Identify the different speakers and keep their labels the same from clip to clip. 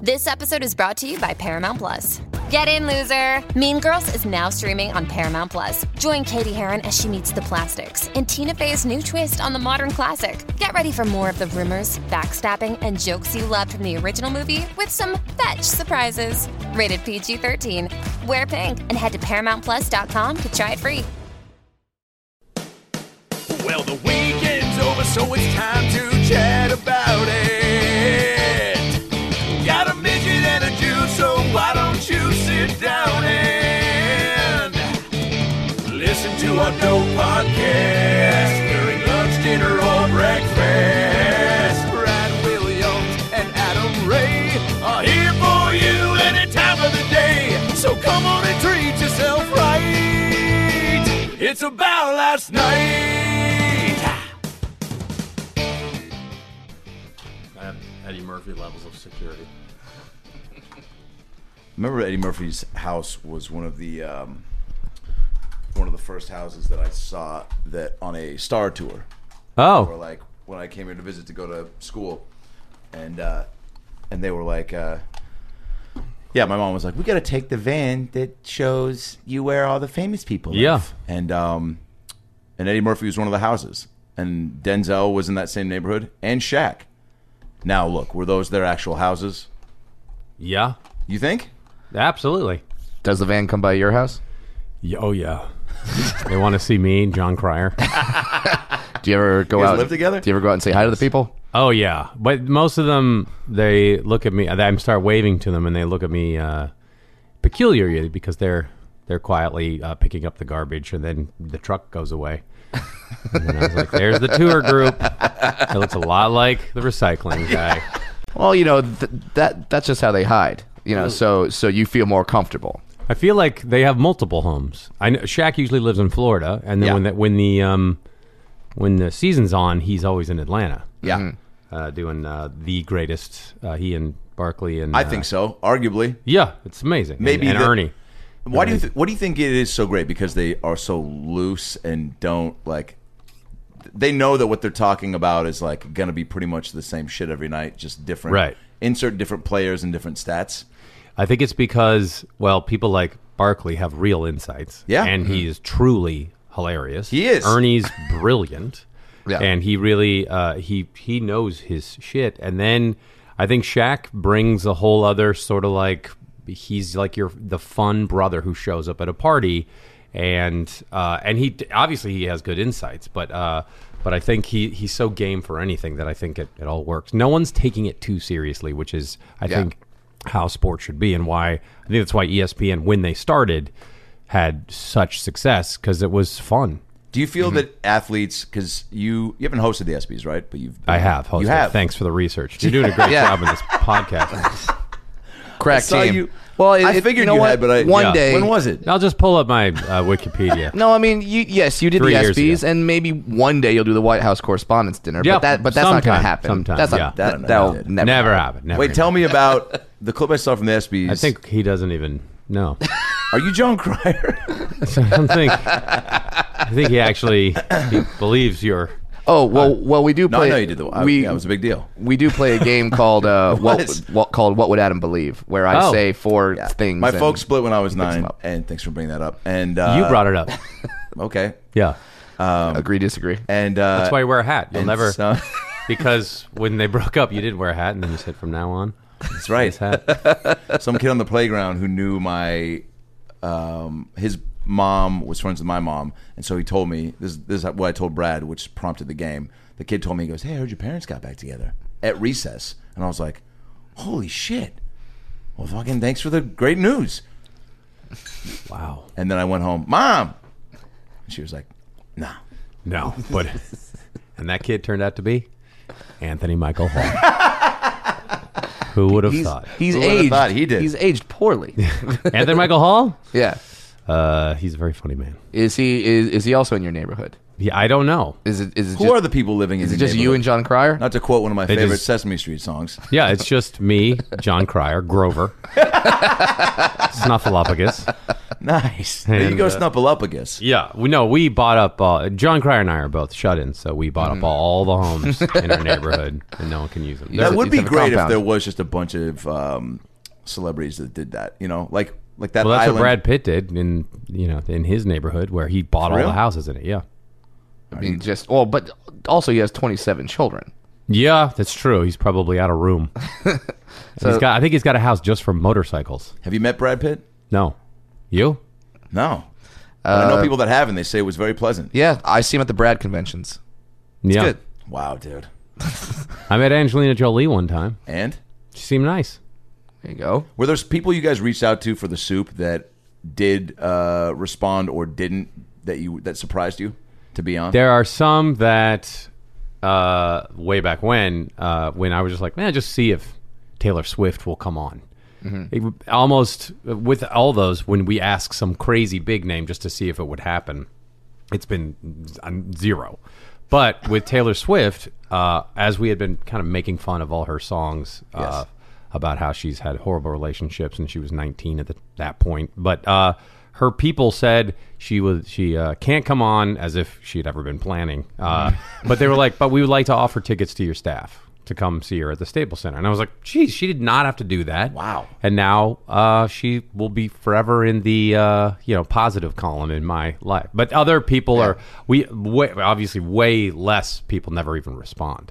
Speaker 1: This episode is brought to you by Paramount Plus. Get in, loser! Mean Girls is now streaming on Paramount Plus. Join Katie Heron as she meets the plastics in Tina Fey's new twist on the modern classic. Get ready for more of the rumors, backstabbing, and jokes you loved from the original movie with some fetch surprises. Rated PG 13. Wear pink and head to ParamountPlus.com to try it free.
Speaker 2: Well, the weekend's over, so it's time to chat about it. Got a midget and a Jew, so why don't you sit down and listen to our dope podcast during lunch, dinner, or breakfast? Brad Williams and Adam Ray are here for you any time of the day. So come on and treat yourself right. It's about last night.
Speaker 3: I have Eddie Murphy levels of security.
Speaker 4: remember Eddie Murphy's house was one of the um, one of the first houses that I saw that on a star tour. Or
Speaker 5: Oh,
Speaker 4: like when I came here to visit to go to school, and uh, and they were like, uh, yeah, my mom was like, we got to take the van that shows you where all the famous people. live."
Speaker 5: Yeah.
Speaker 4: and um, and Eddie Murphy was one of the houses, and Denzel was in that same neighborhood, and Shaq. Now look, were those their actual houses?
Speaker 5: yeah,
Speaker 4: You think?
Speaker 5: absolutely.
Speaker 6: Does the van come by your house?
Speaker 5: Yeah, oh yeah. they want to see me, and John Cryer.
Speaker 6: Do you ever go
Speaker 4: You guys
Speaker 6: out?
Speaker 4: live together?
Speaker 6: Do you ever go out and say hi to the people?
Speaker 5: Oh yeah, but most of them they look at me. I start waving to them, and they look at me uh, peculiarly because they're they're quietly uh, picking up the garbage, and then the truck goes away. and then I was like, "There's the tour group. It looks a lot like the recycling guy."
Speaker 6: Well, you know th- that that's just how they hide. You know, so so you feel more comfortable.
Speaker 5: I feel like they have multiple homes. I know Shaq usually lives in Florida, and then
Speaker 6: Yeah.
Speaker 5: when that when the um, when the season's on, he's always in Atlanta.
Speaker 4: Yeah.
Speaker 5: uh, doing uh, the greatest. Uh, he and Barkley and
Speaker 4: I
Speaker 5: uh,
Speaker 4: think so. Arguably,
Speaker 5: Yeah, it's amazing. And-
Speaker 4: Maybe
Speaker 5: and,
Speaker 4: the-
Speaker 5: Ernie.
Speaker 4: Why do you th- what do you think it is so great? Because they are so loose and don't like. They know that what they're talking about is like going to be pretty much the same shit every night, just different.
Speaker 5: Right.
Speaker 4: Insert different players and different stats.
Speaker 5: I think it's because well, people like Barkley have real insights.
Speaker 4: Yeah. Mm-hmm.
Speaker 5: and he is truly hilarious.
Speaker 4: He is.
Speaker 5: Ernie's brilliant.
Speaker 6: Yeah.
Speaker 5: and he really uh, he he knows his shit. And then I think Shaq brings a whole other sort of like he's like your the fun brother who shows up at a party. And uh, and he obviously he has good insights, but uh, but I think he, he's so game for anything that I think it, it all works. No one's taking it too seriously, which is I
Speaker 6: Yeah.
Speaker 5: think how sports should be and why I think that's why E ESPN when they started had such success because it was fun.
Speaker 4: Do you
Speaker 5: Mm-hmm.
Speaker 4: feel that athletes? Because you you haven't hosted the ESPYS, right? But you've
Speaker 5: I have. Jose.
Speaker 4: you have
Speaker 5: Thanks for the research. You're doing a great
Speaker 6: Yeah.
Speaker 5: job in this podcast.
Speaker 6: Crack
Speaker 4: saw
Speaker 6: team.
Speaker 4: you-
Speaker 6: well,
Speaker 4: I figured
Speaker 6: you, know
Speaker 4: you
Speaker 6: what?
Speaker 4: had, but I-
Speaker 6: one
Speaker 5: yeah.
Speaker 6: day
Speaker 4: When was it?
Speaker 5: I'll just pull up my uh, Wikipedia.
Speaker 6: No, I mean, you, yes, you did
Speaker 5: Three
Speaker 6: the
Speaker 5: years
Speaker 6: ESPYS,
Speaker 5: ago.
Speaker 6: and maybe one day you'll do the White House Correspondents' Dinner.
Speaker 5: Yeah,
Speaker 6: but that, but that's not going
Speaker 5: sometime,
Speaker 6: to happen.
Speaker 5: sometime,
Speaker 6: that's not,
Speaker 5: yeah.
Speaker 4: I don't know
Speaker 6: that,
Speaker 4: how
Speaker 6: that'll
Speaker 4: I did.
Speaker 6: never.
Speaker 5: never happened. Never
Speaker 4: Wait,
Speaker 5: happened.
Speaker 4: tell me about the clip I saw from the ESPYS.
Speaker 5: I think he doesn't even know.
Speaker 4: Are you Joan Cryer?
Speaker 5: I don't think. I think he actually he believes you're.
Speaker 6: Oh well, well, we do
Speaker 4: no,
Speaker 6: play.
Speaker 4: I know you did the. I,
Speaker 6: we
Speaker 4: yeah, it was a big deal.
Speaker 6: we do play a game called uh, what,
Speaker 4: was.
Speaker 6: what called What Would Adam Believe, where I
Speaker 5: Oh.
Speaker 6: say four things.
Speaker 4: My
Speaker 6: and-
Speaker 4: folks split when I was nine,
Speaker 6: up.
Speaker 4: and thanks for bringing that up. And uh,
Speaker 5: You brought it up.
Speaker 4: okay,
Speaker 5: Yeah,
Speaker 4: um,
Speaker 6: agree, disagree.
Speaker 4: and uh,
Speaker 5: that's why you wear a hat. You'll
Speaker 4: and
Speaker 5: never
Speaker 4: so-
Speaker 5: because when they broke up, you didn't wear a hat, and then you said from now on,
Speaker 4: That's right.
Speaker 5: hat.
Speaker 4: Some kid on the playground who knew my um, his mom was friends with my mom, and so he told me this. This is what I told Brad, which prompted the game. The kid told me, he goes, "Hey, I heard your parents got back together at recess," and I was like, "Holy shit!" Well, fucking thanks for the great news.
Speaker 5: Wow.
Speaker 4: And then I went home, mom. And she was like, "Nah."
Speaker 5: No, but and that kid turned out to be Anthony Michael Hall. Who would have
Speaker 6: He's
Speaker 5: thought?
Speaker 6: he's
Speaker 4: Who would've
Speaker 6: aged.
Speaker 4: thought he did?
Speaker 6: He's aged poorly.
Speaker 5: Anthony Michael Hall?
Speaker 6: yeah.
Speaker 5: Uh, he's a very funny man.
Speaker 6: Is he is, is he also in your neighborhood?
Speaker 5: Yeah, I don't know.
Speaker 6: Is it is it
Speaker 4: Who
Speaker 6: just,
Speaker 4: are the people living in
Speaker 6: is it
Speaker 4: the
Speaker 6: just you
Speaker 4: neighborhood?
Speaker 6: and John Cryer?
Speaker 4: Not to quote one of my
Speaker 5: They
Speaker 4: favorite
Speaker 5: just-
Speaker 4: Sesame Street songs.
Speaker 5: Yeah, it's just me, John Cryer, Grover, Snuffleupagus.
Speaker 4: Nice. there you
Speaker 5: And,
Speaker 4: go,
Speaker 5: uh,
Speaker 4: Snuffleupagus.
Speaker 5: Yeah, we no, we bought up. Uh, John Cryer and I are both shut-ins, so we bought
Speaker 4: Mm-hmm.
Speaker 5: up all the homes in our neighborhood, and no one can use them.
Speaker 4: that
Speaker 6: a-
Speaker 4: would
Speaker 6: it's
Speaker 4: be
Speaker 6: a
Speaker 4: great if
Speaker 6: compound.
Speaker 4: there was just a bunch of um, celebrities that did that. You know, like like that
Speaker 5: well, that's
Speaker 4: island.
Speaker 5: what Brad Pitt did in you know in his neighborhood where he bought all
Speaker 4: real?
Speaker 5: the houses in it. Yeah,
Speaker 6: I mean, just well, but also he has 27 children.
Speaker 5: yeah, that's true. He's probably out of room. And he's got. I think he's got a house just for motorcycles.
Speaker 4: Have you met Brad Pitt?
Speaker 5: No, you?
Speaker 4: No. But I
Speaker 5: Uh,
Speaker 4: know people that have, and they say it was very pleasant.
Speaker 6: Yeah, I see him at the Brad conventions.
Speaker 5: yeah,
Speaker 6: Good.
Speaker 4: Wow, dude.
Speaker 5: I met Angelina Jolie one time.
Speaker 4: And
Speaker 5: She seemed nice.
Speaker 6: There you go.
Speaker 4: were there people you guys reached out to for the soup that did uh, respond or didn't that you that surprised you to be on?
Speaker 5: There are some that uh, way back when, uh, when I was just like, man, just see if Taylor Swift will come on. It- almost uh, with all those, when we ask some crazy big name just to see if it would happen, it's been z- um, zero. But with Taylor Swift, uh, as we had been kind of making fun of all her songs uh, about how she's had horrible relationships and she was 19 at the, that point, but uh, her people said she was she uh, can't come on as if she had ever been planning. Uh, but they were like, "But we would like to offer tickets to your staff to come see her at the Staples Center." And I was like, "Geez, she did not have to do that."
Speaker 4: Wow.
Speaker 5: And now uh, she will be forever in the uh, you know positive column in my life. But other people are we way, obviously way less people never even respond,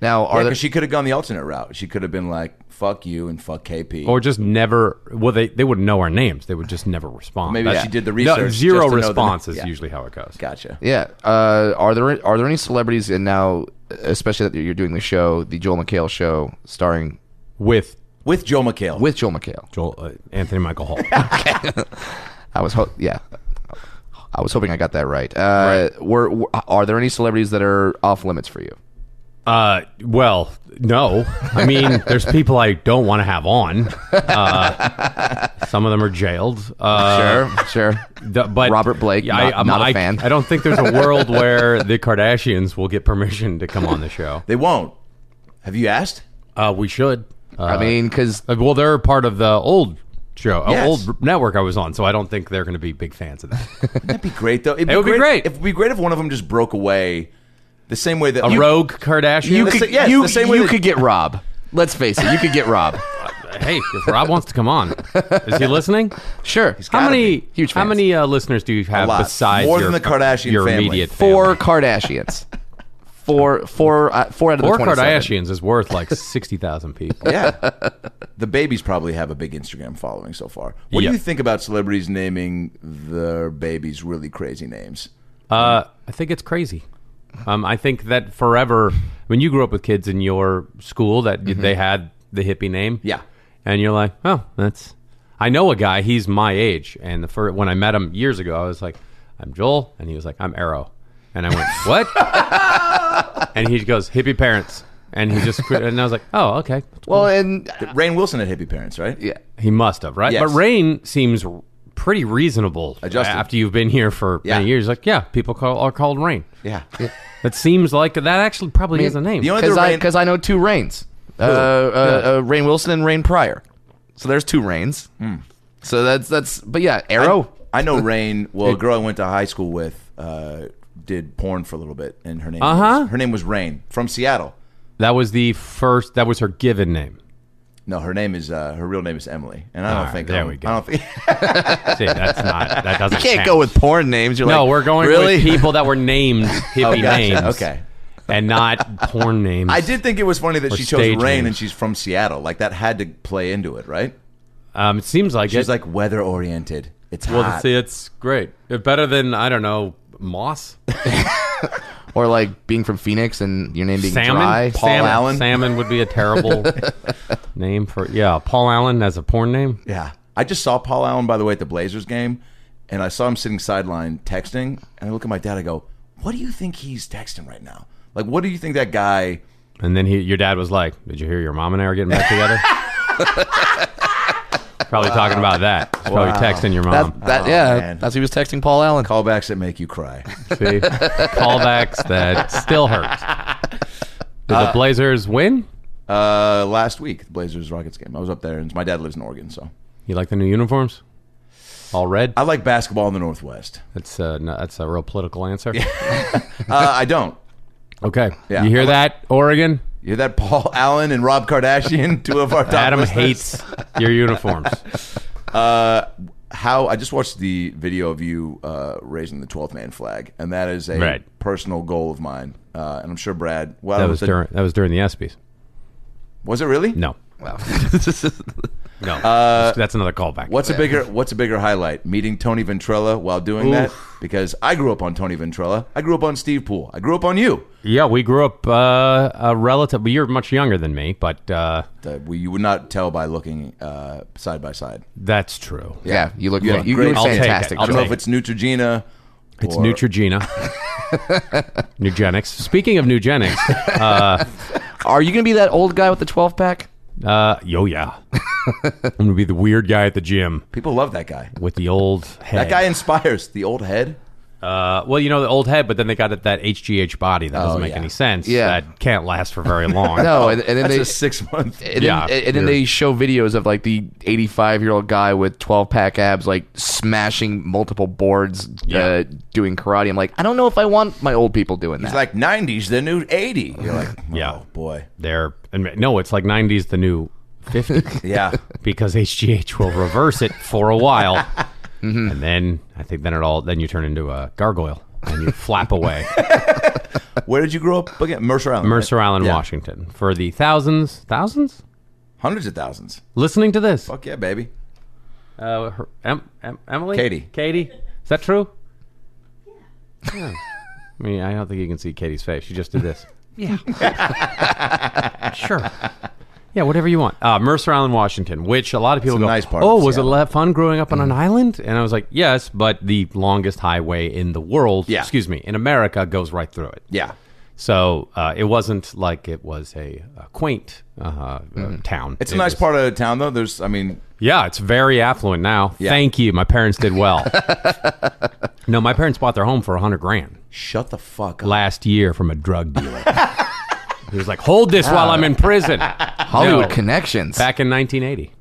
Speaker 6: Now, are
Speaker 4: Yeah,
Speaker 6: there
Speaker 4: 'cause she could have gone the alternate route. She could have been like, "Fuck you" and "fuck KP."
Speaker 5: or just never. Well, they they wouldn't know our names. They would just never respond.
Speaker 4: Maybe
Speaker 5: That's-
Speaker 4: she did the
Speaker 5: No,
Speaker 4: research
Speaker 5: zero
Speaker 4: just to know the-
Speaker 5: response is
Speaker 4: yeah.
Speaker 5: usually how it goes.
Speaker 4: gotcha.
Speaker 6: yeah, uh, are there are there any celebrities and now especially that you're doing the show, the Joel McHale show starring
Speaker 5: With
Speaker 4: With Joe McHale.
Speaker 6: with Joel McHale.
Speaker 5: Joel uh, Anthony Michael Hall.
Speaker 6: I was ho- yeah. I was hoping I got that right. Uh, Were, were are there any celebrities that are off limits for you?
Speaker 5: Uh, well, no. I mean, there's people I don't want to have on. Uh, some of them are jailed. Uh,
Speaker 6: sure, sure.
Speaker 5: The- but
Speaker 6: Robert Blake, not-
Speaker 5: I'm-
Speaker 6: not a
Speaker 5: I-
Speaker 6: fan.
Speaker 5: I don't think there's a world where the Kardashians will get permission to come on the show.
Speaker 4: They won't. Have you asked?
Speaker 5: Uh, we should. Uh,
Speaker 6: I mean, because
Speaker 5: well, they're part of the old show, uh,
Speaker 4: Yes.
Speaker 5: old network I was on, so I don't think they're going to be big fans of that.
Speaker 4: That'd be great, though. It'd
Speaker 5: It would be great.
Speaker 4: It would be great if one of them just broke away, the same way that
Speaker 5: A rogue Kardashian.
Speaker 4: You could- yes,
Speaker 6: you,
Speaker 4: the same way
Speaker 6: you
Speaker 4: that-
Speaker 6: could get Rob. Let's face it, you could get Rob.
Speaker 5: hey, if Rob wants to come on, is he listening?
Speaker 6: Sure.
Speaker 5: How
Speaker 4: gotta
Speaker 5: many
Speaker 4: be.
Speaker 6: Huge
Speaker 5: how
Speaker 6: fans.
Speaker 5: many uh, listeners do you have
Speaker 4: lot.
Speaker 5: besides
Speaker 4: More
Speaker 5: your,
Speaker 4: than the Kardashian
Speaker 5: your
Speaker 4: family.
Speaker 5: immediate
Speaker 6: four
Speaker 5: family?
Speaker 6: Kardashians. Four, four, uh, four out of
Speaker 5: Four
Speaker 6: the 27.
Speaker 5: Kardashians is worth like sixty thousand people.
Speaker 4: Yeah. the babies probably have a big Instagram following so far. What
Speaker 5: Yeah.
Speaker 4: do you think about celebrities naming their babies really crazy names?
Speaker 5: Uh, I think it's crazy. Um, I think that forever, when you grew up with kids in your school, that they had the hippie name.
Speaker 4: Yeah.
Speaker 5: and you're like, oh, that's. I know a guy. He's my age, and the first, when I met him years ago, I was like, I'm Joel, and he was like, I'm Arrow, and I went, what? and he goes, hippie parents, and he just quit, and I was like, oh, okay.
Speaker 6: Well, and
Speaker 4: Rain Wilson had hippie parents, right?
Speaker 6: yeah,
Speaker 5: He must have, right?
Speaker 4: Yes.
Speaker 5: But Rain seems r- pretty reasonable
Speaker 4: Adjusted.
Speaker 5: after you've been here for
Speaker 4: Yeah.
Speaker 5: many years. Like, yeah, people call, are called Rain.
Speaker 4: Yeah.
Speaker 5: That seems like that actually probably is a name.
Speaker 4: The only
Speaker 6: because
Speaker 4: other
Speaker 6: I
Speaker 4: Rain-
Speaker 6: because I know two Rains, uh, uh, uh, Rain Wilson and Rain Pryor. So there's two Rains.
Speaker 5: Hmm.
Speaker 6: So that's that's. But yeah, Arrow.
Speaker 4: I know Rain. Well, a girl I went to high school with uh, did porn for a little bit, and her name
Speaker 5: Uh-huh.
Speaker 4: was, her name was Rain from Seattle.
Speaker 5: that was the first. That was her given name.
Speaker 4: No, her name is uh, her real name is Emily, and I don't
Speaker 5: right,
Speaker 4: think
Speaker 5: there
Speaker 4: I'm-
Speaker 5: we go.
Speaker 4: I don't think
Speaker 5: See, that's not. That doesn't.
Speaker 6: Can't
Speaker 5: count.
Speaker 6: go with porn names. You're
Speaker 5: No,
Speaker 6: like,
Speaker 5: we're going
Speaker 6: really.
Speaker 5: with people that were named hippie
Speaker 4: Oh, gotcha.
Speaker 5: names.
Speaker 4: Okay.
Speaker 5: And not porn names.
Speaker 4: I did think it was funny that
Speaker 5: Or
Speaker 4: she chose
Speaker 5: stage
Speaker 4: Rain
Speaker 5: names.
Speaker 4: and she's from Seattle. Like that had to play into it, right?
Speaker 5: Um, it seems like
Speaker 4: She's "Ah."
Speaker 5: it.
Speaker 4: like weather oriented. It's
Speaker 5: well,
Speaker 4: hot.
Speaker 5: see, it's great. It better than I don't know moss,
Speaker 6: or like being from Phoenix and your name being
Speaker 5: salmon,
Speaker 6: dry.
Speaker 5: Paul salmon.
Speaker 4: Allen?
Speaker 5: Salmon would be a terrible name for yeah. Paul Allen as a porn name.
Speaker 4: Yeah. I just saw Paul Allen, by the way, at the Blazers game, and I saw him sitting sideline texting. And I look at my dad, I go, What do you think he's texting right now? Like, what do you think that guy.
Speaker 5: And then he, your dad was like, "Did you hear your mom and I are getting back together?" Probably talking about that. He's probably
Speaker 4: Wow.
Speaker 5: texting your mom.
Speaker 6: That, that
Speaker 4: Oh,
Speaker 6: yeah,
Speaker 4: man.
Speaker 6: that's he was texting Paul Allen.
Speaker 4: Callbacks that make you cry.
Speaker 5: See, callbacks that still hurt. Did the Blazers win?
Speaker 4: Uh, last week, the Blazers Rockets game. I was up there, and my dad lives in Oregon, so
Speaker 5: You like the new uniforms? All red.
Speaker 4: I like basketball in the Northwest.
Speaker 5: That's uh, no, that's a real political answer.
Speaker 4: Uh, I don't.
Speaker 5: Okay,
Speaker 4: Yeah.
Speaker 5: you
Speaker 4: I
Speaker 5: hear
Speaker 4: like-
Speaker 5: that, Oregon?
Speaker 4: You hear that? Paul Allen and Rob Kardashian, two of our top
Speaker 5: Adam
Speaker 4: listeners.
Speaker 5: hates your uniforms.
Speaker 4: how I just watched the video of you uh, raising the 12th man flag, and that is a
Speaker 5: Right.
Speaker 4: personal goal of mine. Uh, and I'm sure Brad. Well,
Speaker 5: That was
Speaker 4: the-
Speaker 5: during that was during the ESPYS.
Speaker 4: Was it really?
Speaker 5: No,
Speaker 6: Wow.
Speaker 5: no,
Speaker 4: Uh,
Speaker 5: that's another callback.
Speaker 4: What's a bigger What's a bigger highlight? Meeting Tony Ventrella while doing that because I grew up on Tony Ventrella. I grew up on Steve Poole. I grew up on you.
Speaker 5: Yeah, we grew up uh, a relative. well, You're much younger than me, but uh,
Speaker 4: The, we, you would not tell by looking uh, side by side.
Speaker 5: that's true.
Speaker 6: yeah, you look
Speaker 4: Yeah,
Speaker 6: you, you
Speaker 4: great.
Speaker 6: look
Speaker 4: I'll take
Speaker 5: it.
Speaker 6: fantastic.
Speaker 5: I'll
Speaker 4: I don't know if
Speaker 5: take
Speaker 4: it's Neutrogena.
Speaker 5: It's
Speaker 4: or-
Speaker 5: Neutrogena. Nugenics. Speaking of Nugenics,
Speaker 6: Are you gonna be that old guy with the twelve pack?
Speaker 5: uh, yo yeah, I'm gonna be the weird guy at the gym
Speaker 4: People love that guy.
Speaker 5: with the old head.
Speaker 4: That guy inspires the old head.
Speaker 5: Uh, well, you know the old head, but then they got it, that HGH body that doesn't make
Speaker 4: Oh, yeah.
Speaker 5: any sense.
Speaker 6: Yeah.
Speaker 5: that can't last for very long.
Speaker 6: No, and, and then
Speaker 4: That's
Speaker 6: they
Speaker 4: a six month.
Speaker 6: and
Speaker 5: Yeah,
Speaker 6: then, and then
Speaker 5: you're-
Speaker 6: they show videos of like the 85 year old guy with 12 pack abs like smashing multiple boards
Speaker 5: Yeah.
Speaker 6: uh, doing karate i'm like i don't know if i want my old people doing that
Speaker 4: It's like 90s, the new 80. You're like, oh,
Speaker 5: Yeah.
Speaker 4: boy.
Speaker 5: They're and no, it's like '90s the new '50s
Speaker 4: Yeah.
Speaker 5: because HGH will reverse it for a while, and then I think then it all then you turn into a gargoyle and you flap away.
Speaker 4: Where did you grow up again? Mercer Island.
Speaker 5: Mercer
Speaker 4: right?
Speaker 5: Island,
Speaker 4: Yeah.
Speaker 5: Washington, for the thousands, thousands
Speaker 4: Hundreds of thousands.
Speaker 5: listening to this.
Speaker 4: Fuck yeah, baby.
Speaker 5: Uh, her, em, em, Emily,
Speaker 4: Katie.
Speaker 5: Katie, is that true? Yeah. I mean, I don't think you can see Katie's face. She just did this. Yeah. sure. Yeah, whatever you want. Uh, Mercer Island, Washington, which a lot of people
Speaker 4: a
Speaker 5: go,
Speaker 4: nice part
Speaker 5: "Oh,
Speaker 4: of
Speaker 5: was it
Speaker 4: Seattle." Mm.
Speaker 5: le- fun growing up on an island?" And I was like, "Yes, but the longest highway in the world,
Speaker 4: Yeah.
Speaker 5: excuse me, in America, goes right through it."
Speaker 4: Yeah.
Speaker 5: So uh, it wasn't like it was a, a quaint uh, uh, town.
Speaker 4: Mm-hmm. It's a nice
Speaker 5: part.
Speaker 4: part of town, though. There's, I mean,
Speaker 5: Yeah, it's very affluent now.
Speaker 4: Yeah.
Speaker 5: Thank you. My parents did well. no, my parents bought their home for a hundred grand
Speaker 4: shut the fuck up.
Speaker 5: last year from a drug dealer. he was like, "Hold this while I'm in prison."
Speaker 6: hollywood
Speaker 5: No.
Speaker 6: connections
Speaker 5: Back in 1980.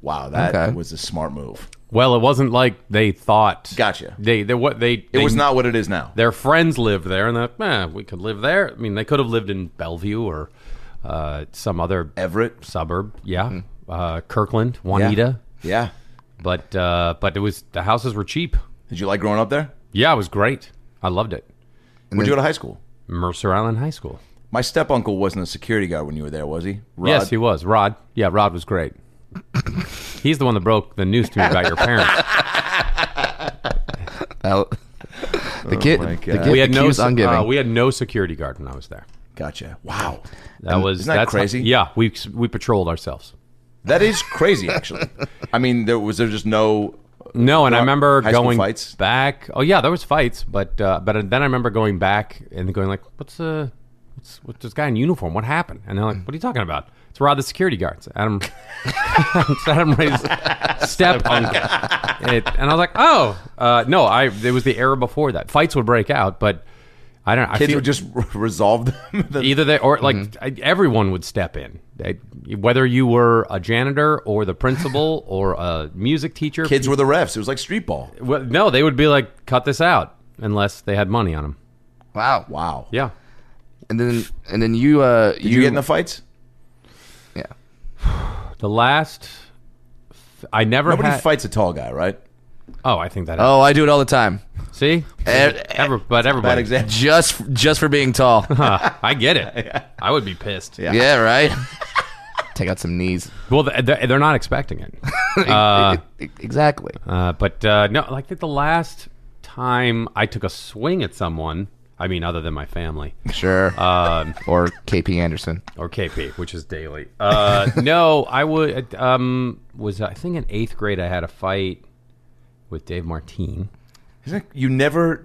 Speaker 4: Wow, that
Speaker 6: Okay.
Speaker 4: was a smart move.
Speaker 5: Well, it wasn't like they thought.
Speaker 4: Gotcha.
Speaker 5: They they what they.
Speaker 4: It was not what it is now.
Speaker 5: Their friends lived there, and that eh, we could live there. I mean, they could have lived in Bellevue or uh, some other
Speaker 4: Everett.
Speaker 5: suburb. Yeah, uh, Kirkland, Juanita.
Speaker 4: Mm-hmm. Yeah.
Speaker 5: But uh, but it was the houses were cheap.
Speaker 4: Did you like growing up there?
Speaker 5: Yeah, it was great. I loved it.
Speaker 4: Where'd you go to high school?
Speaker 5: Mercer Island High School.
Speaker 4: My step uncle wasn't a security guard when you were there, was he? Rod?
Speaker 5: Yes, he was. Rod. Yeah, Rod was great. He's the one that broke the news to me about your parents.
Speaker 6: Uh, the kid
Speaker 4: Oh my
Speaker 6: the
Speaker 4: God.
Speaker 6: kid
Speaker 5: We had no
Speaker 6: accused on giving
Speaker 5: uh, we had no security guard when I was there.
Speaker 4: Gotcha. Wow.
Speaker 5: That was
Speaker 4: isn't that
Speaker 5: that's
Speaker 4: crazy?
Speaker 5: yeah, we we patrolled ourselves.
Speaker 4: That is crazy, actually. I mean, there was there just no.
Speaker 5: No, and I
Speaker 4: Well,
Speaker 5: remember
Speaker 4: high school
Speaker 5: going
Speaker 4: fights?
Speaker 5: back. Oh yeah, there was fights, but uh, but then I remember going back and going like, "What's uh, what's, what's this guy in uniform? What happened?" And they're like, "What are you talking about?" It's Rod, the security guard. It's Adam, it's Adam Ray's step uncle. It- and I was like, "Oh uh, no, I." It was the era before that. Fights would break out, but I don't. know. I
Speaker 4: Kids
Speaker 5: feel-
Speaker 4: would just Mm-hmm. resolve them. The-
Speaker 5: either they or like I, everyone would step in They- whether you were a janitor or the principal or a music teacher
Speaker 4: Kids were the refs. It was like street ball.
Speaker 5: well, no, they would be like, cut this out unless they had money on them.
Speaker 6: wow
Speaker 4: Wow.
Speaker 5: Yeah.
Speaker 6: and then and then you uh
Speaker 4: Did you, get in the fights?
Speaker 6: yeah
Speaker 5: The last, I never
Speaker 4: Nobody
Speaker 5: had.
Speaker 4: fights a tall guy, right?
Speaker 5: oh, I think that.
Speaker 6: oh i do it all the time
Speaker 4: Oh.
Speaker 5: See,
Speaker 6: Eh,
Speaker 5: Every, but
Speaker 4: Bad
Speaker 5: everybody,
Speaker 4: example.
Speaker 6: just just for being tall
Speaker 5: I get it. I would be pissed.
Speaker 4: Yeah.
Speaker 6: yeah right take out some knees
Speaker 5: Well, th- they're they're not expecting it.
Speaker 6: E-, exactly
Speaker 5: Uh, but uh, no, like the last time I took a swing at someone, I mean, other than my family
Speaker 6: sure um or kp anderson
Speaker 5: or KP, which is daily. Uh, no, I would. Um, was I think in eighth grade I had a fight with Dave Martine. Uh,
Speaker 4: Isn't it- you never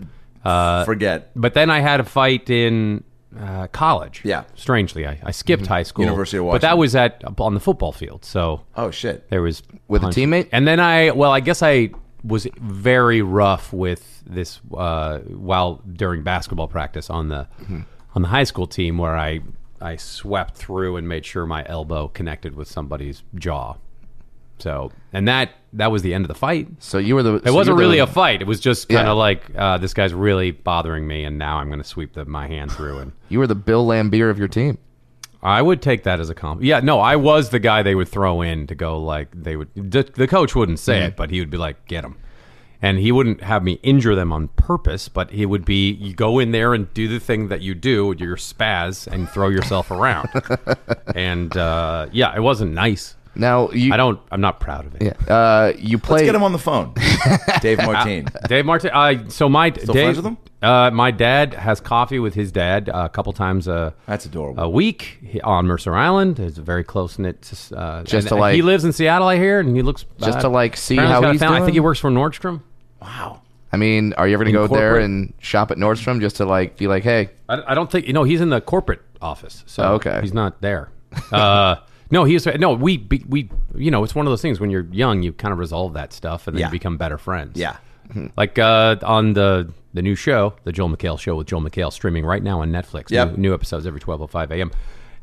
Speaker 4: forget.
Speaker 5: But then I had a fight in uh, college.
Speaker 4: Yeah. Mm-hmm.
Speaker 5: Strangely, I, I skipped high school.
Speaker 4: University of
Speaker 5: But that
Speaker 4: Washington.
Speaker 5: was at on the football field. So
Speaker 4: Oh shit.
Speaker 5: there was
Speaker 6: With a
Speaker 5: punch-
Speaker 6: teammate?
Speaker 5: and then I well, I guess I was very rough with this uh, while during basketball practice on the
Speaker 4: Mm-hmm.
Speaker 5: on the high school team where I I swept through and made sure my elbow connected with somebody's jaw. So and that that was the end of the fight.
Speaker 6: So you were the.
Speaker 5: It wasn't really a fight. It was just kind of
Speaker 6: Yeah.
Speaker 5: like uh, this guy's really bothering me, and now I'm going to sweep the, my hand through. And
Speaker 6: You were the Bill Lambier of your team.
Speaker 5: I would take that as a compliment. Yeah, no, I was the guy they would throw in to go like they would. The, the coach wouldn't say
Speaker 6: Mm-hmm.
Speaker 5: it, but he would be like, "Get him," and he wouldn't have me injure them on purpose. But he would be, "You go in there and do the thing that you do, your spaz, and throw yourself around." and uh, yeah, it wasn't nice.
Speaker 6: Now you.
Speaker 5: I don't. I'm not proud of it.
Speaker 6: Yeah. Uh, you
Speaker 4: Let's
Speaker 6: played.
Speaker 4: get him on the phone. Dave Martine.
Speaker 5: Dave Martin. I so my Dave.
Speaker 4: friends with him?
Speaker 5: Uh, my dad has coffee with his dad uh, a couple times a
Speaker 4: That's adorable.
Speaker 5: a week he- on Mercer Island. It's a very close knit. Uh,
Speaker 6: Just
Speaker 5: and-
Speaker 6: to,
Speaker 5: and
Speaker 6: like-
Speaker 5: he lives in Seattle, I hear, and he looks
Speaker 6: Just to, like, see
Speaker 5: apparently
Speaker 6: how
Speaker 5: got a
Speaker 6: he's
Speaker 5: family. I
Speaker 6: doing?
Speaker 5: think he works for Nordstrom.
Speaker 6: I mean, are you ever gonna go there
Speaker 5: Incorporate-
Speaker 6: and shop at Nordstrom just to like be like, hey,
Speaker 5: I, I don't think you know he's in the corporate office, so
Speaker 6: Oh, okay.
Speaker 5: he's not there. Uh, no, he's no. We be- we you know it's one of those things when you're young, you kind of resolve that stuff and then
Speaker 4: Yeah.
Speaker 5: you become better friends.
Speaker 4: yeah.
Speaker 6: Hmm.
Speaker 5: like uh, on the the new show, the Joel McHale show with Joel McHale, streaming right now on Netflix.
Speaker 4: Yep.
Speaker 5: New, new episodes every twelve oh five a.m.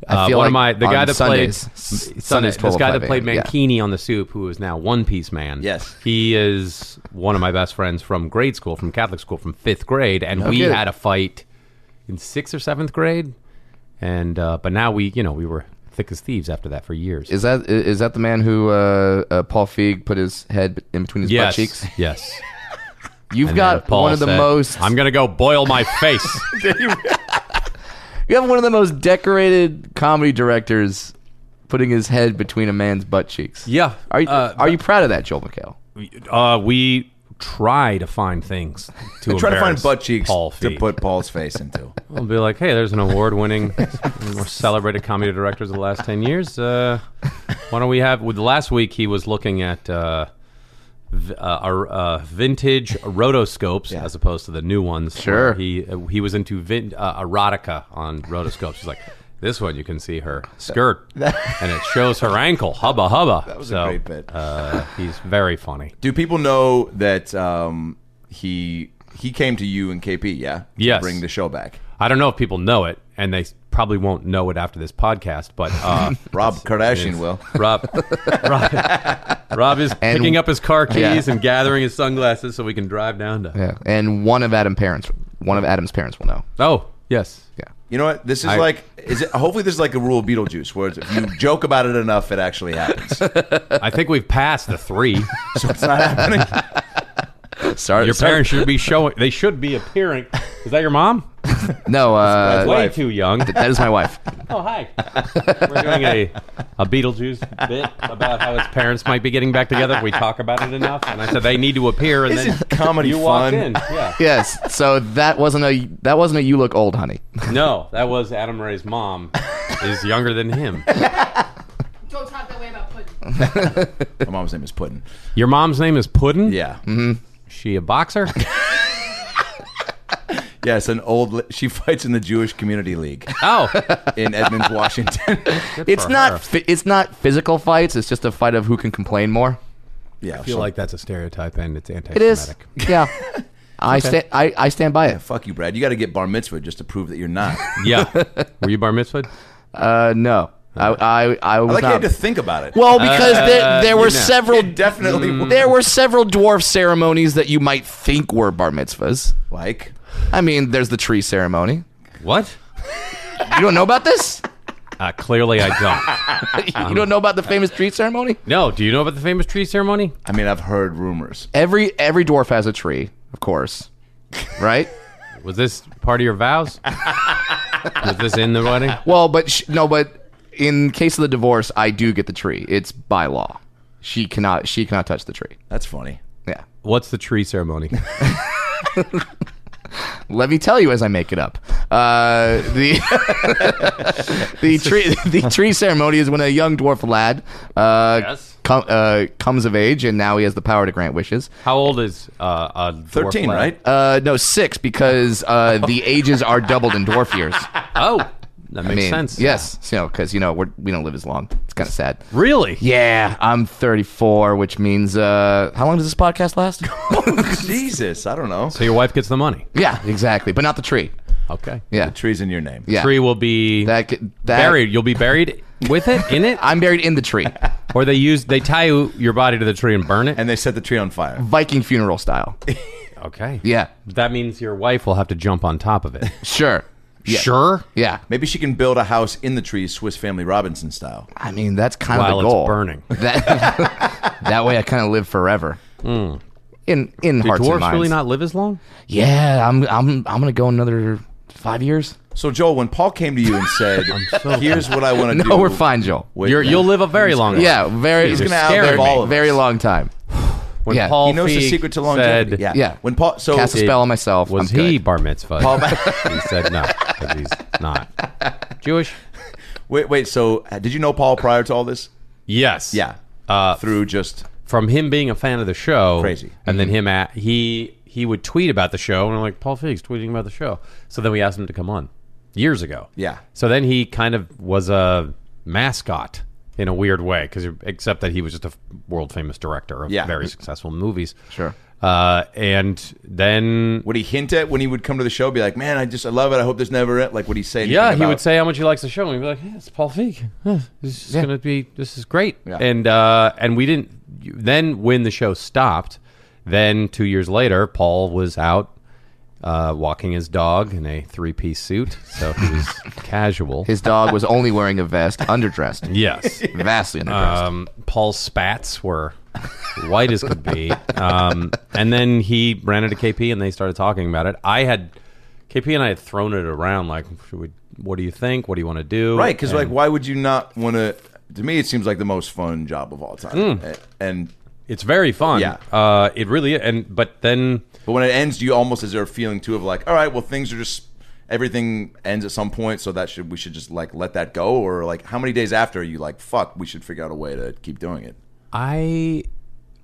Speaker 6: I
Speaker 5: Uh,
Speaker 6: feel
Speaker 5: one
Speaker 6: like
Speaker 5: of my the
Speaker 6: on
Speaker 5: guy that
Speaker 6: Sundays, S-
Speaker 5: played
Speaker 6: Sundays
Speaker 5: this guy
Speaker 6: 12:05
Speaker 5: that played
Speaker 6: a.m., yeah.
Speaker 5: Mankini on the Soup, who is now One Piece Man.
Speaker 4: Yes.
Speaker 5: he is one of my best friends from grade school, from Catholic school, from fifth grade, and we
Speaker 6: kidding.
Speaker 5: had a fight in sixth or seventh grade, and uh, but now we you know we were thick as thieves after that for years.
Speaker 6: is that is that the man who uh, uh, Paul Feig put his head in between his butt
Speaker 5: yes,
Speaker 6: cheeks?
Speaker 5: yes.
Speaker 6: You've
Speaker 5: And then
Speaker 6: got
Speaker 5: Paul
Speaker 6: one of the
Speaker 5: said,
Speaker 6: most.
Speaker 5: I'm gonna go boil my face.
Speaker 6: you have one of the most decorated comedy directors putting his head between a man's butt cheeks.
Speaker 5: Yeah.
Speaker 6: Are you,
Speaker 5: Uh,
Speaker 6: are you proud of that, Joel McHale?
Speaker 5: Uh, we try to find things to
Speaker 4: Try to find
Speaker 5: embarrass
Speaker 4: butt cheeks
Speaker 5: Paul
Speaker 4: to
Speaker 5: Feig.
Speaker 4: put Paul's face into.
Speaker 5: We'll be like, hey, there's an award-winning, more celebrated comedy directors of the last ten years. Uh, why don't we have? With last week, he was looking at. Uh, v- uh, our, uh, vintage rotoscopes as opposed to the new ones.
Speaker 6: Sure.
Speaker 5: he uh, he was into vin- uh, erotica on rotoscopes. He's like, this one you can see her skirt, and it shows her ankle. Hubba hubba. That
Speaker 4: was a great bit.
Speaker 5: Uh, he's very funny.
Speaker 4: Do people know that um, he he came to you and KP? Yeah. To
Speaker 5: Yes.
Speaker 4: Bring the show back.
Speaker 5: I don't know if people know it, and they probably won't know it after this podcast. But uh,
Speaker 4: Rob Kardashian will.
Speaker 5: Rob, Rob, Rob is
Speaker 6: And-
Speaker 5: picking up his car keys
Speaker 6: Yeah.
Speaker 5: and gathering his sunglasses so we can drive down to.
Speaker 6: Yeah. And one of Adam's parents, one of Adam's parents will know.
Speaker 5: Oh yes,
Speaker 6: Yeah.
Speaker 4: You know what? This is like is it hopefully this is like a rule of Beetlejuice where it's- if you joke about it enough it actually happens. So
Speaker 5: I think we've passed the three.
Speaker 4: it's not happening.
Speaker 6: Sorry.
Speaker 5: Your
Speaker 6: sorry.
Speaker 5: parents should be showing. They should be appearing. Is that your mom?
Speaker 6: No. Uh,
Speaker 5: Way
Speaker 4: wife.
Speaker 5: too young.
Speaker 6: that is my wife.
Speaker 5: Oh hi. We're doing a a Beetlejuice bit about how his parents might be getting back together if we talk about it enough. And I said they need to appear. And
Speaker 4: Isn't
Speaker 5: then
Speaker 4: comedy
Speaker 5: you
Speaker 4: fun?
Speaker 5: walked in. Yeah.
Speaker 6: Yes. So that wasn't a that wasn't a you look old, honey.
Speaker 5: No, that was Adam Ray's mom. Is younger than him.
Speaker 7: Don't talk that way about pudding.
Speaker 4: My mom's name is Puddin.
Speaker 5: Your mom's name is Puddin.
Speaker 4: Yeah.
Speaker 5: Is she a boxer?
Speaker 4: Yes, an old li- she fights in the Jewish Community League
Speaker 5: Oh,
Speaker 4: in Edmonds, Washington.
Speaker 6: It's
Speaker 5: for her.
Speaker 6: not fi- it's not physical fights. It's just a fight of who can complain more.
Speaker 4: yeah.
Speaker 5: I feel like that's a stereotype and it's
Speaker 6: It is.
Speaker 5: anti-Semitic.
Speaker 6: Yeah. I stand I, I stand by it.
Speaker 4: Fuck you, Brad. You got to get bar mitzvah just to prove that you're not.
Speaker 5: Yeah. Were you bar mitzvahed?
Speaker 6: Uh, no. I I I was
Speaker 4: I like how you had
Speaker 6: not.
Speaker 4: to think about it.
Speaker 6: well, Mm. because there, there were
Speaker 5: you know.
Speaker 6: several
Speaker 4: It definitely was.
Speaker 6: there were several dwarf ceremonies that you might think were bar mitzvahs.
Speaker 4: like
Speaker 6: I mean, there's the tree ceremony.
Speaker 5: What?
Speaker 6: You don't know about this?
Speaker 5: Uh, clearly, I don't.
Speaker 6: You don't know about the famous tree ceremony?
Speaker 5: No. Do you know about the famous tree ceremony?
Speaker 4: I mean, I've heard rumors.
Speaker 6: Every every dwarf has a tree, of course. Right?
Speaker 5: Was this part of your vows? Was this in the wedding?
Speaker 6: Well, but sh- no, but in case of the divorce, I do get the tree. It's by law. She cannot. She cannot touch the tree.
Speaker 4: That's funny.
Speaker 6: Yeah.
Speaker 5: What's the tree ceremony?
Speaker 6: Let me tell you as I make it up. Uh, the the tree the tree ceremony is when a young dwarf lad uh,
Speaker 5: Yes.
Speaker 6: com- uh, comes of age, and now he has the power to grant wishes.
Speaker 5: How old is uh, a dwarf
Speaker 4: Thirteen,
Speaker 5: lad?
Speaker 4: right?
Speaker 6: Uh, no, six because uh, the ages are doubled in dwarf years.
Speaker 5: Oh, that makes
Speaker 6: I mean,
Speaker 5: sense.
Speaker 6: Yes, you know, because you know we're, we don't live as long. It's kind of sad.
Speaker 5: Really?
Speaker 6: Yeah, I'm 34, which means uh, how long does this podcast last?
Speaker 4: Jesus, I don't know.
Speaker 5: So your wife gets the money.
Speaker 6: yeah, exactly, but not the tree.
Speaker 5: Okay.
Speaker 6: Yeah,
Speaker 4: Trees in your name.
Speaker 6: yeah.
Speaker 5: Tree will be
Speaker 6: That could- that-
Speaker 5: buried. You'll be buried with it in it,
Speaker 6: I'm buried in the tree,
Speaker 5: or they use they tie your body to the tree and burn it.
Speaker 4: And they set the tree on fire.
Speaker 6: Viking funeral style.
Speaker 5: okay.
Speaker 6: Yeah,
Speaker 5: That means your wife will have to jump on top of it.
Speaker 6: sure. Yeah.
Speaker 5: Sure.
Speaker 6: Yeah.
Speaker 4: Maybe she can build a house in the tree, Swiss Family Robinson style.
Speaker 6: I mean, that's kind
Speaker 5: While
Speaker 6: of
Speaker 5: it's
Speaker 6: the goal.
Speaker 5: burning.
Speaker 6: That, that way, I kind of live forever. In in
Speaker 5: Hmm. Do
Speaker 6: hearts and
Speaker 5: dwarves
Speaker 6: minds.
Speaker 5: really not live as long?
Speaker 6: Yeah, I'm I'm I'm gonna go another five years.
Speaker 4: So Joel, when Paul came to you and said, "Here's what I want to
Speaker 6: No,
Speaker 4: do,"
Speaker 6: we're fine, Joel.
Speaker 4: with-
Speaker 5: You're, you'll live a very long life.
Speaker 6: Yeah, very.
Speaker 4: He's
Speaker 5: gonna
Speaker 6: very,
Speaker 5: outlive all
Speaker 4: of
Speaker 6: very
Speaker 4: us.
Speaker 6: long time.
Speaker 5: When
Speaker 6: Yeah.
Speaker 5: Paul
Speaker 4: He knows the
Speaker 5: Feig
Speaker 4: secret to longevity.
Speaker 5: said-
Speaker 4: yeah.
Speaker 6: Yeah.
Speaker 4: When Paul, so
Speaker 6: Cast a spell on myself.
Speaker 5: Was
Speaker 6: I'm
Speaker 5: he
Speaker 6: good.
Speaker 5: bar mitzvah? he said no because he's not Jewish.
Speaker 4: wait, wait. So uh, did you know Paul prior to all this?
Speaker 5: Yes.
Speaker 4: Yeah.
Speaker 5: Uh,
Speaker 4: Through just
Speaker 5: from him being a fan of the show,
Speaker 4: Crazy. Mm-hmm.
Speaker 5: and then him at he he would tweet about the show, and I'm like, Paul Feig's tweeting about the show. So then we asked him to come on years ago.
Speaker 4: Yeah.
Speaker 5: So then he kind of was a mascot in a weird way, because except that he was just a world famous director of
Speaker 4: Yeah.
Speaker 5: very successful movies.
Speaker 6: Sure.
Speaker 5: Uh, and then
Speaker 4: would he hint at when he would come to the show? Be like, "Man, I just I love it. I hope this never en-" like." Would he say? anything
Speaker 5: Yeah, he
Speaker 4: about-
Speaker 5: would say how much he likes the show, and we'd be like, yeah, "It's Paul Feig. Huh, this is
Speaker 6: Yeah.
Speaker 5: gonna be this is great."
Speaker 4: Yeah.
Speaker 5: And uh, and we didn't. Then when the show stopped, then two years later, Paul was out uh, walking his dog in a three-piece suit, so he was casual.
Speaker 6: His dog was only wearing a vest, underdressed,
Speaker 5: yes,
Speaker 6: vastly underdressed.
Speaker 5: um, Paul's spats were white as could be. Um, and then he ran into KP and they started talking about it. I had KP and I had thrown it around like, should we? What do you think? What do you want to do?
Speaker 4: Right, because
Speaker 5: And
Speaker 4: like, why would you not want to? To me, it seems like the most fun job of all time.
Speaker 5: Hmm.
Speaker 4: A- And
Speaker 5: it's very fun.
Speaker 4: Yeah.
Speaker 5: uh, it really. And but then
Speaker 4: but when it ends, you almost is there a feeling too of like, all right, well, things are just everything ends at some point, so that should we should just like let that go, or like how many days after are you like, fuck, we should figure out a way to keep doing it.
Speaker 5: I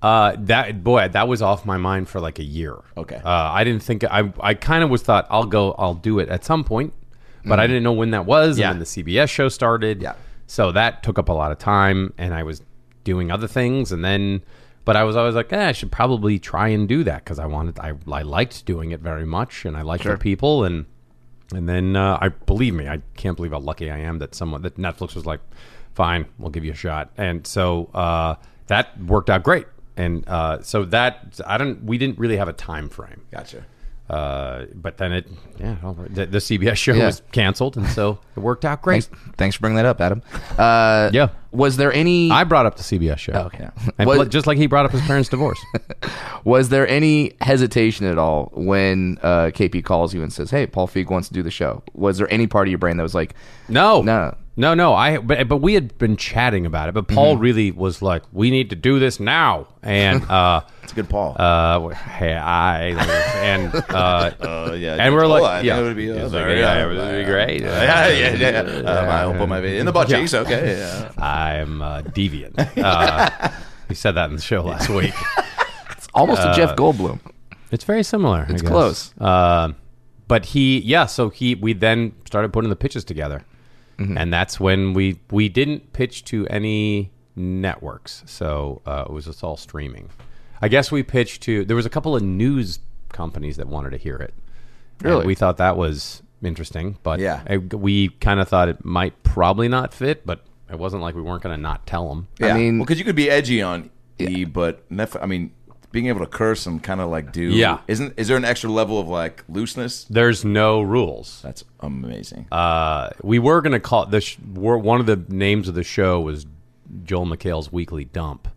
Speaker 5: uh that boy that was off my mind for like a year.
Speaker 4: Okay.
Speaker 5: Uh, I didn't think I I kind of was thought I'll go I'll do it at some point, but I didn't know when that was.
Speaker 4: Mm-hmm. Yeah.
Speaker 5: And then the CBS show started.
Speaker 4: Yeah.
Speaker 5: So that took up a lot of time, and I was doing other things, and then. But I was always like, eh, I should probably try and do that because I wanted, I, I liked doing it very much, and I liked the people, and and then uh, I believe me, I can't believe how lucky I am that someone that Netflix was like, "Fine, we'll give you a shot," and so uh, that worked out great. And uh, so that I don't, we didn't really have a time frame.
Speaker 4: Gotcha.
Speaker 5: Uh, but then it, yeah, all right. the, the CBS show
Speaker 6: Yeah.
Speaker 5: was canceled, and so it worked out great.
Speaker 6: Thanks, thanks for bringing that up, Adam. Uh,
Speaker 5: Yeah.
Speaker 6: Was there any?
Speaker 5: I brought up the CBS show,
Speaker 6: okay.
Speaker 5: and
Speaker 6: Was-
Speaker 5: pl- just like he brought up his parents' divorce.
Speaker 6: Was there any hesitation at all when uh, KP calls you and says, "Hey, Paul Feig wants to do the show"? Was there any part of your brain that was like,
Speaker 5: No,
Speaker 6: No.
Speaker 5: no, no. I but, but we had been chatting about it, but
Speaker 6: Mm-hmm.
Speaker 5: Paul really was like, "We need to do this now," and uh,
Speaker 4: It's a good Paul.
Speaker 5: uh, w- hey, I and uh,
Speaker 4: yeah,
Speaker 5: and we're
Speaker 4: Joel,
Speaker 5: like,
Speaker 4: I think
Speaker 5: yeah,
Speaker 4: it would be-
Speaker 5: He's
Speaker 4: uh,
Speaker 5: like,
Speaker 4: very-
Speaker 5: yeah, it would be great.
Speaker 4: yeah, yeah, yeah. Um, I hope my in the butt cheeks. Okay. Yeah.
Speaker 5: I'm uh, deviant. Uh, he said that in the show last week.
Speaker 6: "It's almost a
Speaker 5: Uh,
Speaker 6: Jeff Goldblum"?
Speaker 5: It's very similar.
Speaker 6: It's close.
Speaker 5: Uh, but he, yeah. So he, we then started putting the pitches together,
Speaker 6: Mm-hmm.
Speaker 5: and that's when we we didn't pitch to any networks. So uh, it was just all streaming. I guess we pitched to. There was a couple of news companies that wanted to hear it. And
Speaker 6: Really?
Speaker 5: we thought that was interesting, but
Speaker 4: Yeah.
Speaker 5: I- we kind of thought it might probably not fit, but it wasn't like we weren't going to not tell them.
Speaker 4: Yeah. I mean,
Speaker 6: mean-
Speaker 4: because you could be edgy on E, but Netflix, I mean, being able to curse and kind of like do,
Speaker 5: Yeah.
Speaker 4: isn't is there an extra level of like looseness?
Speaker 5: There's no rules.
Speaker 4: That's amazing.
Speaker 5: uh, we were going to call the sh- were- one of the names of the show was Joel McHale's Weekly Dump,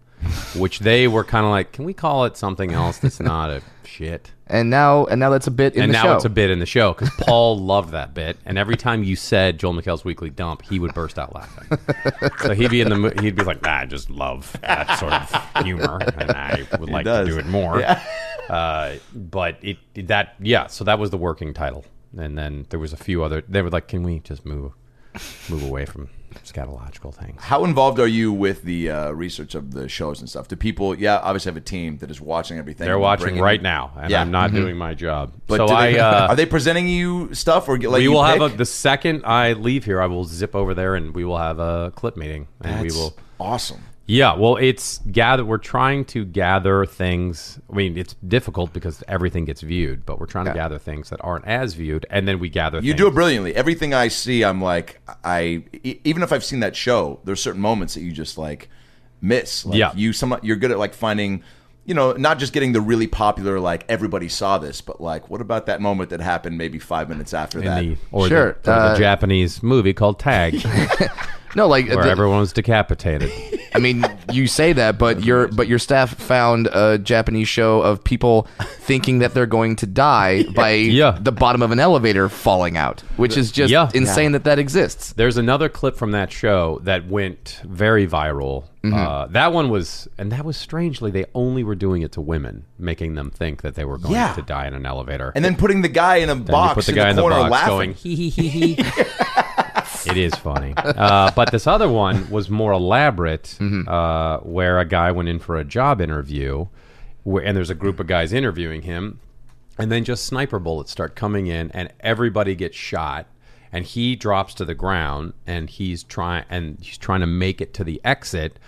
Speaker 5: which they were kind of like, can we call it something else that's not a shit?
Speaker 6: And now, and now that's a bit in
Speaker 5: And
Speaker 6: the
Speaker 5: now
Speaker 6: show.
Speaker 5: it's a bit in the show because Paul loved that bit, and every time you said Joel McHale's Weekly Dump, he would burst out laughing. so he'd be in the mo- he'd be like, nah, I just love that sort of humor, and I would like to
Speaker 4: does.
Speaker 5: do it more. Uh, but it that yeah, so that was the working title. and then there was a few other. They were like, "Can we just move move away from scatological things?"
Speaker 4: How involved are you with the uh, research of the shows and stuff? Do people? Yeah, obviously have a team that is watching everything.
Speaker 5: They're watching
Speaker 4: Bringing-
Speaker 5: right now, and
Speaker 4: Yeah. Mm-hmm.
Speaker 5: I'm not doing my job.
Speaker 4: But
Speaker 5: so
Speaker 4: do
Speaker 5: I
Speaker 4: they-
Speaker 5: uh,
Speaker 4: are they presenting you stuff or like
Speaker 5: we
Speaker 4: you
Speaker 5: will
Speaker 4: pick?
Speaker 5: have a, the second I leave here, I will zip over there and we will have a clip meeting, and
Speaker 4: That's
Speaker 5: we will.
Speaker 4: awesome.
Speaker 5: Yeah, well, it's gather. We're trying to gather things. I mean, it's difficult because everything gets viewed, but we're trying to gather things that aren't as viewed, and then we gather.
Speaker 4: You
Speaker 5: things.
Speaker 4: do it brilliantly. Everything I see, I'm like, I e- even if I've seen that show, there's certain moments that you just like miss. Like,
Speaker 5: Yeah.
Speaker 4: you some you're good at like finding, you know, not just getting the really popular like everybody saw this, but like what about that moment that happened maybe five minutes after
Speaker 5: in
Speaker 4: that?
Speaker 5: the or the-
Speaker 6: Sure,
Speaker 5: or the,
Speaker 6: uh,
Speaker 5: Japanese movie called Tag,
Speaker 6: No, like
Speaker 5: where
Speaker 6: the-
Speaker 5: everyone was decapitated.
Speaker 6: I mean, you say that, but your but your staff found a Japanese show of people thinking that they're going to die by
Speaker 5: Yeah.
Speaker 6: the bottom of an elevator falling out, which is just
Speaker 5: Yeah.
Speaker 6: insane that that exists.
Speaker 5: There's another clip from that show that went very viral. Uh, that one was, and that was strangely they only were doing it to women, making them think that they were going
Speaker 4: Yeah.
Speaker 5: to die in an elevator.
Speaker 4: and then putting the guy in a
Speaker 5: Then you
Speaker 4: box in the corner laughing.
Speaker 5: going hee hee hee hee. it is funny, uh, but this other one was more elaborate,
Speaker 4: Mm-hmm.
Speaker 5: uh, where a guy went in for a job interview, where, and there's a group of guys interviewing him, and then just sniper bullets start coming in, and everybody gets shot. And he drops to the ground, and he's trying, and he's trying to make it to the exit,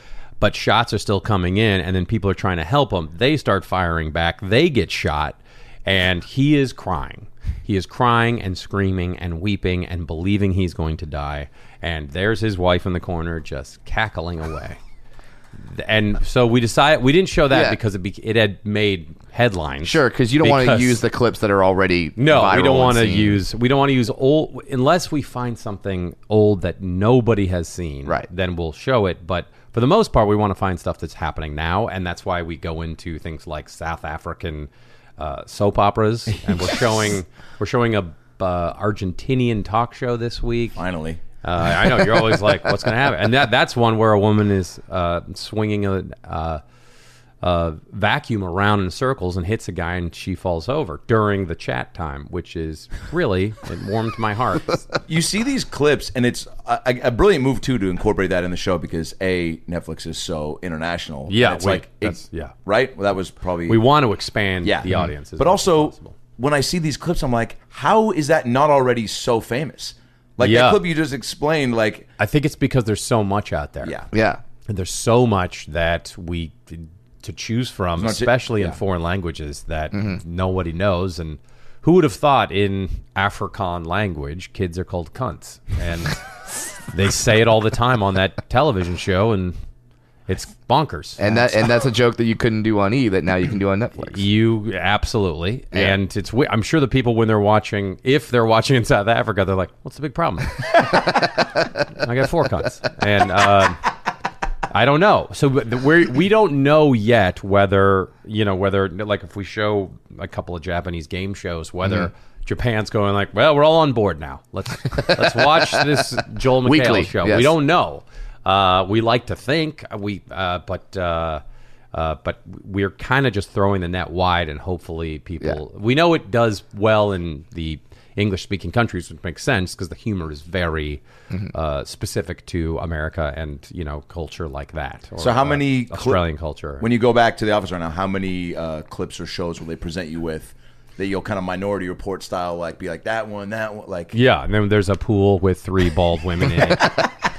Speaker 5: but shots are still coming in, and then people are trying to help him. They start firing back. They get shot, and he is crying. He is crying and screaming and weeping and believing he's going to die. And there's his wife in the corner just cackling away. And so we decided we didn't show that
Speaker 6: Yeah.
Speaker 5: because it, be, it had made headlines.
Speaker 6: Sure, because you don't want to
Speaker 5: Because-
Speaker 6: use the clips that are already
Speaker 5: no,
Speaker 6: viral
Speaker 5: we
Speaker 6: and
Speaker 5: don't want to
Speaker 6: seen.
Speaker 5: use we don't want to use old unless we find something old that nobody has seen.
Speaker 6: Right.
Speaker 5: Then we'll show it. But for the most part, we want to find stuff that's happening now, and that's why we go into things like South African uh, soap operas, and we're showing we're showing a uh, Argentinian talk show this week.
Speaker 4: Finally.
Speaker 5: Uh, I know you're always like, "What's going to happen?" And that that's one where a woman is uh, swinging a, uh, a vacuum around in circles and hits a guy, and she falls over during the chat time, which is really it warmed my heart.
Speaker 4: you see these clips, and it's a, a a brilliant move too to incorporate that in the show because a Netflix is so international.
Speaker 5: Yeah,
Speaker 4: it's
Speaker 5: wait,
Speaker 4: like it-
Speaker 5: that's- yeah.
Speaker 4: right. Well, that was probably
Speaker 5: We want to expand
Speaker 4: yeah
Speaker 5: the audience, as
Speaker 4: But
Speaker 5: much
Speaker 4: also,
Speaker 5: as possible.
Speaker 4: when I see these clips, I'm like, how is that not already so famous? Like
Speaker 5: Yeah.
Speaker 4: that clip you just explained, like
Speaker 5: I think it's because there's so much out there.
Speaker 4: yeah,
Speaker 6: Yeah.
Speaker 5: And there's so much that we to choose from,
Speaker 4: much-
Speaker 5: especially in
Speaker 4: yeah.
Speaker 5: foreign languages that nobody knows. And who would have thought in Afrikaan language kids are called cunts, and they say it all the time on that television show, and it's bonkers.
Speaker 6: And that and that's a joke that you couldn't do on E that now you can do on Netflix.
Speaker 5: You absolutely, and it's. we- I'm sure the people when they're watching, if they're watching in South Africa, they're like, "What's the big problem?" I got four cuts, and um I don't know. So we we don't know yet whether you know whether like if we show a couple of Japanese game shows whether.
Speaker 6: Mm-hmm.
Speaker 5: Japan's going like, well, we're all on board now. Let's let's watch this Joel McHale
Speaker 6: Weekly,
Speaker 5: show.
Speaker 6: yes.
Speaker 5: We don't know. Uh, we like to think we, uh, but uh, uh, but we're kind of just throwing the net wide, and hopefully people. We know it does well in the English speaking countries, which makes sense because the humor is very uh, specific to America and you know culture like that. or,
Speaker 4: So how
Speaker 5: uh,
Speaker 4: many cli-
Speaker 5: Australian culture?
Speaker 4: When you go back to the office right now, how many uh, clips or shows will they present you with that you'll kind of Minority Report style, like be like that one, that one, like
Speaker 5: yeah, and then there's a pool with three bald women in it,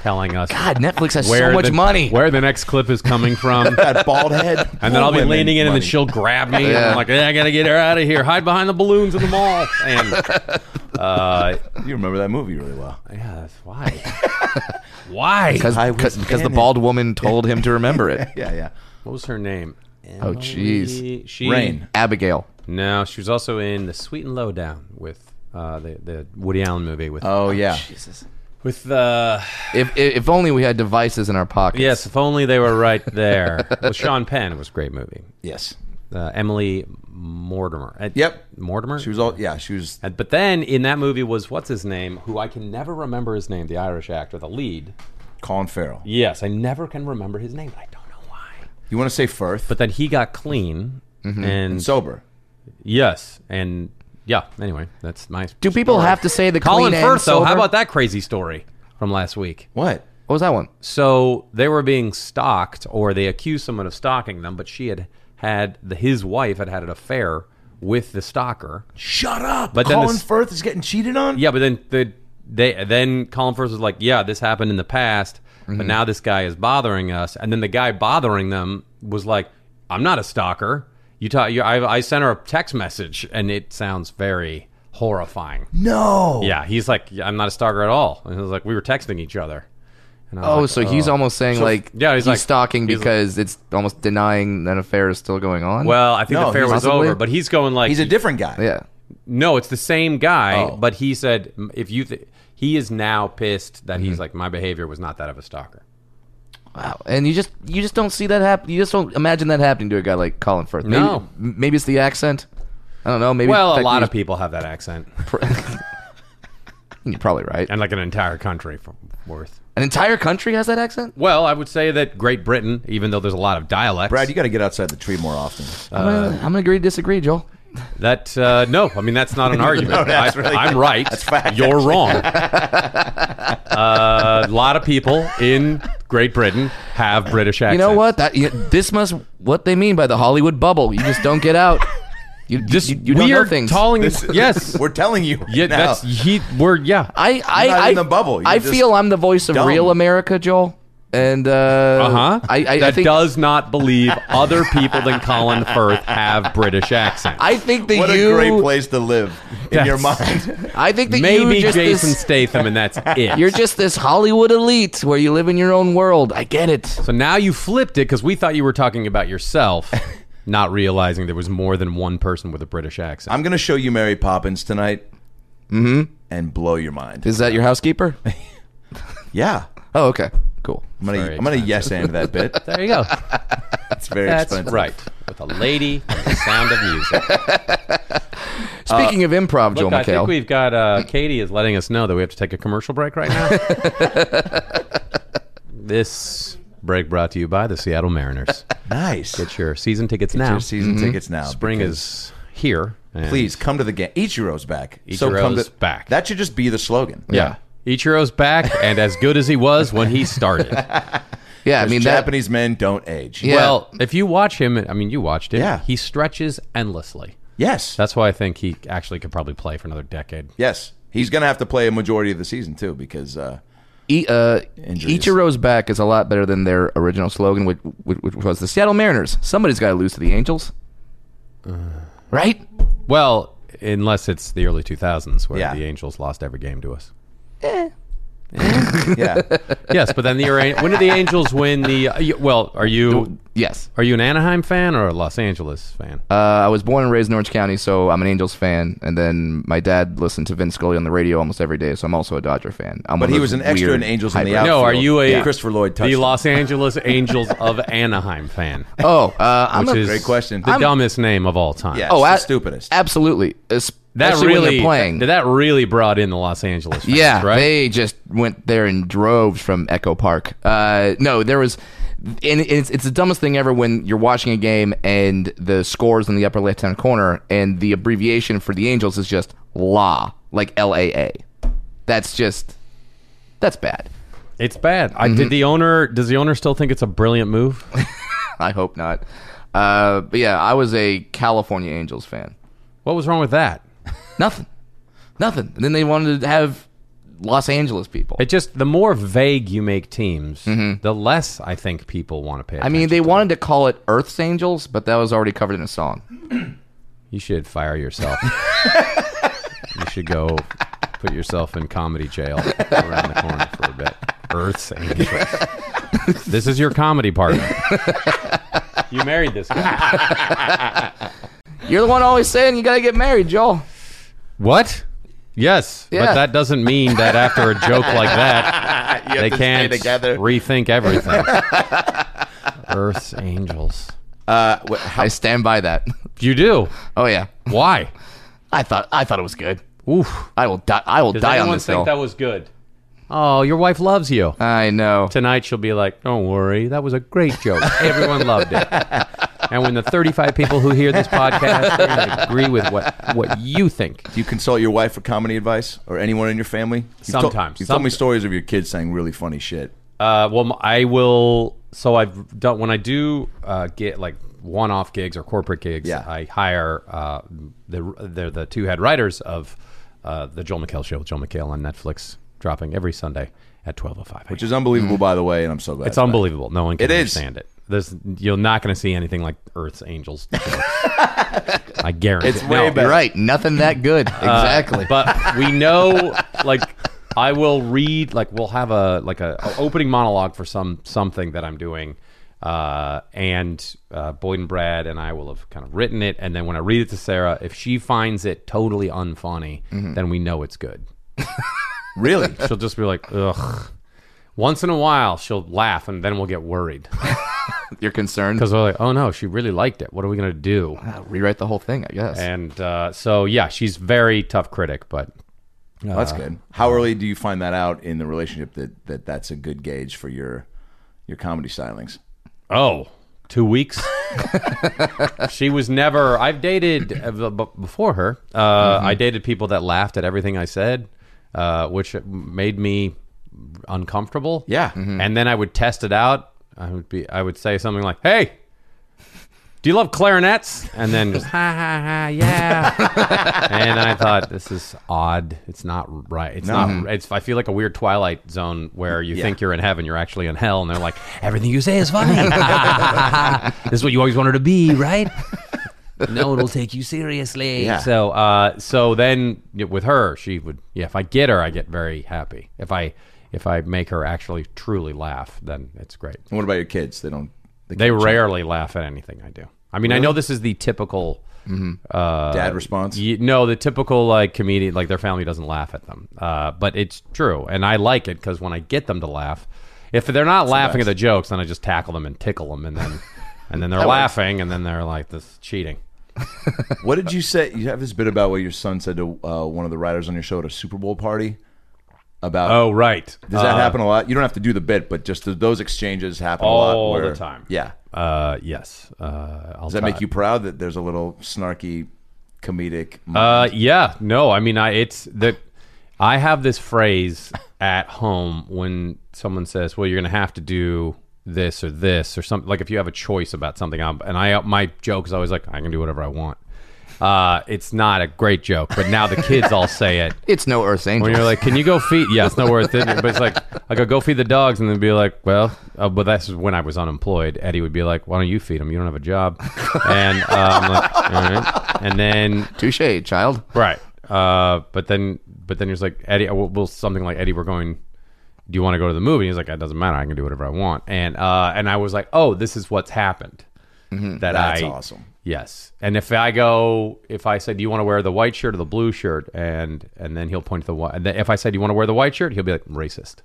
Speaker 5: telling us
Speaker 6: God, Netflix has
Speaker 5: where
Speaker 6: so much
Speaker 5: the-
Speaker 6: money.
Speaker 5: where the next clip is coming from.
Speaker 4: that bald head,
Speaker 5: And then I'll be
Speaker 4: women
Speaker 5: leaning in, and
Speaker 4: money.
Speaker 5: then she'll grab me, and I'm like, "Eh, I gotta get her out of here. Hide behind the balloons in the mall. And uh,
Speaker 4: You remember that movie really well.
Speaker 5: yeah, that's why, why?
Speaker 4: I was
Speaker 6: because because the
Speaker 4: Bannon.
Speaker 6: bald woman told him to remember it.
Speaker 4: Yeah, yeah.
Speaker 5: What was her name?
Speaker 6: Oh, jeez.
Speaker 5: Emily- She,
Speaker 4: Rain.
Speaker 6: Abigail.
Speaker 5: No, she was also in the Sweet and Low Down with uh, the the Woody Allen movie with
Speaker 4: Oh yeah.
Speaker 5: with uh,
Speaker 6: If if only we had devices in our pockets.
Speaker 5: yes. If only they were right there. well, Sean Penn was a great movie.
Speaker 4: Yes.
Speaker 5: Uh, Emily Mortimer. Uh,
Speaker 4: Yep.
Speaker 5: Mortimer.
Speaker 4: She was all yeah. She was
Speaker 5: And- But then in that movie was what's his name, who I can never remember his name, the Irish actor, the lead.
Speaker 4: Colin Farrell.
Speaker 5: Yes, I never can remember his name. I don't know why.
Speaker 4: You want to say Firth,
Speaker 5: But then he got clean, and,
Speaker 4: sober.
Speaker 5: yes, and yeah. Anyway, that's my.
Speaker 6: Do people have to say the
Speaker 5: Colin
Speaker 6: clean
Speaker 5: Firth,
Speaker 6: and
Speaker 5: though, how
Speaker 6: sober?
Speaker 5: about that crazy story from last week?
Speaker 4: What?
Speaker 6: What was that one?
Speaker 5: So they were being stalked, or they accused someone of stalking them, but she had had the, his wife had had an affair with the stalker.
Speaker 4: Shut up!
Speaker 5: But then
Speaker 4: Colin
Speaker 5: this-
Speaker 4: Firth is getting cheated on.
Speaker 5: Yeah, but then the they then Colin Firth was like, "Yeah, this happened in the past,
Speaker 4: Mm-hmm.
Speaker 5: but now this guy is bothering us." And then the guy bothering them was like, "I'm not a stalker. You talk. You, I, I sent her a text message, and it sounds very horrifying."
Speaker 4: No.
Speaker 5: Yeah, he's like, "Yeah, "I'm not a stalker at all." And it was like, "We were texting each other." And I was
Speaker 6: Oh,
Speaker 5: like,
Speaker 6: so he's almost saying like
Speaker 5: yeah, he's like-
Speaker 6: stalking
Speaker 5: he's like-
Speaker 6: because it's almost denying that an affair is still going on.
Speaker 5: well, I think
Speaker 4: No,
Speaker 5: the fair
Speaker 4: he's-
Speaker 5: was
Speaker 6: Possibly.
Speaker 5: over, but he's going like
Speaker 4: He's a different guy.
Speaker 6: yeah,
Speaker 5: No, it's the same guy,
Speaker 4: Oh.
Speaker 5: but he said "M- if you th- he is now pissed that
Speaker 4: Mm-hmm.
Speaker 5: he's like my behavior was not that of a stalker.
Speaker 6: wow. And you just you just don't see that happen. You just don't imagine that happening to a guy like Colin Firth. Maybe,
Speaker 5: No.
Speaker 6: m- maybe it's the accent. I don't know. Maybe
Speaker 5: Well, a
Speaker 6: the fact
Speaker 5: lot
Speaker 6: that
Speaker 5: of people have that accent,
Speaker 6: he's- You're probably right.
Speaker 5: and like an entire country for worth.
Speaker 6: An entire country has that accent.
Speaker 5: Well, I would say that Great Britain, even though there's a lot of dialects,
Speaker 4: Brad, you got to get outside the tree more often.
Speaker 5: Uh,
Speaker 6: I'm, gonna, I'm gonna agree to disagree, Joel.
Speaker 5: that uh, no, I mean that's not an argument. I, I'm right. You're wrong. Uh, A lot of people in Great Britain have British accents.
Speaker 6: You know what? That you, this must what they mean by the Hollywood bubble. You just don't get out. You
Speaker 5: Just
Speaker 6: just you, you
Speaker 5: we
Speaker 6: don't know
Speaker 5: are
Speaker 6: things.
Speaker 5: Calling, yes,
Speaker 4: We're telling you.
Speaker 5: yeah,
Speaker 4: now. uh,
Speaker 5: that's he. We're yeah.
Speaker 6: I I
Speaker 4: You're not
Speaker 6: I,
Speaker 4: in the bubble. You're
Speaker 6: I
Speaker 4: just
Speaker 6: feel I'm the voice of
Speaker 4: dumb.
Speaker 6: real America, Joel. And uh
Speaker 5: Uh huh.
Speaker 6: I I,
Speaker 5: that
Speaker 6: I think
Speaker 5: does not believe other people than Colin Firth have British accents.
Speaker 6: I think that
Speaker 4: what
Speaker 6: you
Speaker 4: a great place to live in your
Speaker 5: That's-
Speaker 4: mind.
Speaker 6: I think that
Speaker 5: Maybe
Speaker 6: you just
Speaker 5: Jason
Speaker 6: this,
Speaker 5: Statham, and that's it.
Speaker 6: you're just this Hollywood elite where you live in your own world. I get it.
Speaker 5: so now you flipped it because we thought you were talking about yourself, not realizing there was more than one person with a British accent.
Speaker 4: I'm gonna show you Mary Poppins tonight. Mm-hmm. And blow your mind.
Speaker 6: Is that your housekeeper?
Speaker 4: yeah.
Speaker 6: Oh, okay. Cool.
Speaker 4: I'm gonna
Speaker 5: Very
Speaker 4: I'm gonna yes and that bit.
Speaker 5: there you go.
Speaker 4: It's very
Speaker 5: That's
Speaker 4: expensive.
Speaker 5: right. With a lady and the sound of music.
Speaker 6: Uh, Speaking of improv, Joel
Speaker 5: Look, I think
Speaker 6: McHale.
Speaker 5: we've got uh, Katie is letting us know that we have to take a commercial break right now. this break brought to you by the Seattle Mariners.
Speaker 4: Nice. Get
Speaker 5: Sure, season tickets now. Mm-hmm.
Speaker 4: your season tickets now.
Speaker 5: Spring
Speaker 4: because-
Speaker 5: is here. and-
Speaker 4: Please come to the game. Ichiro's back.
Speaker 5: Ichiro's back.
Speaker 4: That should just be the slogan.
Speaker 5: Yeah. Ichiro's back and as good as he was when he started.
Speaker 6: yeah, I
Speaker 4: I mean,
Speaker 6: mean that
Speaker 4: Japanese men don't age.
Speaker 6: Yeah.
Speaker 5: Well, if you watch him, I mean, you watched him.
Speaker 4: Yeah.
Speaker 5: He stretches endlessly.
Speaker 4: Yes.
Speaker 5: That's why I think he actually could probably play for another decade.
Speaker 4: yes. He's going to have to play a majority of the season, too, because uh,
Speaker 6: E, uh,
Speaker 4: Injuries.
Speaker 6: Ichiro's back is a lot better than their original slogan, which, which, which was the Seattle Mariners. Somebody's got to lose to the Angels,
Speaker 4: Uh.
Speaker 6: right?
Speaker 5: Well, unless it's the early 2000s where
Speaker 4: Yeah.
Speaker 5: the Angels lost every game to us.
Speaker 4: yeah.
Speaker 5: yes, but then the when did the Angels win the? uh, you- Well, are you
Speaker 6: Yes.
Speaker 5: are you an Anaheim fan or a Los Angeles fan?
Speaker 6: Uh, I was born and raised in Orange County, so I'm an Angels fan. And then my dad listened to Vin Scully on the radio almost every day, so I'm also a Dodger fan. I'm
Speaker 4: But
Speaker 6: one of
Speaker 4: he
Speaker 6: those
Speaker 4: was an extra
Speaker 6: weird
Speaker 4: in Angels in the
Speaker 6: hybrid-
Speaker 4: outfield.
Speaker 5: no, are you a
Speaker 4: Yeah. Christopher Lloyd
Speaker 5: the
Speaker 4: Touchdown.
Speaker 5: Los Angeles Angels of Anaheim fan?
Speaker 6: Oh, uh, I'm
Speaker 5: Which
Speaker 6: a,
Speaker 5: is
Speaker 4: Great question.
Speaker 5: The
Speaker 4: I'm-
Speaker 5: dumbest name of all time.
Speaker 4: Yeah,
Speaker 6: oh,
Speaker 4: it's the
Speaker 6: a-
Speaker 4: stupidest.
Speaker 6: Absolutely, especially
Speaker 5: that
Speaker 6: when
Speaker 5: really
Speaker 6: they're playing.
Speaker 5: That, that really brought in the Los Angeles. Fans,
Speaker 6: Yeah,
Speaker 5: right.
Speaker 6: they just went there in droves from Echo Park. Uh, no, there was, and it's, it's the dumbest thing ever when you're watching a game and the scores in the upper left hand corner and the abbreviation for the Angels is just LA, like L A A. That's just, that's bad.
Speaker 5: it's bad. I,
Speaker 6: Mm-hmm.
Speaker 5: did the owner? Does the owner still think it's a brilliant move?
Speaker 6: I hope not. Uh, but yeah, I was a California Angels fan.
Speaker 5: what was wrong with that?
Speaker 6: Nothing, nothing. And then they wanted to have Los Angeles people.
Speaker 5: It just the more vague you make teams, the less I think people want to pay.
Speaker 6: Mm-hmm. I
Speaker 5: Attention.
Speaker 6: mean, they wanted to call it Earth's Angels, but that was already covered in a song.
Speaker 5: You should fire yourself. you should go put yourself in comedy jail around the corner for a bit. Earth's Angels. this is your comedy partner. you married this guy.
Speaker 6: You're the one always saying you gotta get married, Joel.
Speaker 5: What? Yes,
Speaker 6: Yeah.
Speaker 5: but that doesn't mean that after a joke like that, they
Speaker 4: to stay
Speaker 5: can't
Speaker 4: together.
Speaker 5: rethink everything. Earth's Angels.
Speaker 4: Uh, what, how,
Speaker 6: I stand by that.
Speaker 5: You do.
Speaker 6: Oh yeah,
Speaker 5: Why?
Speaker 6: I thought I thought it was good.
Speaker 5: Oof.
Speaker 6: I will die. I will
Speaker 5: Does
Speaker 6: die on
Speaker 5: anyone
Speaker 6: this
Speaker 5: think
Speaker 6: hill.
Speaker 5: that was good? Oh, your wife loves you.
Speaker 6: I know.
Speaker 5: tonight she'll be like, "Don't worry, that was a great joke. Everyone loved it." and when the 35 people who hear this podcast they're gonna agree with what, what you think.
Speaker 4: Do you consult your wife for comedy advice or anyone in your family? You've told-
Speaker 5: Sometimes.
Speaker 4: you've told me
Speaker 5: Somet-
Speaker 4: stories of your kids saying really funny shit.
Speaker 5: Uh, well, m- I will. So I've done when I do uh, get like one-off gigs or corporate gigs.
Speaker 4: Yeah.
Speaker 5: I hire uh, the they're the two head writers of uh, the Joel McHale show with Joel McHale on Netflix, dropping every Sunday at twelve oh five.
Speaker 4: Which is unbelievable, by the way, and I'm so glad.
Speaker 5: It's unbelievable. No one can
Speaker 4: It is.
Speaker 5: understand it. There's, you're not going to see anything like Earth's Angels. I guarantee.
Speaker 4: It's
Speaker 5: it.
Speaker 4: way
Speaker 5: No,
Speaker 4: better.
Speaker 6: You're right. Nothing that good. exactly.
Speaker 5: Uh, but we know like I will read like we'll have a like a, a opening monologue for some something that I'm doing. Uh, and uh, Boyd and Brad and I will have kind of written it, and then when I read it to Sarah, if she finds it totally unfunny, then we know it's good.
Speaker 4: Really?
Speaker 5: She'll just be like, "Ugh." Once in a while, she'll laugh, and then we'll get worried
Speaker 6: You're concerned.
Speaker 5: because we're like, "Oh no, she really liked it. What are we gonna do?"
Speaker 6: Uh, rewrite the whole thing, I guess.
Speaker 5: And uh, so, yeah, she's very tough critic, but
Speaker 4: Well, that's good. How early do you find that out in the relationship that, that that's a good gauge for your your comedy stylings?
Speaker 5: Oh, two weeks. she was never. I've dated uh, b- b- before her. Uh, I dated people that laughed at everything I said, uh, which made me uncomfortable.
Speaker 4: Yeah. Mhm.
Speaker 5: and then I would test it out. I would be. I would say something like, "Hey." Do you love clarinets? And then just ha ha ha yeah. and I thought this is odd. It's not right. It's not. It's. I feel like a weird Twilight Zone where you think you're in heaven, you're actually in hell, and they're like, everything you say is funny. this is what you always wanted to be, right? no one will take you seriously.
Speaker 4: Yeah.
Speaker 5: So, uh, so then y- with her, she would. Yeah, if I get her, I get very happy. If I if I make her actually truly laugh, then it's great.
Speaker 4: And what about your kids? They don't. They,
Speaker 5: They
Speaker 4: can't check
Speaker 5: rarely laugh at anything I do. I mean, I know this is the typical. Uh,
Speaker 4: dad response.
Speaker 5: You, no, the typical like comedian, like their family doesn't laugh at them, uh, but it's true, and I like it because when I get them to laugh, if they're not laughing at the jokes, then I just tackle them and tickle them, and then and then they're laughing, and then they're like, "This is cheating."
Speaker 4: What did you say? You have this bit about what your son said to uh, one of the writers on your show at a Super Bowl party about.
Speaker 5: Oh, right.
Speaker 4: Does that happen a lot? You don't have to do the bit, but just th- those exchanges happen a lot.
Speaker 5: All the
Speaker 4: where-
Speaker 5: time.
Speaker 4: Yeah.
Speaker 5: Uh, yes. Uh, I'll
Speaker 4: Does that make you proud that there's a little snarky, comedic?
Speaker 5: Uh, yeah, no, I mean, I it's that I have this phrase at home when someone says, "Well, you're gonna have to do this or this or something." Like if you have a choice about something, I'm, and I my joke is always like, "I can do whatever I want." Uh, it's not a great joke, but now the kids all say it.
Speaker 6: it's no Earth's Angels.
Speaker 5: When you're like, "Can you go feed?" Yeah, it's not worth it. But it's like, I go go feed the dogs, and then be like, "Well," uh, but that's when I was unemployed. Eddie would be like, "Why don't you feed them? You don't have a job." And uh, I'm like, "All right." And then
Speaker 6: touche, child.
Speaker 5: Right. Uh, but then, but then he was like, Eddie, well, well, something like Eddie, we're going. Do you want to go to the movie? He's like, it doesn't matter. I can do whatever I want. And uh, and I was like, oh, this is what's happened. That
Speaker 4: Mm-hmm. That's
Speaker 5: I-
Speaker 4: awesome.
Speaker 5: Yes. And if I go, if I said, do you want to wear the white shirt or the blue shirt? And and then he'll point to the white. And then if I said, do you want to wear the white shirt? He'll be like, racist.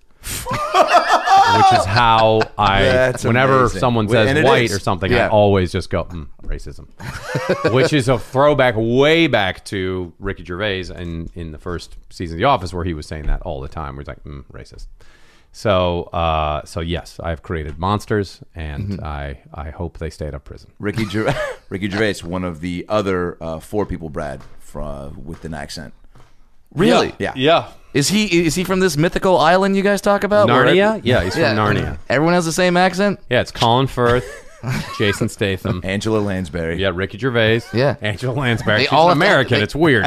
Speaker 5: Which is how I,
Speaker 4: That's
Speaker 5: whenever
Speaker 4: amazing.
Speaker 5: someone
Speaker 4: Well, and
Speaker 5: says
Speaker 4: it
Speaker 5: white
Speaker 4: is.
Speaker 5: or something, I
Speaker 6: Yeah.
Speaker 5: always just go, mm, racism. Which is a throwback way back to Ricky Gervais in, in the first season of The Office where he was saying that all the time. Where he's like, mm, racist. So, uh, so yes, I've created monsters, and
Speaker 6: Mm-hmm.
Speaker 5: I, I hope they stay out of prison.
Speaker 4: Ricky Gerv- Ricky Gervais, one of the other uh, four people, Brad, from, with an accent.
Speaker 6: Really?
Speaker 4: Yeah.
Speaker 5: Yeah.
Speaker 6: Is he is he from this mythical island you guys talk about? where-
Speaker 5: Narnia? Yeah, he's from Narnia.
Speaker 6: Everyone has the same accent.
Speaker 5: Yeah, it's Colin Firth, Jason Statham.
Speaker 4: Angela Lansbury.
Speaker 5: Yeah, Ricky Gervais.
Speaker 6: Yeah.
Speaker 5: Angela Lansbury.
Speaker 6: They
Speaker 5: She's
Speaker 6: all
Speaker 5: an
Speaker 6: have that-
Speaker 5: American.
Speaker 6: they-
Speaker 5: it's weird.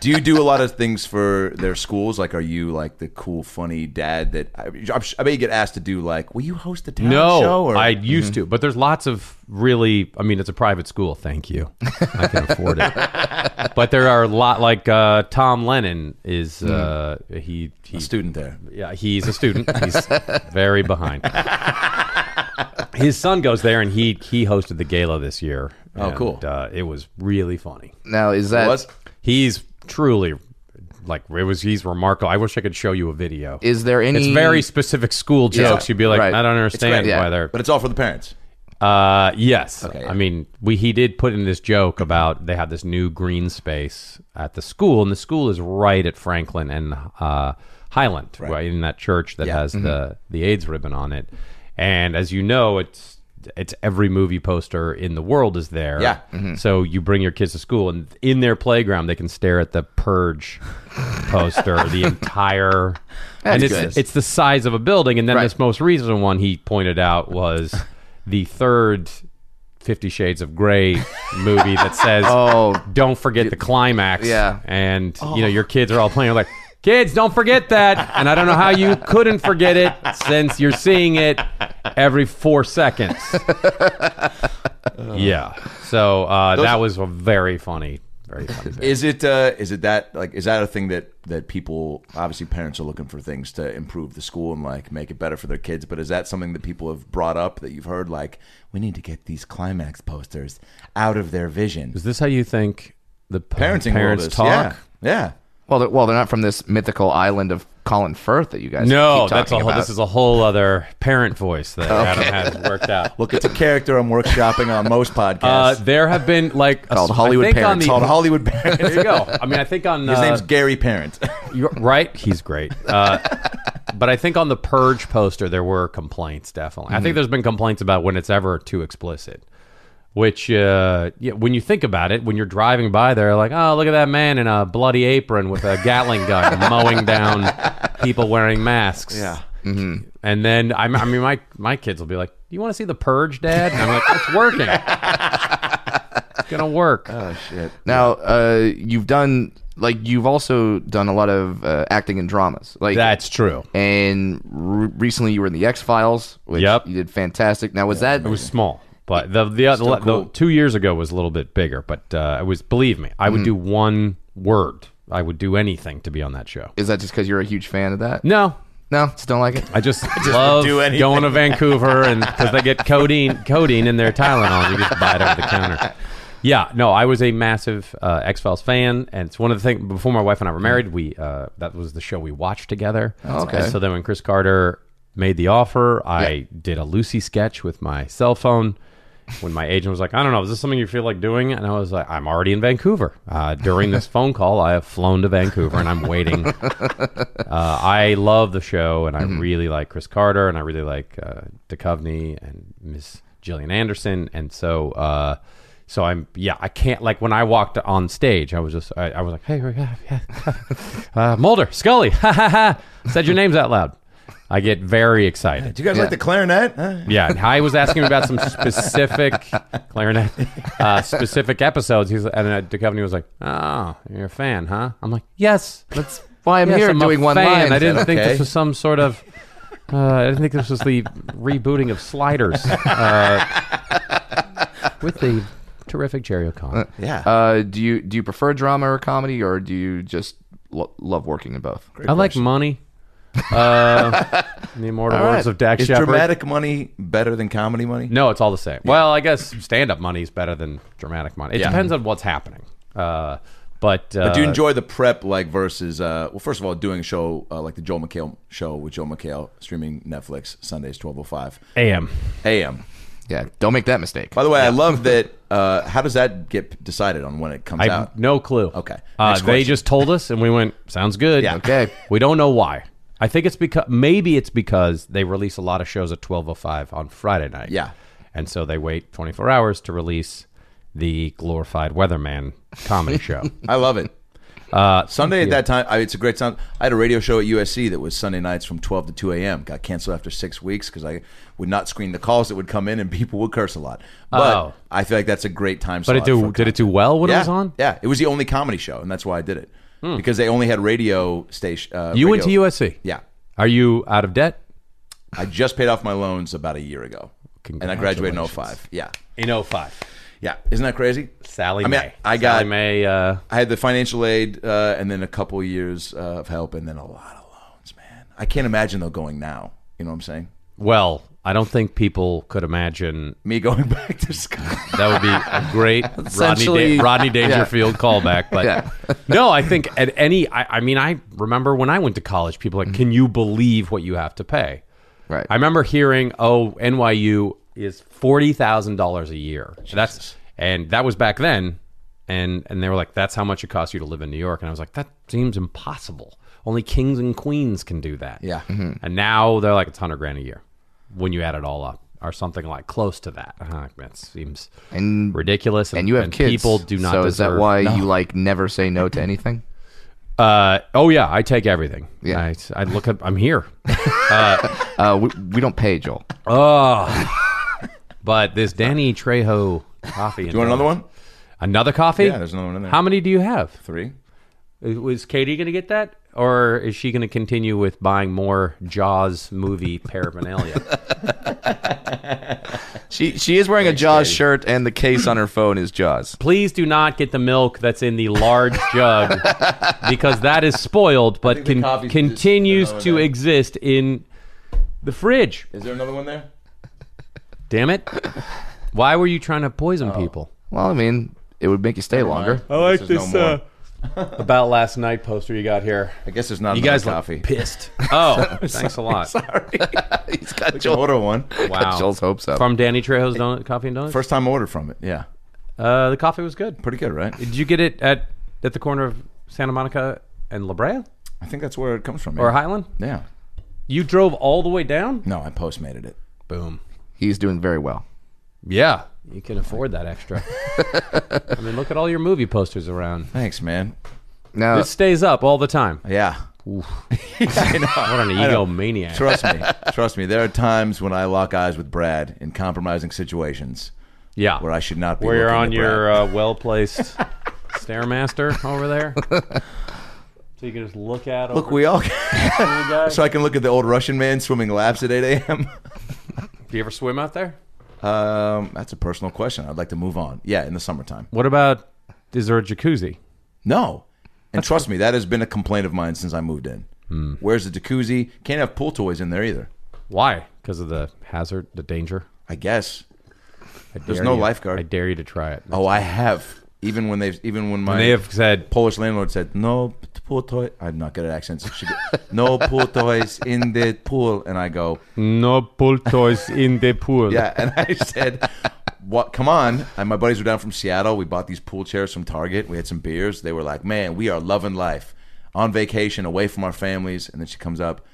Speaker 4: Do you do a lot of things for their schools? Like, are you like the cool, funny dad that I, I'm, sh- I bet you get asked to do? Like, will you host the talent
Speaker 5: no,
Speaker 4: show? Or
Speaker 5: I used to, but there's lots of really. I mean, it's a private school. Thank you, I can afford it. But there are a lot like uh, Tom Lennon is uh, he he
Speaker 4: student there.
Speaker 5: yeah, he's a student. He's very behind. His son goes there, and he he hosted the gala this year.
Speaker 4: Oh,
Speaker 5: and,
Speaker 4: cool.
Speaker 5: Uh, it was really funny.
Speaker 6: Now is that is
Speaker 4: Was
Speaker 5: He's truly like it was. He's remarkable. I wish I could show you a video.
Speaker 6: there any?
Speaker 5: it's very specific school jokes. You'd be like,
Speaker 6: right.
Speaker 5: I don't
Speaker 6: It's
Speaker 5: understand
Speaker 6: great, yeah.
Speaker 5: why they're.
Speaker 4: but it's all for the parents.
Speaker 5: Uh, yes.
Speaker 4: Okay.
Speaker 5: I mean, we he did put in this joke about they have this new green space at the school, and the school is right at Franklin and uh, Highland, right, in that church that
Speaker 4: Yeah. mm-hmm.
Speaker 5: has the the AIDS ribbon on it. And as you know, it's it's every movie poster in the world is there.
Speaker 4: Yeah. mm-hmm.
Speaker 5: So you bring your kids to school, and in their playground, they can stare at the Purge poster, the entire. and it's
Speaker 6: good.
Speaker 5: it's the size of a building. And then
Speaker 6: Right.
Speaker 5: this most recent one he pointed out was the third Fifty Shades of Grey movie that says,
Speaker 6: Oh.
Speaker 5: don't forget the climax."
Speaker 6: Yeah. Oh.
Speaker 5: and you know your kids are all playing like. Kids, don't forget that. And I don't know how you couldn't forget it since you're seeing it every four seconds. yeah. So uh, that was a very funny, very funny. bit.
Speaker 4: Is it uh, is it that like is that a thing that that people obviously parents are looking for things to improve the school and like make it better for their kids? But is that something that people have brought up that you've heard like we need to get these climax posters out of their vision?
Speaker 5: Is this how you think the p-
Speaker 4: Parenting world
Speaker 5: parents
Speaker 4: is-
Speaker 5: talk?
Speaker 4: yeah, yeah.
Speaker 6: Well, they're, well, they're not from this mythical island of Colin Firth that you guys.
Speaker 5: No,
Speaker 6: keep
Speaker 5: that's a
Speaker 6: talking
Speaker 5: whole,
Speaker 6: about.
Speaker 5: this is a whole other parent voice that Adam has worked out.
Speaker 4: Look, it's a character I'm workshopping on most podcasts.
Speaker 5: Uh, there have been like a-
Speaker 6: Called
Speaker 5: I
Speaker 6: Hollywood
Speaker 5: think
Speaker 6: Parents.
Speaker 5: On the,
Speaker 4: called Hollywood Parent.
Speaker 5: There you go. I mean, I think on
Speaker 4: His
Speaker 5: uh,
Speaker 4: name's Gary Parent.
Speaker 5: You're right. He's great. Uh, but I think on the Purge poster, there were complaints, definitely. I think there's been complaints about when it's ever too explicit, which, uh, yeah, when you think about it, when you're driving by there, like, oh, look at that man in a bloody apron with a Gatling gun mowing down people wearing masks. Yeah. And then, I'm, I mean, my, my kids will be like, you want to see the Purge, Dad? And I'm like, it's working. it's going to work.
Speaker 6: Now, uh, you've done like you've also done a lot of uh, acting in dramas. Like
Speaker 5: That's true.
Speaker 6: And re- recently, you were in the X Files, which
Speaker 5: Yep.
Speaker 6: you did fantastic. Now, was that
Speaker 5: It was small, but the the, the, the, two years ago was a little bit bigger. But uh, it was believe me, I would do one word. I would do anything to be on that show.
Speaker 6: is that just because you're a huge fan of that?
Speaker 5: No,
Speaker 6: no, just don't like it.
Speaker 5: I just, love
Speaker 4: do anything.
Speaker 5: going to Vancouver and because they get codeine codeine in their Tylenol, you just buy it over the counter. Yeah, no, I was a massive uh, X Files fan, and it's one of the things. Before my wife and I were married, we uh, that was the show we watched together.
Speaker 6: okay.
Speaker 5: And so then when Chris Carter made the offer, I did a Lucy sketch with my cell phone. When my agent was like, "I don't know, is this something you feel like doing?" and I was like, "I'm already in Vancouver." Uh, during this phone call, I have flown to Vancouver, and I'm waiting uh, I love the show, and I really like Chris Carter, and I really like uh, Duchovny and Miss Gillian Anderson, and so uh, so I'm yeah I can't like when I walked on stage, I was just I, I was like hey yeah, yeah. uh, Mulder Scully ha ha ha said your names out loud. I get very excited.
Speaker 4: Do you guys like the clarinet? Huh?
Speaker 5: Yeah, and I was asking him about some specific clarinet, uh, specific episodes. He's and uh, Duchovny was like, "Oh, you're a fan, huh?" I'm like, "Yes, that's
Speaker 6: why I'm
Speaker 5: yes,
Speaker 6: here
Speaker 5: a
Speaker 6: doing one
Speaker 5: fan.
Speaker 6: line."
Speaker 5: I didn't think
Speaker 4: Okay.
Speaker 5: this was some sort of. Uh, I didn't think this was the rebooting of Sliders uh, with the terrific Jerry O'Connor.
Speaker 4: Yeah.
Speaker 6: Uh, do you do you prefer drama or comedy, or do you just lo- love working in both?
Speaker 5: I like money. Uh, in the immortal
Speaker 6: All
Speaker 5: words
Speaker 6: right.
Speaker 5: of Dax
Speaker 4: is
Speaker 5: Shepard.
Speaker 4: dramatic money better than comedy money?
Speaker 5: No, it's all the same. Well, I guess stand-up money is better than dramatic money. It depends on what's happening. Uh, but, uh,
Speaker 4: But do you enjoy the prep like versus uh, well first of all doing a show uh, like the Joel McHale show with Joel McHale streaming Netflix Sundays 12:05
Speaker 5: AM?
Speaker 4: a.m.
Speaker 6: Yeah, don't make that mistake.
Speaker 4: By the way, I love that uh, how does that get decided on when it comes
Speaker 5: I
Speaker 4: out?
Speaker 5: have no clue.
Speaker 4: Okay.
Speaker 5: Uh,
Speaker 4: Next
Speaker 5: they
Speaker 4: question.
Speaker 5: just told us, and we went. Sounds good.
Speaker 4: Yeah.
Speaker 6: Okay.
Speaker 5: We don't know why. I think it's because maybe it's because they release a lot of shows at twelve oh five on Friday night.
Speaker 4: Yeah.
Speaker 5: and so they wait twenty four hours to release the glorified weatherman comedy show.
Speaker 4: I love it. Uh, Sunday at that time, I, it's a great time. I had a radio show at USC that was Sunday nights from 12 to 2 a.m. Got canceled after six weeks because I would not screen the calls that would come in and people would curse a lot. But
Speaker 5: Oh.
Speaker 4: I feel like that's a great time.
Speaker 5: But it do, did it do well when
Speaker 4: yeah,
Speaker 5: it was on? Hmm.
Speaker 4: Yeah, it was the only comedy show, and that's why I did it because they only had radio station. Uh,
Speaker 5: You went to
Speaker 4: radio-
Speaker 5: USC.
Speaker 4: Yeah,
Speaker 5: Are you out of debt?
Speaker 4: I just paid off my loans about a year ago, and I graduated in 05. Yeah,
Speaker 5: In 05.
Speaker 4: yeah, isn't that crazy?
Speaker 5: Sally
Speaker 4: I mean,
Speaker 5: May.
Speaker 4: I
Speaker 5: Sally
Speaker 4: got
Speaker 5: May. Uh,
Speaker 4: I had the financial aid, uh, and then a couple years uh, of help, and then a lot of loans. Man, I can't imagine though going now. You know what I'm saying?
Speaker 5: well, I don't think people could imagine
Speaker 4: Me going back to school.
Speaker 5: That would be a great Rodney,
Speaker 6: Essentially-
Speaker 5: da- Rodney Dangerfield callback. But no, I think at any, I, I mean, I remember when I went to college, people were like, can you believe what you have to pay?
Speaker 6: Right.
Speaker 5: I remember hearing, oh, NYU is forty thousand dollars a year. That's and that was back then, and and they were like, that's how much it costs you to live in New York. And I was like, that seems impossible. Only kings and queens can do that.
Speaker 4: Yeah.
Speaker 5: And now they're like, it's hundred grand a year when you add it all up. or something like close to that. Uh, that seems
Speaker 6: And-
Speaker 5: ridiculous.
Speaker 6: and you have kids.
Speaker 5: People do not.
Speaker 6: So is that
Speaker 5: deserve-
Speaker 6: why you like never say no to anything?
Speaker 5: Uh, oh yeah, I take everything.
Speaker 6: Yeah.
Speaker 5: I, I look up. I'm here.
Speaker 6: Uh, we, we don't pay Joel.
Speaker 5: Oh, but this Danny Trejo coffee.
Speaker 4: you want another one?
Speaker 5: Another coffee?
Speaker 4: Yeah, there's another one in there.
Speaker 5: How many do you have?
Speaker 4: Three.
Speaker 5: Is- Was Katie going to get that, or is she going to continue with buying more Jaws movie paraphernalia?
Speaker 6: She she is wearing a Jaws shirt, and the case on her phone is Jaws.
Speaker 5: Please do not get the milk that's in the large jug because that is spoiled, but
Speaker 4: think the
Speaker 5: con-
Speaker 4: coffee's just
Speaker 5: continues
Speaker 4: another
Speaker 5: to
Speaker 4: one.
Speaker 5: exist in the fridge.
Speaker 4: Is there another one there?
Speaker 5: Damn it! Why were you trying to poison people?
Speaker 6: Well, I mean, it would make you stay longer.
Speaker 5: Oh.
Speaker 4: I like this. uh,
Speaker 5: About last night poster you got here.
Speaker 4: I guess there's not
Speaker 5: You
Speaker 4: another
Speaker 5: guys
Speaker 4: coffee.
Speaker 5: look pissed. Oh, thanks a lot.
Speaker 6: He's got
Speaker 4: Joel.
Speaker 6: Joel,
Speaker 4: Order one.
Speaker 5: Wow.
Speaker 6: Joel's hopes up.
Speaker 5: From Danny Trejo's donut, coffee and donuts.
Speaker 4: First time order from it. Yeah,
Speaker 5: uh, the coffee was good.
Speaker 4: pretty good, right?
Speaker 5: Did you get it at at the corner of Santa Monica and La Brea
Speaker 4: I think that's where it comes from.
Speaker 5: or
Speaker 4: yeah.
Speaker 5: Highland?
Speaker 4: yeah.
Speaker 5: You drove all the way down.
Speaker 4: No, I postmated it.
Speaker 5: Boom.
Speaker 6: He's doing very well.
Speaker 5: Yeah, you can afford that extra. I mean, look at all your movie posters around.
Speaker 4: Thanks, man.
Speaker 6: Now,
Speaker 5: This stays up all the time.
Speaker 4: Yeah.
Speaker 5: What an egomaniac.
Speaker 4: Trust me. Trust me. There are times when I lock eyes with Brad in compromising situations
Speaker 5: yeah,
Speaker 4: where I should not be.
Speaker 5: where you're
Speaker 4: looking
Speaker 5: on
Speaker 4: at
Speaker 5: your
Speaker 4: Brad.
Speaker 5: uh, well placed stairmaster over there. So you can just look at
Speaker 4: look, we all.
Speaker 5: guy.
Speaker 4: so I can look at the old Russian man swimming laps at 8 a.m.
Speaker 5: Do you ever swim out there?
Speaker 4: Um, that's a personal question. I'd like to move on. Yeah, in the summertime.
Speaker 5: What about? Is there a jacuzzi?
Speaker 4: No. And trust me, that has been a complaint of mine since I moved in.
Speaker 5: Hmm.
Speaker 4: Where's the jacuzzi? Can't have pool toys in there either.
Speaker 5: Why? Because of the hazard, the danger.
Speaker 4: I guess.
Speaker 5: I
Speaker 4: There's
Speaker 5: dare
Speaker 4: no
Speaker 5: you.
Speaker 4: lifeguard.
Speaker 5: I dare you to try it.
Speaker 4: Oh, I have. Even when they've, even when my
Speaker 5: And they have said,
Speaker 4: Polish landlord said, "No p- pool toy." I'm not good at accents. She go, no pool toys in the pool, and I go,
Speaker 5: "No pool toys in the pool."
Speaker 4: "Yeah," and I said, "What? Come on!" And my buddies were down from Seattle. We bought these pool chairs from Target. We had some beers. They were like, "Man, we are loving life on vacation, away from our families." And then she comes up,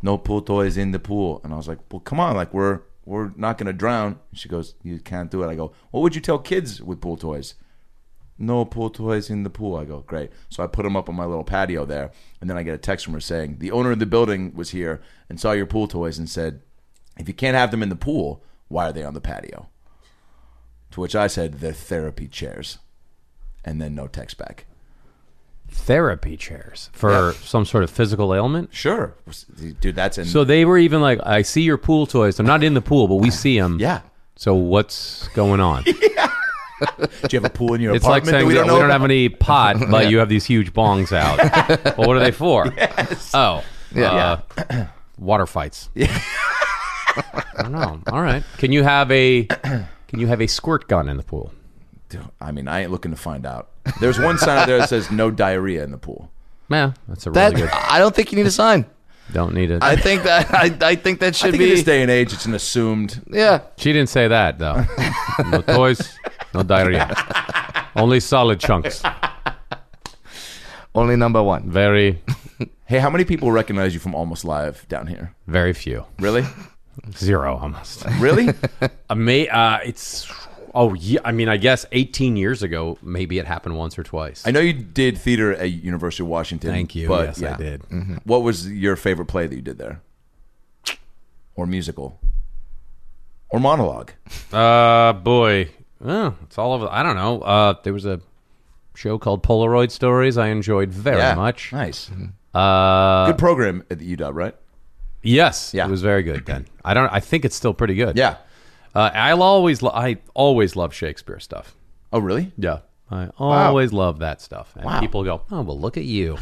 Speaker 4: "No pool toys in the pool," and I was like, "Well, come on! Like we're we're not gonna drown." And she goes, "You can't do it." I go, "What would you tell kids with pool toys?" no pool toys in the pool. I go, great. So I put them up on my little patio there, and then I get a text from her saying the owner of the building was here and saw your pool toys and said, if you can't have them in the pool, why are they on the patio? To which I said, they're therapy chairs, and then no text back.
Speaker 5: Therapy chairs for some sort of physical ailment.
Speaker 4: Sure, dude, that's in.
Speaker 5: So they were even like, "I see your pool toys. They're not in the pool, but we see them."
Speaker 4: yeah.
Speaker 5: So what's going on?
Speaker 4: Do you have a pool in your
Speaker 5: It's like
Speaker 4: apartment
Speaker 5: saying
Speaker 4: that we don't know?
Speaker 5: have any pot, but you have these huge bongs out. well, what are they for? Oh,
Speaker 6: Yeah.
Speaker 5: uh, water fights. I don't know. All right, can you have a can you have a squirt gun in the pool?
Speaker 4: about? I mean, I ain't looking to find out. There's one sign out there that says no diarrhea in the pool.
Speaker 5: Yeah, that's a really
Speaker 6: that
Speaker 5: good.
Speaker 6: I don't think you need a sign.
Speaker 5: Don't need it.
Speaker 6: I think that I, I think that
Speaker 4: I
Speaker 6: should
Speaker 4: think in
Speaker 6: be
Speaker 4: this day and age, it's an assumed
Speaker 6: yeah.
Speaker 5: She didn't say that though. no toys, no diarrhea. Only solid chunks.
Speaker 6: Only number one.
Speaker 5: Very,
Speaker 4: Hey, how many people recognize you from Almost Live down here?
Speaker 5: very few.
Speaker 4: Really?
Speaker 5: Zero almost.
Speaker 4: Really?
Speaker 5: Ama- uh, it's oh yeah. I mean, I guess 18 years ago, maybe it happened once or twice.
Speaker 4: I know you did theater at University of Washington.
Speaker 5: Thank you.
Speaker 4: But
Speaker 5: yes,
Speaker 4: yeah.
Speaker 5: I did.
Speaker 4: What was your favorite play that you did there? Or musical? Or monologue?
Speaker 5: Uh, boy, oh, it's all over. I don't know. Uh, there was a show called Polaroid Stories. I enjoyed very much.
Speaker 4: Nice.
Speaker 5: Uh,
Speaker 4: Good program at the UW, right?
Speaker 5: yes,
Speaker 4: Yeah.
Speaker 5: it was very good then. I don't. I think it's still pretty good.
Speaker 4: Yeah.
Speaker 5: Uh, I'll always. Lo- I always love Shakespeare stuff.
Speaker 4: Oh, really?
Speaker 5: Yeah. I always love that stuff. And people go, oh, well, look at you,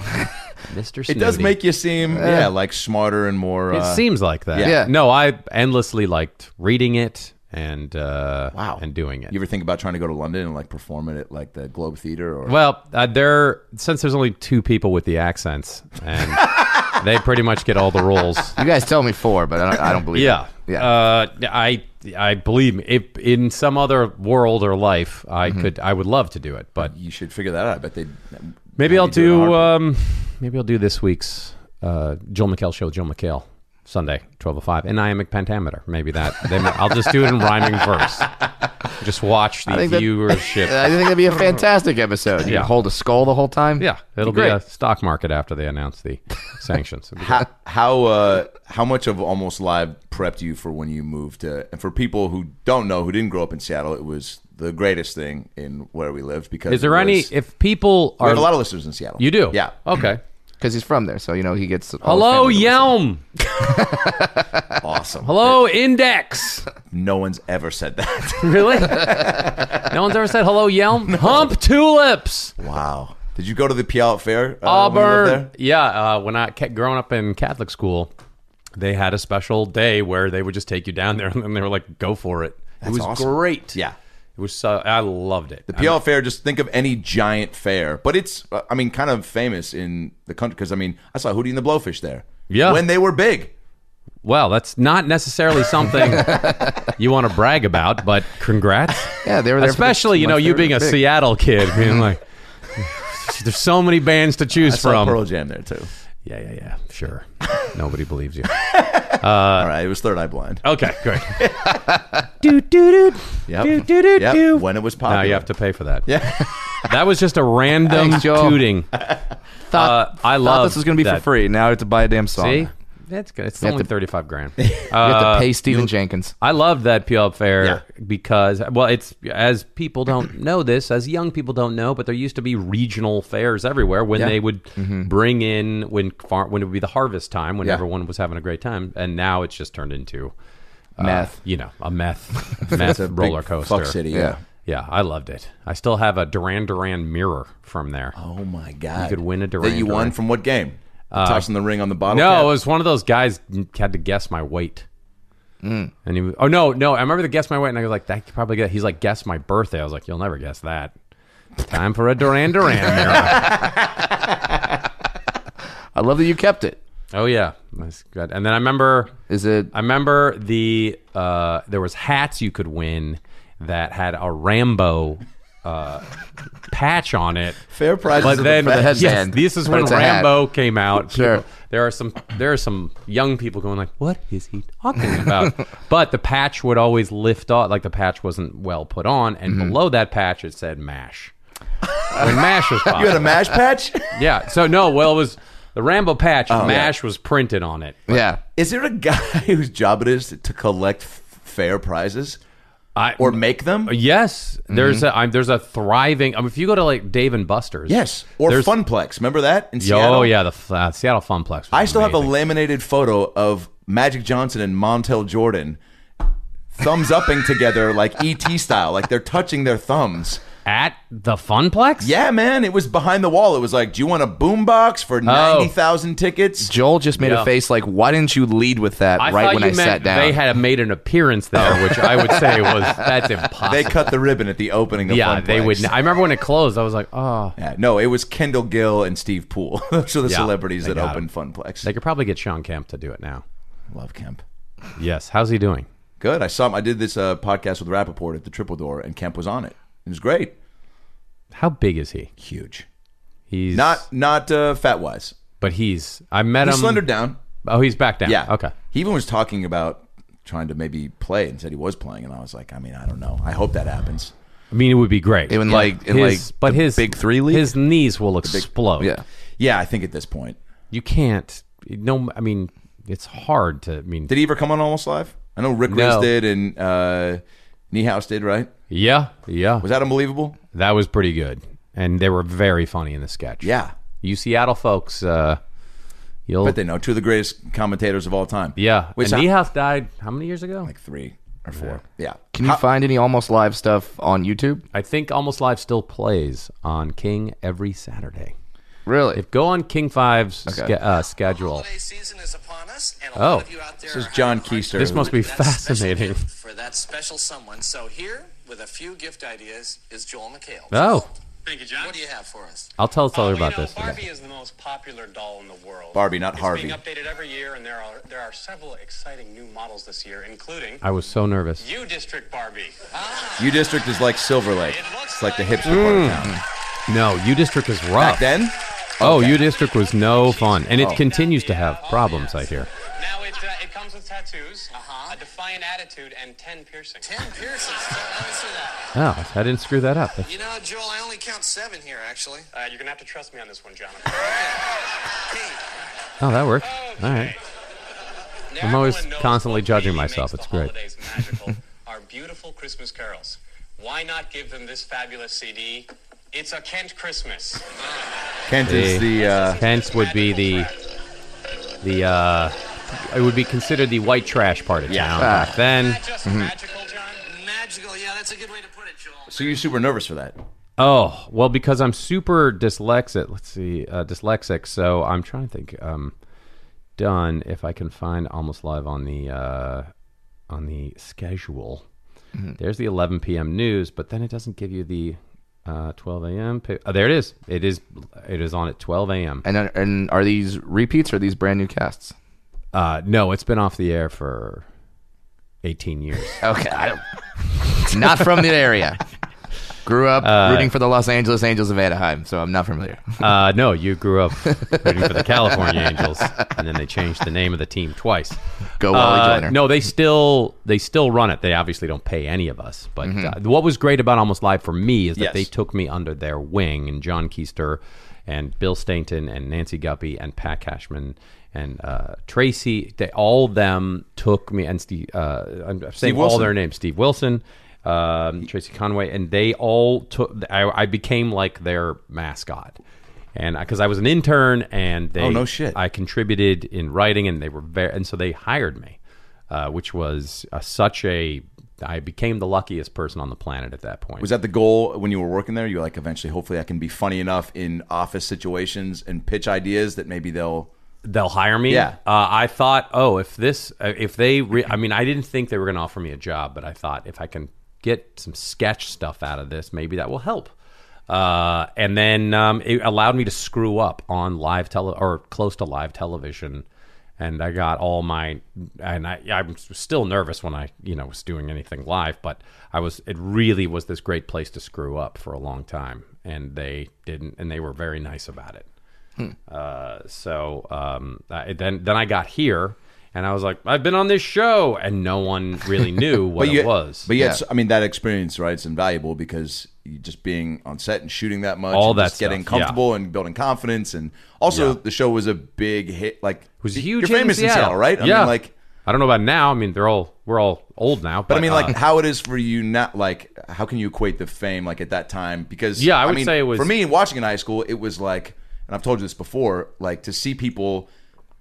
Speaker 5: Mr.
Speaker 4: It does
Speaker 5: Snooty."
Speaker 4: make you seem, yeah, like smarter and more.
Speaker 5: It
Speaker 4: Uh,
Speaker 5: seems like that.
Speaker 6: Yeah.
Speaker 5: No, I endlessly liked reading it and uh,
Speaker 4: wow.
Speaker 5: and doing it.
Speaker 4: You ever think about trying to go to London and like perform it at like the Globe Theater or?
Speaker 5: well, uh, there since there's only two people with the accents, and they pretty much get all the roles.
Speaker 6: You guys tell me four, but I don't, I don't believe.
Speaker 5: Yeah.
Speaker 6: it. yeah.
Speaker 5: Uh, I I believe me, if in some other world or life, I
Speaker 4: Mm-hmm.
Speaker 5: could I would love to do it, but
Speaker 4: you should figure that out. I bet they.
Speaker 5: maybe I'll
Speaker 4: do it in a
Speaker 5: do
Speaker 4: heartbeat.
Speaker 5: uh, um, maybe I'll do this week's uh, Joel McHale show. Joel McHale. Sunday, twelve to five, and iambic pentameter. Maybe that. They might, I'll just do it in rhyming verse. Just watch the
Speaker 6: think that-
Speaker 5: viewership.
Speaker 6: I think that'd be a fantastic episode. You
Speaker 5: Yeah.
Speaker 6: hold a skull the whole time.
Speaker 5: yeah, it'll be,
Speaker 6: great.
Speaker 5: a stock market after they announce the sanctions. It'll be
Speaker 4: How how, uh, how much of almost live prepped you for when you moved to? And for people who don't know, who didn't grow up in Seattle, it was the greatest thing in where we lived because
Speaker 5: Is there
Speaker 4: it
Speaker 5: any?
Speaker 4: was-
Speaker 5: If people
Speaker 4: we
Speaker 5: are,
Speaker 4: have a lot of listeners in Seattle.
Speaker 5: you do.
Speaker 4: yeah.
Speaker 5: Okay.
Speaker 6: because he's from there, so you know he gets. all his
Speaker 5: Hello,
Speaker 6: family to listen.
Speaker 5: Yelm.
Speaker 4: Awesome.
Speaker 5: Hello, Index.
Speaker 4: No one's ever said that.
Speaker 5: Really? no one's ever said hello, Yelm. Hump tulips.
Speaker 4: wow. Did you go to the Puyallup Fair? uh, when you lived
Speaker 5: Auburn.
Speaker 4: there?
Speaker 5: Yeah, uh, when I kept growing up in Catholic school, they had a special day where they would just take you down there, and they were like, "Go for it." it was
Speaker 4: awesome.
Speaker 5: great.
Speaker 4: Yeah.
Speaker 5: it was. So, I loved it.
Speaker 4: The Puyallup Fair, just think of any giant fair, but it's, uh, I mean, kind of famous in the country because, I mean, I saw Hootie and the Blowfish there.
Speaker 5: Yeah.
Speaker 4: When they were big.
Speaker 5: well, that's not necessarily something you want to brag about, but congrats.
Speaker 6: Yeah, they were there. for the-
Speaker 5: Especially, you
Speaker 6: my
Speaker 5: know, you
Speaker 6: favorite
Speaker 5: being a
Speaker 6: pick.
Speaker 5: Seattle kid, being like, there's so many bands to choose
Speaker 4: I saw
Speaker 5: from.
Speaker 4: Pearl Jam there, too.
Speaker 5: Yeah, yeah, yeah. Sure. Nobody believes you. Uh,
Speaker 4: All right. It was Third Eye Blind.
Speaker 5: Okay, great. do do do.
Speaker 4: Yep.
Speaker 5: do, do, do,
Speaker 4: Yep.
Speaker 5: do.
Speaker 4: When it was popular.
Speaker 5: Now you have to pay for that.
Speaker 4: Yeah.
Speaker 5: That was just a random
Speaker 6: Thanks, Joel.
Speaker 5: tooting. Uh,
Speaker 6: Thought,
Speaker 5: I
Speaker 6: thought
Speaker 5: love
Speaker 6: this was going to be
Speaker 5: that.
Speaker 6: for free. Now I have to buy a damn song.
Speaker 5: See,
Speaker 6: You
Speaker 5: that's good. It's
Speaker 6: have
Speaker 5: only
Speaker 6: to-
Speaker 5: thirty-five grand.
Speaker 6: have
Speaker 5: Uh,
Speaker 6: to pay Stephen Jenkins.
Speaker 5: I love that Puyallup Fair
Speaker 4: Yeah.
Speaker 5: because, well, it's as people don't know this, as young people don't know, but there used to be regional fairs everywhere when they would
Speaker 6: Mm-hmm.
Speaker 5: bring in when far, when it would be the harvest time when
Speaker 4: Yeah.
Speaker 5: everyone was having a great time, and now it's just turned into uh,
Speaker 6: Meth.
Speaker 5: you know, a meth meth
Speaker 4: It's a big
Speaker 5: roller coaster.
Speaker 4: Fuck City. Yeah.
Speaker 5: Yeah, I loved it. I still have a Duran Duran mirror from there.
Speaker 4: Oh, my God.
Speaker 5: You could win a Duran
Speaker 4: That you won
Speaker 5: Duran.
Speaker 4: from what game? Tossing the ring on the bottle.
Speaker 5: No,
Speaker 4: cap?
Speaker 5: it was one of those guys had to guess my weight. And he was, oh no, no, I remember the guess my weight, and I was like, that could probably get. He's like, guess my birthday. I was like, you'll never guess that. Time for a Duran Duran mirror.
Speaker 6: I love that you kept it.
Speaker 5: oh yeah, that's good. And then I remember,
Speaker 6: Is it?
Speaker 5: I remember the uh, there was hats you could win that had a Rambo uh, patch on it.
Speaker 4: Fair prizes.
Speaker 5: But
Speaker 4: are
Speaker 5: then,
Speaker 4: the best.
Speaker 6: head-
Speaker 5: yes,
Speaker 6: headband,
Speaker 5: this is
Speaker 6: but
Speaker 5: when
Speaker 6: it's a hat.
Speaker 5: Rambo came out.
Speaker 6: Sure.
Speaker 5: People- there are some there are some young people going like, "What is he talking about?" but the patch would always lift off, like the patch wasn't well put on, and
Speaker 4: Mm-hmm.
Speaker 5: below that patch it said "Mash." when Mash was
Speaker 4: you had a
Speaker 5: popular.
Speaker 4: mash patch?
Speaker 5: yeah. So no, well, it was the Rambo patch.
Speaker 4: Oh,
Speaker 5: Mash was printed on it.
Speaker 6: Yeah.
Speaker 4: Is there a guy whose job it is to, to collect f- fair prizes
Speaker 5: I,
Speaker 4: or Mm-hmm. make them?
Speaker 5: yes, there's a I'm, there's a thriving. I mean, if you go to like Dave and Buster's,
Speaker 4: Yes, or
Speaker 5: there's-
Speaker 4: Funplex. Remember that in Seattle?
Speaker 5: Oh yeah, the uh, Seattle Funplex.
Speaker 4: I still have a laminated photo of Magic Johnson and Montel Jordan thumbs upping together like ET style, like they're touching their thumbs.
Speaker 5: at the Funplex.
Speaker 4: Yeah, man, it was behind the wall. It was like, do you want a boombox
Speaker 5: Oh.
Speaker 4: for ninety thousand tickets?
Speaker 6: Joel just made
Speaker 5: Yeah.
Speaker 6: a face like, why didn't you lead with that
Speaker 5: I
Speaker 6: right
Speaker 5: thought
Speaker 6: when
Speaker 5: you
Speaker 6: I
Speaker 5: meant
Speaker 6: sat down?
Speaker 5: They had made an appearance there, which I would say was that's impossible.
Speaker 4: They cut the ribbon at the opening of
Speaker 5: yeah,
Speaker 4: Funplex.
Speaker 5: they would. I remember when it closed, I was like, oh,
Speaker 4: Yeah, no, it was Kendall Gill and Steve Poole. Those are the
Speaker 5: Yeah,
Speaker 4: celebrities
Speaker 5: they
Speaker 4: that
Speaker 5: got
Speaker 4: opened Funplex.
Speaker 5: they could probably get Sean Kemp to do it now.
Speaker 4: Love Kemp.
Speaker 5: Yes, how's he doing?
Speaker 4: Good. I saw him. I did this uh, podcast with Rappaport at the Triple Door, and Kemp was on it. It was great.
Speaker 5: How big is he?
Speaker 4: Huge.
Speaker 5: He's
Speaker 4: Not not uh, fat wise.
Speaker 5: but he's. I met
Speaker 4: He
Speaker 5: him.
Speaker 4: slendered down.
Speaker 5: Oh, he's back down.
Speaker 4: Yeah.
Speaker 5: Okay.
Speaker 4: He even was talking about trying to maybe play and said he was playing, and I was like, I mean, I don't know. I hope that happens.
Speaker 5: I mean, it would be great.
Speaker 6: Even like- in
Speaker 5: his,
Speaker 6: like
Speaker 5: but
Speaker 6: the
Speaker 5: his
Speaker 6: big three league?
Speaker 5: his knees will explode.
Speaker 6: yeah.
Speaker 4: Yeah, I think at this point.
Speaker 5: you can't. No, I mean, it's hard to. I mean,
Speaker 4: Did he ever come on Almost Live? I know Rick
Speaker 5: No.
Speaker 4: Riz did and uh, Niehaus did, right?
Speaker 5: yeah, yeah.
Speaker 4: Was that unbelievable?
Speaker 5: That was pretty good, and they were very funny in the sketch.
Speaker 4: Yeah.
Speaker 5: you Seattle folks, uh, you'll
Speaker 4: But they know two of the greatest commentators of all time.
Speaker 5: yeah.
Speaker 4: Which
Speaker 5: and
Speaker 4: I-
Speaker 5: Niehaus died how many years ago?
Speaker 4: like three or four. Yeah.
Speaker 6: Can you find any almost live stuff on YouTube?
Speaker 5: I think Almost Live still plays on King every Saturday.
Speaker 6: Really?
Speaker 5: If go on King Five's
Speaker 6: Okay.
Speaker 5: sca- uh, schedule,
Speaker 8: Holiday season is upon us, and a
Speaker 5: Oh.
Speaker 8: lot of you out there
Speaker 4: This is
Speaker 8: are
Speaker 4: John
Speaker 8: having a hard
Speaker 4: Keister.
Speaker 8: time
Speaker 5: This must be
Speaker 8: finding that special
Speaker 5: fascinating.
Speaker 8: gift For that special someone. So here, with a few gift ideas, is Joel McHale.
Speaker 5: Oh.
Speaker 8: Thank you, John. What do you have for us?
Speaker 5: I'll tell Sully
Speaker 9: Uh, well,
Speaker 5: about
Speaker 9: you know,
Speaker 5: this. today.
Speaker 9: Barbie is the most popular doll in the world.
Speaker 4: Barbie, not
Speaker 9: it's
Speaker 4: Harvey.
Speaker 9: being updated every year, and there are there are several exciting new models this year, including
Speaker 5: I was so nervous.
Speaker 9: U District Barbie.
Speaker 8: Uh-huh.
Speaker 4: U District is like Silver Lake. It's like the hipster part
Speaker 5: Mm.
Speaker 4: of town.
Speaker 5: No, U District is
Speaker 4: Back
Speaker 5: rough.
Speaker 4: then,
Speaker 5: Oh, U District was no fun, and it continues to have problems. I hear.
Speaker 9: Now it uh, it of tattoos,
Speaker 8: Uh-huh.
Speaker 9: a defiant attitude, and 10 piercings.
Speaker 8: Ten piercings. I always do that.
Speaker 5: Oh, I didn't screw that up.
Speaker 8: You know, Joel, I only count seven here, actually.
Speaker 9: Uh, you're going to have to trust me on this one, Jonathan.
Speaker 8: Hey,
Speaker 5: Oh, that worked. All right.
Speaker 9: Now
Speaker 5: I'm always
Speaker 9: everyone knows
Speaker 5: constantly
Speaker 9: what
Speaker 5: judging
Speaker 9: really
Speaker 5: myself.
Speaker 9: makes
Speaker 5: It's
Speaker 9: the
Speaker 5: great.
Speaker 9: holidays magical are beautiful Christmas carols. Why not give them this fabulous CD? It's a Kent Christmas.
Speaker 4: Kent is the uh,
Speaker 5: Kent would be the the uh, it would be considered the white trash part of
Speaker 4: Ah.
Speaker 5: town back then.
Speaker 9: Not just magical, John.
Speaker 8: magical. Yeah, that's a good way to put it, Joel.
Speaker 4: so you're super nervous for that.
Speaker 5: Oh well, because I'm super dyslexic. Let's see, uh, dyslexic. So I'm trying to think. Um, done if I can find almost live on the uh, on the schedule.
Speaker 4: Mm-hmm.
Speaker 5: There's the 11 p.m. news, but then it doesn't give you the uh, 12 a.m. pi- Oh, there it is. It is. It is on at 12 a.m.
Speaker 6: And are- and are these repeats or are these brand new casts?
Speaker 5: Uh, no, it's been off the air for 18 years.
Speaker 6: Okay, I don't, not from the area. Grew up rooting for the Los Angeles Angels of Anaheim, so I'm not familiar.
Speaker 5: Uh, no, you grew up rooting for the California Angels, and then they changed the name of the team twice.
Speaker 6: Go Wally
Speaker 5: Uh,
Speaker 6: Joyner.
Speaker 5: no, they still they still run it. They obviously don't pay any of us. But uh, what was great about Almost Live for me is that
Speaker 4: Mm-hmm. Yes.
Speaker 5: they took me under their wing, and John Keister, and Bill Stainton, and Nancy Guppy, and Pat Cashman, and uh, Tracy. They all of them took me, and Steve. Uh, I'm saying all
Speaker 4: Wilson.
Speaker 5: their names: Steve Wilson. Um, Tracy Conway, and they all took. I, I became like their mascot, and because I was an intern, and they,
Speaker 4: Oh, no shit.
Speaker 5: I contributed in writing, and they were very, and so they hired me, uh, which was uh, such a. I became the luckiest person on the planet at that point.
Speaker 4: Was that the goal when you were working there? You're like, eventually, hopefully, I can be funny enough in office situations and pitch ideas that maybe they'll.
Speaker 5: they'll hire me?
Speaker 4: Yeah.
Speaker 5: Uh, I thought, oh, if this, uh, if they, re- I mean, I didn't think they were going to offer me a job, but I thought if I can get some sketch stuff out of this, maybe that will help. Uh, and then um, it allowed me to screw up on live tele or close to live television. And I got all my, and I, I was still nervous when I, you know, was doing anything live, but I was, it really was this great place to screw up for a long time. And they didn't, and they were very nice about it. Uh, so um, I, then then I got here and I was like, I've been on this show, and no one really knew what
Speaker 4: you,
Speaker 5: it was.
Speaker 4: But yet, I mean, that experience, right? It's invaluable because you just being on set and shooting that much,
Speaker 5: All
Speaker 4: and
Speaker 5: that
Speaker 4: just getting
Speaker 5: stuff, yeah.
Speaker 4: comfortable and building confidence, and also
Speaker 5: Yeah.
Speaker 4: the show was a big hit. Like, it
Speaker 5: was huge.
Speaker 4: You're famous in Seattle, right? I
Speaker 5: yeah.
Speaker 4: mean, like,
Speaker 5: I don't know about now. I mean, they're all we're all old now. But,
Speaker 4: but I mean, like,
Speaker 5: uh,
Speaker 4: how it is for you now? Like, how can you equate the fame like at that time? Because
Speaker 5: Yeah, I would
Speaker 4: mean,
Speaker 5: say it was-
Speaker 4: for me watching in high school. It was like, and I've told you this before, like to see people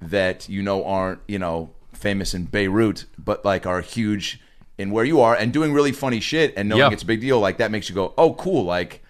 Speaker 4: that you know aren't you know famous in Beirut, but like are huge in where you are and doing really funny shit and knowing
Speaker 5: Yeah.
Speaker 4: it's a big deal. Like that makes you go, oh, cool, like.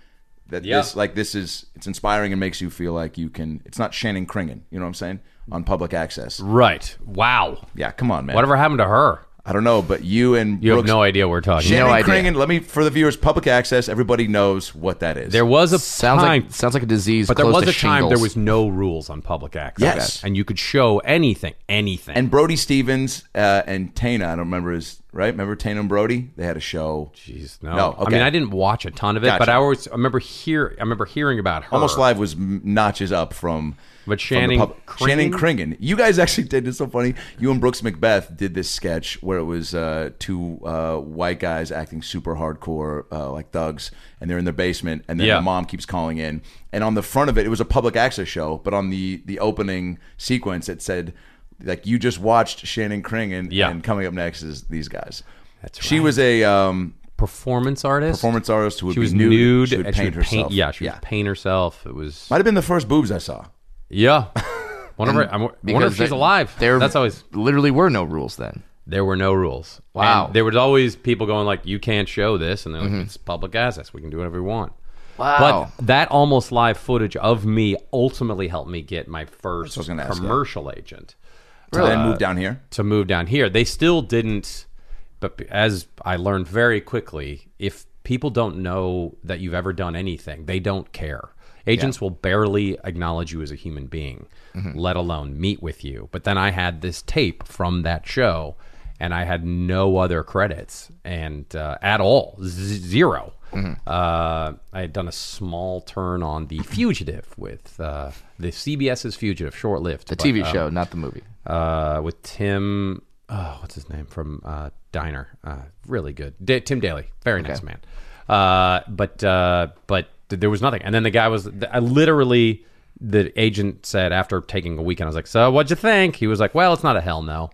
Speaker 4: That
Speaker 5: Yeah.
Speaker 4: this like this is it's inspiring and makes you feel like you can. It's not Shannon Kringen, you know what I'm saying? On public access,
Speaker 5: right? Wow.
Speaker 4: yeah. Come on, man.
Speaker 5: Whatever happened to her?
Speaker 4: I don't know, but you and
Speaker 5: You have
Speaker 4: Brooks-
Speaker 5: no idea what we're talking.
Speaker 4: Shannon
Speaker 5: about.
Speaker 6: idea.
Speaker 4: Kringen, let me for the viewers, public access. Everybody knows what that is.
Speaker 5: There was a
Speaker 6: sounds
Speaker 5: time,
Speaker 6: like sounds like a disease.
Speaker 5: but there was
Speaker 6: close to
Speaker 5: a time there
Speaker 6: shingles.
Speaker 5: was no rules on public access.
Speaker 4: Yes.
Speaker 5: and you could show anything, anything.
Speaker 4: and Brody Stevens uh, and Tana. I don't remember his right. Remember Tana and Brody? They had a show.
Speaker 5: Jeez, no.
Speaker 4: No,
Speaker 5: I mean,
Speaker 4: okay.
Speaker 5: I didn't watch a ton of it,
Speaker 4: Gotcha.
Speaker 5: but I always I remember hear I remember hearing about her.
Speaker 4: Almost Live was m- notches up from.
Speaker 5: But
Speaker 4: from the
Speaker 5: Shannon Kringen?
Speaker 4: Shannon Kringen. You guys actually did. It's so funny. You and Brooks Macbeth did this sketch where it was uh, two uh, white guys acting super hardcore, uh, like thugs, and they're in their basement, and then
Speaker 5: Yeah.
Speaker 4: the mom keeps calling in. And on the front of it, it was a public access show, but on the the opening sequence, it said. Like you just watched Shannon Kringen,
Speaker 5: Yeah.
Speaker 4: and coming up next is these guys.
Speaker 5: That's
Speaker 4: she
Speaker 5: right.
Speaker 4: was a um,
Speaker 5: performance artist.
Speaker 4: performance artist who would
Speaker 5: She was
Speaker 4: be nude.
Speaker 5: nude.
Speaker 4: she would
Speaker 5: and
Speaker 4: paint herself.
Speaker 5: yeah, she would paint herself. It was
Speaker 4: Might have been the first boobs I saw.
Speaker 5: yeah. Wonder, I wonder
Speaker 6: Because
Speaker 5: if she's
Speaker 6: there-
Speaker 5: alive.
Speaker 6: There,
Speaker 5: That's always
Speaker 6: literally were no rules then.
Speaker 5: there were no rules.
Speaker 6: Wow.
Speaker 5: And there was always people going like, "You can't show this," and they're
Speaker 4: Mm-hmm.
Speaker 5: like, "It's public access. We can do whatever we want."
Speaker 6: Wow.
Speaker 5: But that almost live footage of me ultimately helped me get my first
Speaker 4: was gonna ask, yeah.
Speaker 5: commercial agent.
Speaker 4: So then
Speaker 5: Uh,
Speaker 4: moved down here.
Speaker 5: to move down here. They still didn't, but as I learned very quickly, if people don't know that you've ever done anything, they don't care. Agents will barely acknowledge you as a human being, let alone meet with you. But then I had this tape from that show, and I had no other credits and uh, at all, z- 0 Uh, I had done a small turn on the Fugitive with uh, the CBS's Fugitive, short lived
Speaker 6: The TV show, not the movie.
Speaker 5: uh, with Tim oh, what's his name from uh, Diner? Uh, really good. Da- Tim Daly, very nice
Speaker 6: Okay.
Speaker 5: man. Uh, but uh, but th- there was nothing. And then the guy was. th- I literally, the agent said after taking a weekend, I was like, "So what'd you think?" He was like, "Well, it's not a hell no."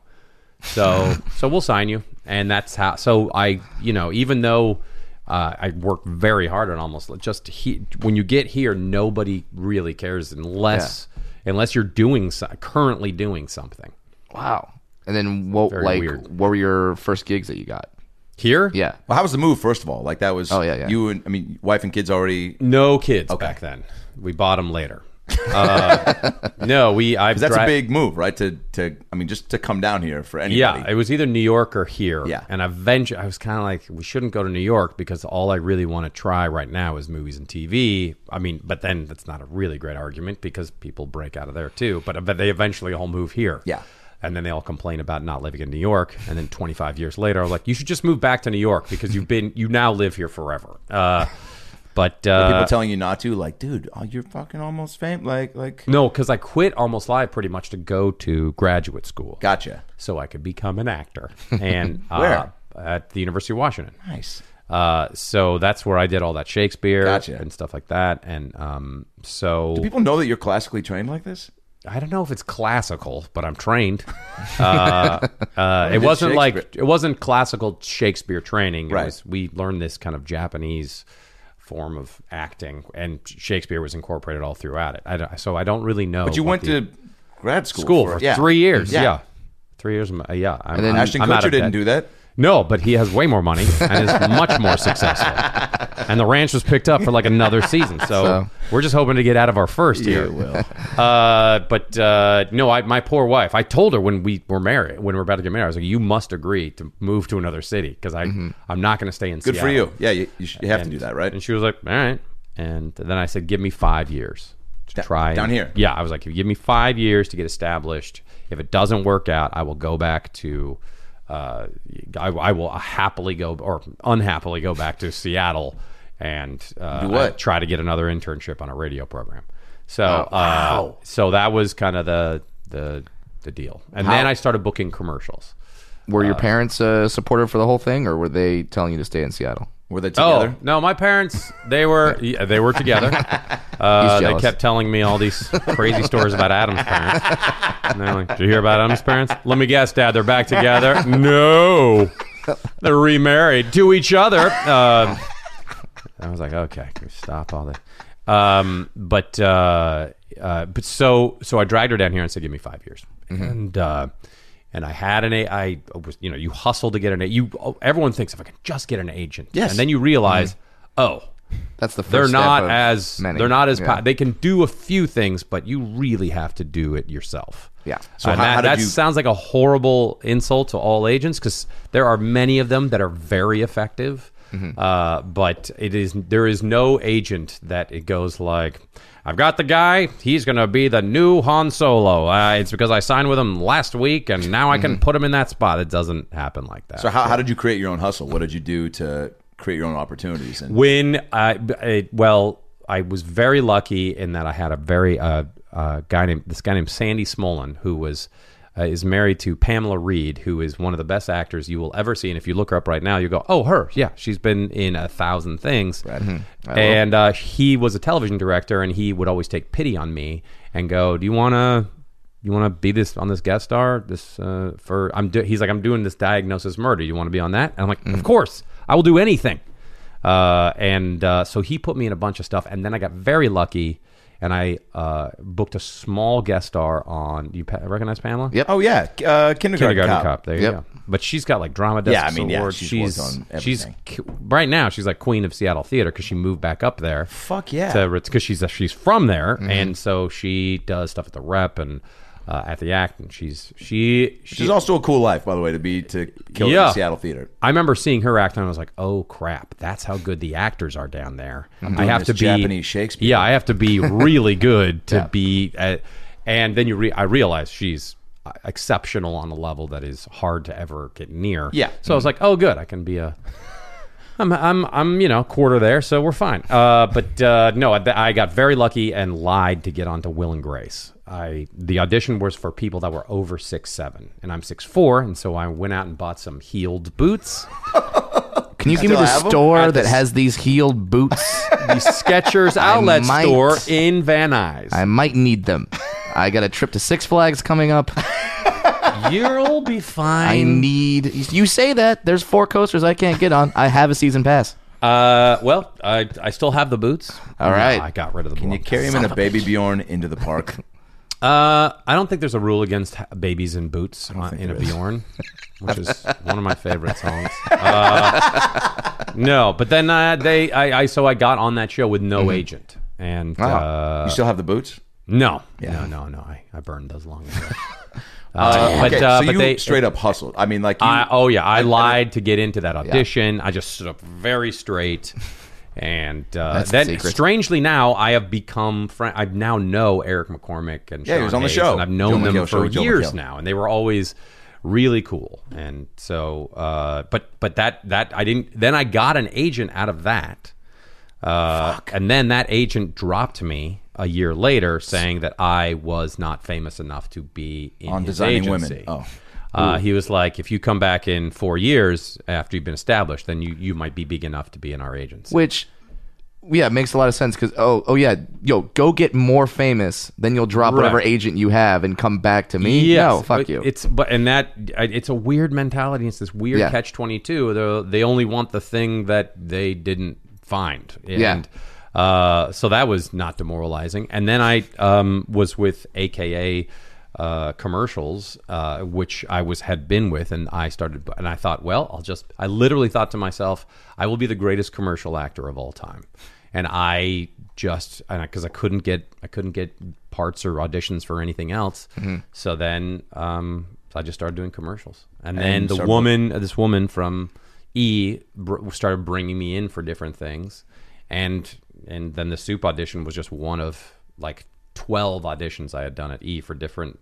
Speaker 5: So so we'll sign you, and that's how. So I you know even though. Uh, I work very hard on almost just he, when you get here, nobody really cares unless unless you're doing so, currently doing something.
Speaker 6: Wow. And then what?
Speaker 5: Very
Speaker 6: like,
Speaker 5: weird.
Speaker 6: what were your first gigs that you got?
Speaker 5: Here?
Speaker 6: Yeah.
Speaker 4: Well, how was the move? First of all, like that was.
Speaker 6: Oh, yeah, yeah.
Speaker 4: You and I mean, wife and kids already.
Speaker 5: No kids back then. We bought them later. Uh, no, we. I've
Speaker 4: 'cause That's
Speaker 5: dri-
Speaker 4: a big move, right? To to I mean, just to come down here for anybody.
Speaker 5: Yeah, it was either New York or here.
Speaker 4: Yeah.
Speaker 5: and eventually I was kind of like, we shouldn't go to New York because all I really want to try right now is movies and TV. I mean, but then that's not a really great argument because people break out of there too. But but they eventually all move here.
Speaker 4: Yeah.
Speaker 5: And then they all complain about not living in New York. And then 25 years later, I'm like, you should just move back to New York because you've been, you now live here forever. Uh, but uh,
Speaker 4: People telling you not to, like, dude, oh, you're fucking almost famous. Like, like,
Speaker 5: No, because I quit almost live pretty much to go to graduate school.
Speaker 4: gotcha.
Speaker 5: So I could become an actor. And
Speaker 4: Where?
Speaker 5: Uh, at the University of Washington.
Speaker 4: Nice.
Speaker 5: Uh, so that's where I did all that Shakespeare
Speaker 4: Gotcha.
Speaker 5: and stuff like that. And um, so
Speaker 4: People know that you're classically trained like this.
Speaker 5: I don't know if it's classical, but I'm trained. Uh, uh, it wasn't like
Speaker 4: Shakespeare.
Speaker 5: it wasn't classical Shakespeare training. It
Speaker 4: Right.
Speaker 5: was- we learned this kind of Japanese form of acting, and Shakespeare was incorporated all throughout it. I don't, so I don't really know.
Speaker 4: But you went
Speaker 5: what the-
Speaker 4: to grad school.
Speaker 5: Oh, school
Speaker 4: for
Speaker 5: for
Speaker 4: it. Yeah.
Speaker 5: three years.
Speaker 4: Yeah.
Speaker 5: Yeah. Three years, uh, yeah. I'm,
Speaker 6: then
Speaker 5: I'm-
Speaker 4: Ashton
Speaker 5: I'm out
Speaker 4: Kutcher
Speaker 5: of
Speaker 4: didn't
Speaker 5: debt.
Speaker 4: do that.
Speaker 5: No, but he has way more money and is much more successful. And the ranch was picked up for like another season. So,
Speaker 6: So-
Speaker 5: we're just hoping to get out of our first year. Uh, but uh, no, I, my poor wife. I told her when we were married, when we were about to get married, I was like, "You must agree to move to another city because I I'm not going to stay in
Speaker 4: Mm-hmm. Good
Speaker 5: Seattle."
Speaker 4: for you. Yeah, you, you, sh- you have to do that, right?
Speaker 5: And she was like, "All right." And then I said, "Give me five years to
Speaker 4: Da-
Speaker 5: try
Speaker 4: down here?
Speaker 5: Yeah, I was like, "If you give me five years to get established, if it doesn't work out, I will go back to, uh, I, I will happily go or unhappily go back to Seattle and uh,
Speaker 4: Do what?
Speaker 5: I- try to get another internship on a radio program." So, uh, so that was kind of the the the deal. And then I started booking commercials.
Speaker 6: Were your parents uh, supportive for the whole thing, or were they telling you to stay in Seattle?
Speaker 4: Were they together?
Speaker 5: Oh no, my parents they were yeah, they were together. Uh,
Speaker 6: He's
Speaker 5: they
Speaker 6: jealous.
Speaker 5: kept telling me all these crazy stories about Adam's parents. And they're like, "Did you hear about Adam's parents? Let me guess, Dad, they're back together." No, they're remarried to each other. Uh, I was like, "Okay, can we stop all that." Um, but uh, uh, but so so I dragged her down here and said, "Give me five years," and. Uh, and I had an a I was you know you hustle to get an a you oh, everyone thinks if I can just get an agent
Speaker 4: Yes.
Speaker 5: and then you realize oh
Speaker 6: That's the 1st
Speaker 5: they're
Speaker 6: step
Speaker 5: not
Speaker 6: of
Speaker 5: as
Speaker 6: many.
Speaker 5: they're not as
Speaker 6: Yeah.
Speaker 5: po- they can do a few things, but you really have to do it yourself.
Speaker 6: Yeah.
Speaker 5: So
Speaker 4: So how-
Speaker 5: that,
Speaker 4: how did
Speaker 5: that
Speaker 4: you-
Speaker 5: sounds like a horrible insult to all agents because there are many of them that are very effective,
Speaker 4: Mm-hmm.
Speaker 5: uh, but it is there is no agent that it goes like. I've got the guy. He's going to be the new Han Solo. Uh, it's because I signed with him last week, and now I
Speaker 4: Mm-hmm.
Speaker 5: can put him in that spot. It doesn't happen like that.
Speaker 4: So how, how did you create your own hustle? What did you do to create your own opportunities? And
Speaker 5: When I, I- well, I was very lucky in that I had a very uh, uh, guy named this guy named Sandy Smolin who was uh, is married to Pamela Reed, who is one of the best actors you will ever see. And if you look her up right now, you go, "Oh, her! Yeah, she's been in a thousand things." And uh, he was a television director, and he would always take pity on me and go, "Do you want to?" you want to be this on this guest star this uh, for i'm do- he's like i'm doing this diagnosis murder you want to be on that and i'm like of course i will do anything uh, and uh, so he put me in a bunch of stuff and then i got very lucky and i uh, booked a small guest star on you pa- recognize pamela
Speaker 6: Yep.
Speaker 4: oh yeah, k- uh, kindergarten,
Speaker 5: Kindergarten Cop.
Speaker 4: cop.
Speaker 5: There
Speaker 6: Yep.
Speaker 5: you go. But she's got like drama desk
Speaker 4: Yeah, I mean, yeah,
Speaker 5: awards.
Speaker 4: she's
Speaker 5: she's
Speaker 4: worked on
Speaker 5: she's
Speaker 4: everything.
Speaker 5: ki- right now she's like queen of Seattle theater because she moved back up there.
Speaker 4: Fuck yeah.
Speaker 5: because she's uh, she's from there,
Speaker 4: Mm-hmm.
Speaker 5: and so she does stuff at the rep and uh, at the act, and she's she
Speaker 4: She's also a cool life, by the way, to be to kill it in
Speaker 5: Yeah.
Speaker 4: Seattle theater.
Speaker 5: I remember seeing her act, and I was like, "Oh crap! That's how good the actors are down there. I have
Speaker 4: this
Speaker 5: to be
Speaker 4: Japanese Shakespeare.
Speaker 5: Yeah, I have to be really good to be." At, and then you, re- I realized she's uh, exceptional on a level that is hard to ever get near.
Speaker 4: Yeah.
Speaker 5: So I was like, "Oh, good! I can be a." I'm, I'm, I'm, you know, quarter there, so we're fine. Uh, but uh, no, I, I got very lucky and lied to get onto Will and Grace. I the audition was for people that were over six seven, and I'm six four, and so I went out and bought some heeled boots,
Speaker 6: Can you give me
Speaker 4: Still
Speaker 6: the
Speaker 4: have 'em?
Speaker 6: store
Speaker 5: At the
Speaker 6: that
Speaker 5: s-
Speaker 6: has these heeled boots?
Speaker 5: the Skechers outlet
Speaker 6: might-
Speaker 5: store in Van Nuys.
Speaker 6: I might need them. I got a trip to Six Flags coming up.
Speaker 5: You'll be
Speaker 6: I
Speaker 5: fine.
Speaker 6: need. You say that there's four coasters I can't get on. I have a season pass.
Speaker 5: Uh, well, I, I still have the boots.
Speaker 6: All
Speaker 5: No,
Speaker 6: right.
Speaker 5: I got rid of the.
Speaker 4: Can you
Speaker 5: block.
Speaker 4: carry him in a baby Bjorn into the park?
Speaker 5: Uh, I don't think there's a rule against ha- babies in boots uh, in a
Speaker 4: there is.
Speaker 5: Bjorn, which is one of my favorite songs. Uh, no, but then uh, they, I, I, so I got on that show with no
Speaker 4: Mm-hmm.
Speaker 5: agent,
Speaker 4: Ah.
Speaker 5: and uh,
Speaker 4: you still have the boots?
Speaker 5: no, no, no, no, I, I burned those long ago. Uh, but
Speaker 4: okay,
Speaker 5: uh,
Speaker 4: so
Speaker 5: but
Speaker 4: you
Speaker 5: they
Speaker 4: straight up hustled. I mean, like you,
Speaker 5: I, oh yeah, I lied to get into that audition. I just stood up very straight, and uh,
Speaker 6: That's the
Speaker 5: then
Speaker 6: secret.
Speaker 5: strangely now I have become friend. I now know Eric McCormick and
Speaker 4: Yeah, he
Speaker 5: Sean
Speaker 4: was on the
Speaker 5: Hayes,
Speaker 4: show.
Speaker 5: and I've
Speaker 4: Joe
Speaker 5: known them
Speaker 4: McHale show
Speaker 5: for
Speaker 4: with Joe
Speaker 5: years
Speaker 4: McHale.
Speaker 5: now, and they were always really cool. And so, uh, but but that that I didn't. Then I got an agent out of that, uh, and then that agent dropped me. A year later, saying that I was not famous enough to be in
Speaker 4: On
Speaker 5: his
Speaker 4: Designing Women.
Speaker 5: agency.
Speaker 4: Oh.
Speaker 5: Uh, he was like, if you come back in four years after you've been established, then you, you might be big enough to be in our agency.
Speaker 6: Which, yeah, makes a lot of sense because oh oh yeah, yo, go get more famous, then you'll drop whatever
Speaker 5: Right.
Speaker 6: agent you have and come back to me.
Speaker 5: Yes,
Speaker 6: no, fuck
Speaker 5: but
Speaker 6: you.
Speaker 5: It's but and that I- it's a weird mentality. It's this weird
Speaker 6: Yeah.
Speaker 5: catch twenty two. They only want the thing that they didn't find. And,
Speaker 6: Yeah.
Speaker 5: Uh, so that was not demoralizing. And then I um, was with AKA uh, commercials, uh, which I was had been with, and I started and I thought, well, I'll just. I literally thought to myself, I will be the greatest commercial actor of all time. And I just because I couldn't get I couldn't get parts or auditions for anything else. So then um, I just started doing commercials, and, then the
Speaker 4: started-
Speaker 5: woman, this woman from E, br- started bringing me in for different things, and and then the soup audition was just one of like twelve auditions I had done at E for different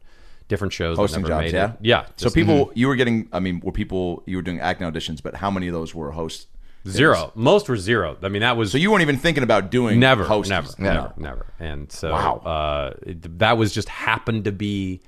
Speaker 5: different shows. that
Speaker 4: hosting
Speaker 5: never
Speaker 4: jobs.
Speaker 5: made it.
Speaker 4: Yeah,
Speaker 5: yeah.
Speaker 4: So
Speaker 5: just
Speaker 4: people, you were getting. I mean, were people you were doing acting auditions, but how many of those were host?
Speaker 5: zero, most were zero. I mean, that was
Speaker 4: So you weren't even thinking about doing
Speaker 5: never,
Speaker 4: hosts.
Speaker 5: never, never, never. And so uh, it, that was just happened to be.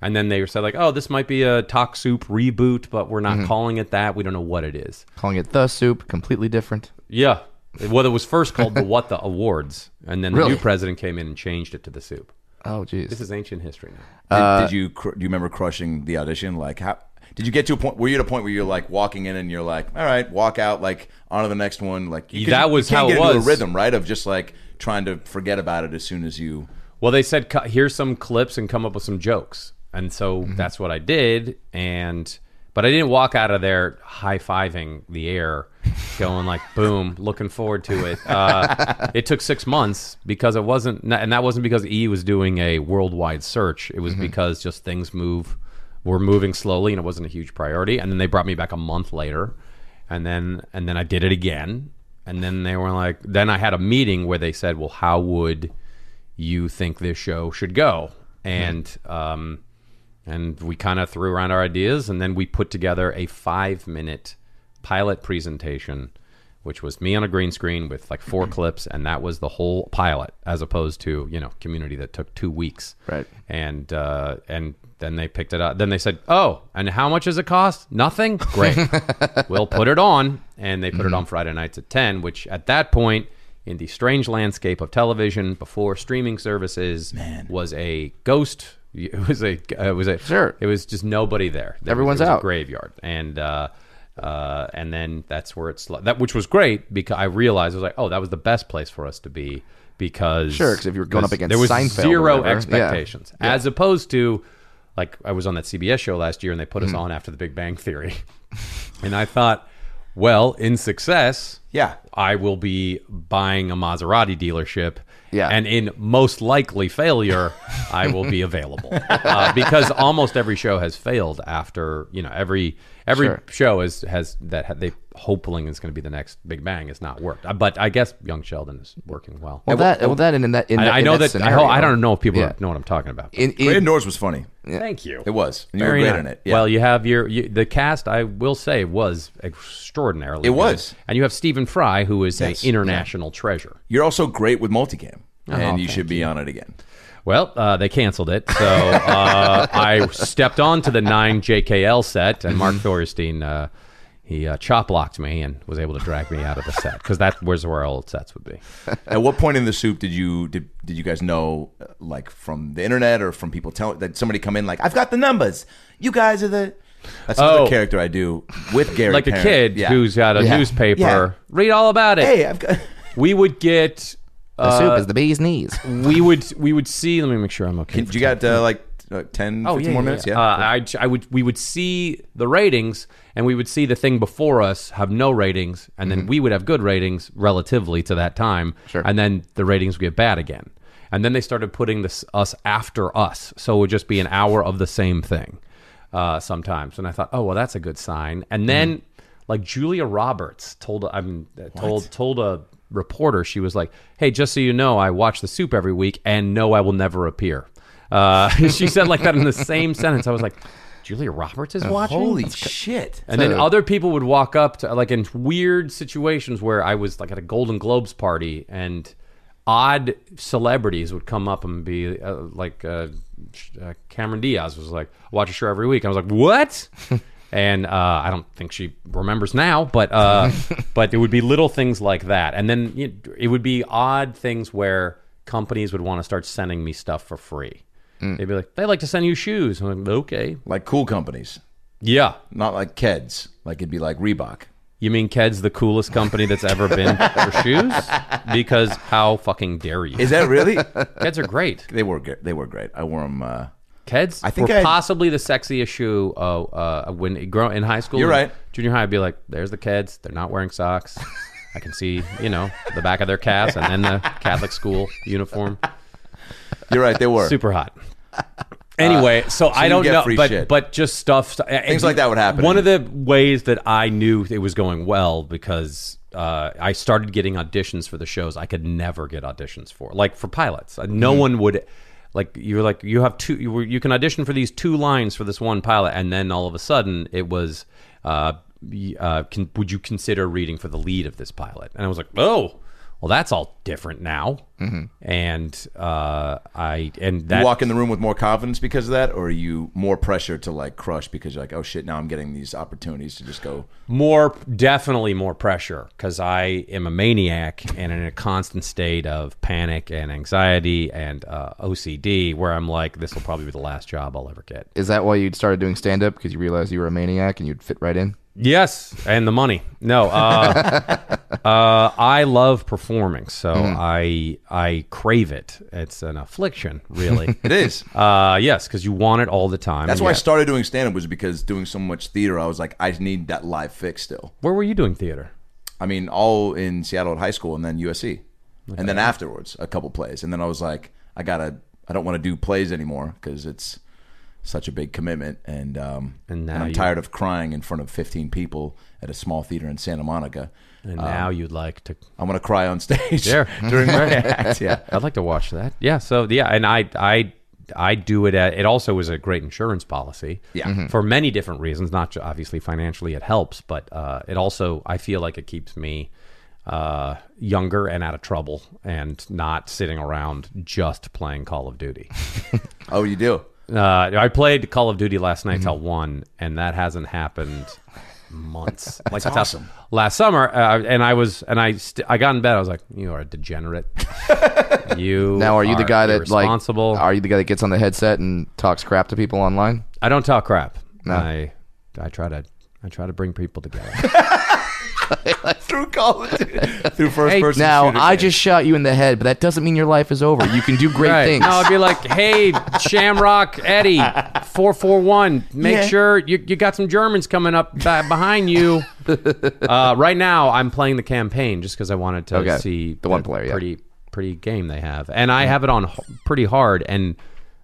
Speaker 5: And then they said like, "Oh, this might be a Talk Soup reboot, but we're
Speaker 4: Mm-hmm.
Speaker 5: not calling it that. We don't know what it is."
Speaker 6: Calling it the soup, completely different.
Speaker 5: Yeah, well, it was first called the What the Awards, and then the
Speaker 6: Really?
Speaker 5: new president came in and changed it to the Soup.
Speaker 6: Oh jeez.
Speaker 5: This is ancient history now.
Speaker 4: Did, did you cr- do you remember crushing the audition? Like how did you get to a point? Were you at a point where you're like walking in and you're like, all right, walk out, like on to the next one. Like you, 'cause
Speaker 5: That
Speaker 4: you- you
Speaker 5: was
Speaker 4: can't
Speaker 5: how
Speaker 4: get
Speaker 5: it
Speaker 4: into
Speaker 5: was.
Speaker 4: a rhythm, right? Of just like trying to forget about it as soon as you.
Speaker 5: Well, they said "Cu- here's some clips and come up with some jokes, and so that's what I did. And but I didn't walk out of there high fiving the air, going like boom, looking forward to it. Uh, it took six months because it wasn't, and that wasn't because E was doing a worldwide search. It was because just things move, were moving slowly, and it wasn't a huge priority. And then they brought me back a month later, and then and then I did it again. And then they were like, then I had a meeting where they said, well, how would you think this show should go and um and we kind of threw around our ideas and then we put together a five minute pilot presentation which was me on a green screen with like four clips and that was the whole pilot as opposed to you know community that took two weeks
Speaker 6: Right.
Speaker 5: and uh and then they picked it up then they said oh and how much does it cost nothing great we'll put it on and they put
Speaker 6: Mm-hmm.
Speaker 5: it on friday nights at 10 which at that point in the strange landscape of television before streaming services was a ghost it was a uh, it was a
Speaker 6: Sure.
Speaker 5: it was just nobody there There was-
Speaker 6: Everyone's
Speaker 5: there was a
Speaker 6: out.
Speaker 5: graveyard and uh uh, and then that's where it's that which was great because I realized I was like, oh, that was the best place for us to be because
Speaker 6: Sure, 'cause if you were going up
Speaker 5: because
Speaker 6: against
Speaker 5: there was
Speaker 6: Seinfeld or
Speaker 5: zero
Speaker 6: whatever, yeah.
Speaker 5: expectations as opposed to like I was on that CBS show last year and they put
Speaker 6: Mm-hmm.
Speaker 5: us on after The Big Bang Theory, and I thought, well, in success,
Speaker 4: Yeah.
Speaker 5: I will be buying a Maserati dealership.
Speaker 6: Yeah.
Speaker 5: And in most likely failure, I will be available uh, because almost every show has failed after you know every every
Speaker 6: Sure.
Speaker 5: show has has that ha- they hoping is going to be the next Big Bang has not worked. Uh, But I guess Young Sheldon is working well.
Speaker 6: Well, that, well, that, and in that, in
Speaker 5: I,
Speaker 6: that,
Speaker 5: I
Speaker 6: in
Speaker 5: know
Speaker 6: that
Speaker 5: that. I,
Speaker 6: scenario.
Speaker 5: ho- I don't know if people
Speaker 6: Yeah.
Speaker 5: know what I'm talking about.
Speaker 6: In,
Speaker 4: Great
Speaker 6: in,
Speaker 4: Indoors was funny.
Speaker 5: Thank you.
Speaker 4: It was. And you were
Speaker 5: Very
Speaker 4: great
Speaker 5: nice.
Speaker 4: in it. Yeah.
Speaker 5: Well, you have your you, the cast. I will say was extraordinarily.
Speaker 4: It
Speaker 5: good.
Speaker 4: was.
Speaker 5: and you have Stephen Fry, who is
Speaker 4: Yes.
Speaker 5: an international treasure.
Speaker 4: You're also great with multicam,
Speaker 5: Oh,
Speaker 4: and you should be on it again.
Speaker 5: Well, uh, they canceled it, so uh, I stepped onto the nine JKL set, and
Speaker 4: Mm-hmm.
Speaker 5: Mark Thorstein, uh, he uh, chop locked me and was able to drag me out of the set because that was where all old sets would be.
Speaker 4: At what point in the soup did you did, did you guys know, uh, like from the internet or from people telling that somebody come in like I've got the numbers. You guys are the. That's another
Speaker 5: Oh.
Speaker 4: character I do with Gary.
Speaker 5: Like a
Speaker 4: Parent.
Speaker 5: kid
Speaker 4: Yeah.
Speaker 5: who's got a
Speaker 6: Yeah.
Speaker 5: newspaper,
Speaker 4: Yeah.
Speaker 5: read all about it.
Speaker 4: Hey, I've got.
Speaker 5: We would get.
Speaker 6: the
Speaker 5: Uh,
Speaker 6: soup is the bee's knees.
Speaker 5: We would we would see. Let me make sure I'm okay.
Speaker 4: Can,
Speaker 5: for
Speaker 4: you got uh, like uh, 10, 15 more minutes? Yeah.
Speaker 5: Uh, I, I would. We would see the ratings, and we would see the thing before us have no ratings, and
Speaker 4: Mm-hmm.
Speaker 5: then we would have good ratings relatively to that time. Sure. And then the ratings would get bad again, and then they started putting this us after us, so it would just be an hour of the same thing uh, sometimes. And I thought, oh well, that's a good sign.
Speaker 4: Mm-hmm.
Speaker 5: And then, like Julia Roberts told, I mean, uh, told told a reporter, she was like, "Hey, just so you know, I watch the soup every week, and no, I will never appear." Uh, she said like that in the same sentence. I was like, "Julia Roberts is watching."
Speaker 4: Holy shit!
Speaker 5: and then other people would walk up to like in weird situations where I was like at a Golden Globes party and odd celebrities would come up and be uh, like uh, uh, Cameron Diaz was like I watch a show every week. I was like what? and uh, I don't think she remembers now, but uh, but it would be little things like that, and then you it would be odd things where companies would want to start sending me stuff for free. They'd be like, they like to send you shoes. I'm like, okay,
Speaker 4: Like cool companies,
Speaker 5: yeah.
Speaker 4: not like Keds. Like it'd be like Reebok.
Speaker 5: You mean Ked's the coolest company that's ever been for shoes? Because how fucking dare you?
Speaker 4: Is that really?
Speaker 5: Keds are great.
Speaker 4: they were gr- they were great. I wore them. Uh,
Speaker 5: Keds
Speaker 4: I think
Speaker 5: were
Speaker 4: I-
Speaker 5: possibly the sexiest shoe uh, uh, when it grow in high school.
Speaker 4: You're right.
Speaker 5: Junior high, I'd be like, "There's the Keds. They're not wearing socks. I can see, you know, the back of their calves, and then the Catholic school uniform.
Speaker 4: you're right. They were.
Speaker 5: Super hot." Anyway, so, I
Speaker 4: you
Speaker 5: don't
Speaker 4: get
Speaker 5: know,
Speaker 4: free
Speaker 5: but
Speaker 4: shit.
Speaker 5: but just stuff.
Speaker 4: Things like that would happen.
Speaker 5: One of the ways that I knew it was going well because uh, I started getting auditions for the shows I could never get auditions for, like for pilots. Uh,
Speaker 4: Mm-hmm.
Speaker 5: No one would. Like you were like you have two you, were, you can audition for these two lines for this one pilot and then all of a sudden it was uh, y- uh, can, would you consider reading for the lead of this pilot and I was like oh well that's all different now and uh, I and that
Speaker 4: Mm-hmm. you walk in the room with more confidence because of that, or are you more pressure to like crush because you're like, oh shit, now I'm getting these opportunities to just go.
Speaker 5: more definitely more pressure because i am a maniac and in a constant state of panic and anxiety and uh, ocd where i'm like this will probably be the last job i'll ever get
Speaker 6: Is that why you started doing stand up? Because you realized you were a maniac and you'd fit right in?
Speaker 5: yes and the money no uh, uh, i love performing so
Speaker 4: Hmm.
Speaker 5: i i crave it it's an affliction really
Speaker 4: It is.
Speaker 5: uh, yes because you want it all the time
Speaker 4: That's why I started doing stand up was because doing so much theater, I was like, I need that live fix still.
Speaker 5: where were you doing theater
Speaker 4: I mean, all in Seattle at high school and then USC. And then afterwards, a couple plays. And then I was like, I gotta, I don't want to do plays anymore because it's such a big commitment. And, um,
Speaker 5: And
Speaker 4: and,
Speaker 5: now
Speaker 4: I'm
Speaker 5: you-
Speaker 4: tired of crying in front of 15 people at a small theater in Santa Monica.
Speaker 5: and
Speaker 4: Um,
Speaker 5: now you'd like to
Speaker 4: I'm gonna cry on stage
Speaker 5: Sure.
Speaker 4: during my act. Yeah.
Speaker 5: I'd like to watch that. Yeah. So yeah, and I I I do it. At, it also was a great insurance policy. Mm-hmm.
Speaker 4: Yeah. Mhm.
Speaker 5: For many different reasons, not ju- obviously financially, it helps, but uh, it also I feel like it keeps me uh, younger and out of trouble and not sitting around just playing Call of Duty.
Speaker 4: Oh, you do.
Speaker 5: Uh, I played Call of Duty last night
Speaker 6: Mm-hmm.
Speaker 5: till one, and that hasn't happened months. like that's awesome. Last summer, uh, and I was, and I, st- I got in bed. I was like, "You are a degenerate. you
Speaker 6: Now, are you the guy that, like,
Speaker 5: irresponsible.
Speaker 6: are you the guy that gets on the headset and talks crap to people online?
Speaker 5: I don't talk crap. I, I try to, I try to bring people together.
Speaker 4: through Call of Duty, through first person.
Speaker 6: Now,
Speaker 4: shooter
Speaker 6: I
Speaker 4: games.
Speaker 6: just shot you in the head, but that doesn't mean your life is over. You can do great
Speaker 5: right.
Speaker 6: things.
Speaker 5: No, I'd be like, hey, Shamrock, Eddie, 441, make sure you, you got some Germans coming up ba- behind you. uh, right now, I'm playing the campaign just because I wanted to
Speaker 6: Okay.
Speaker 5: see
Speaker 6: The one player, yeah.
Speaker 5: pretty, pretty game they have. And I have it on h- pretty hard, and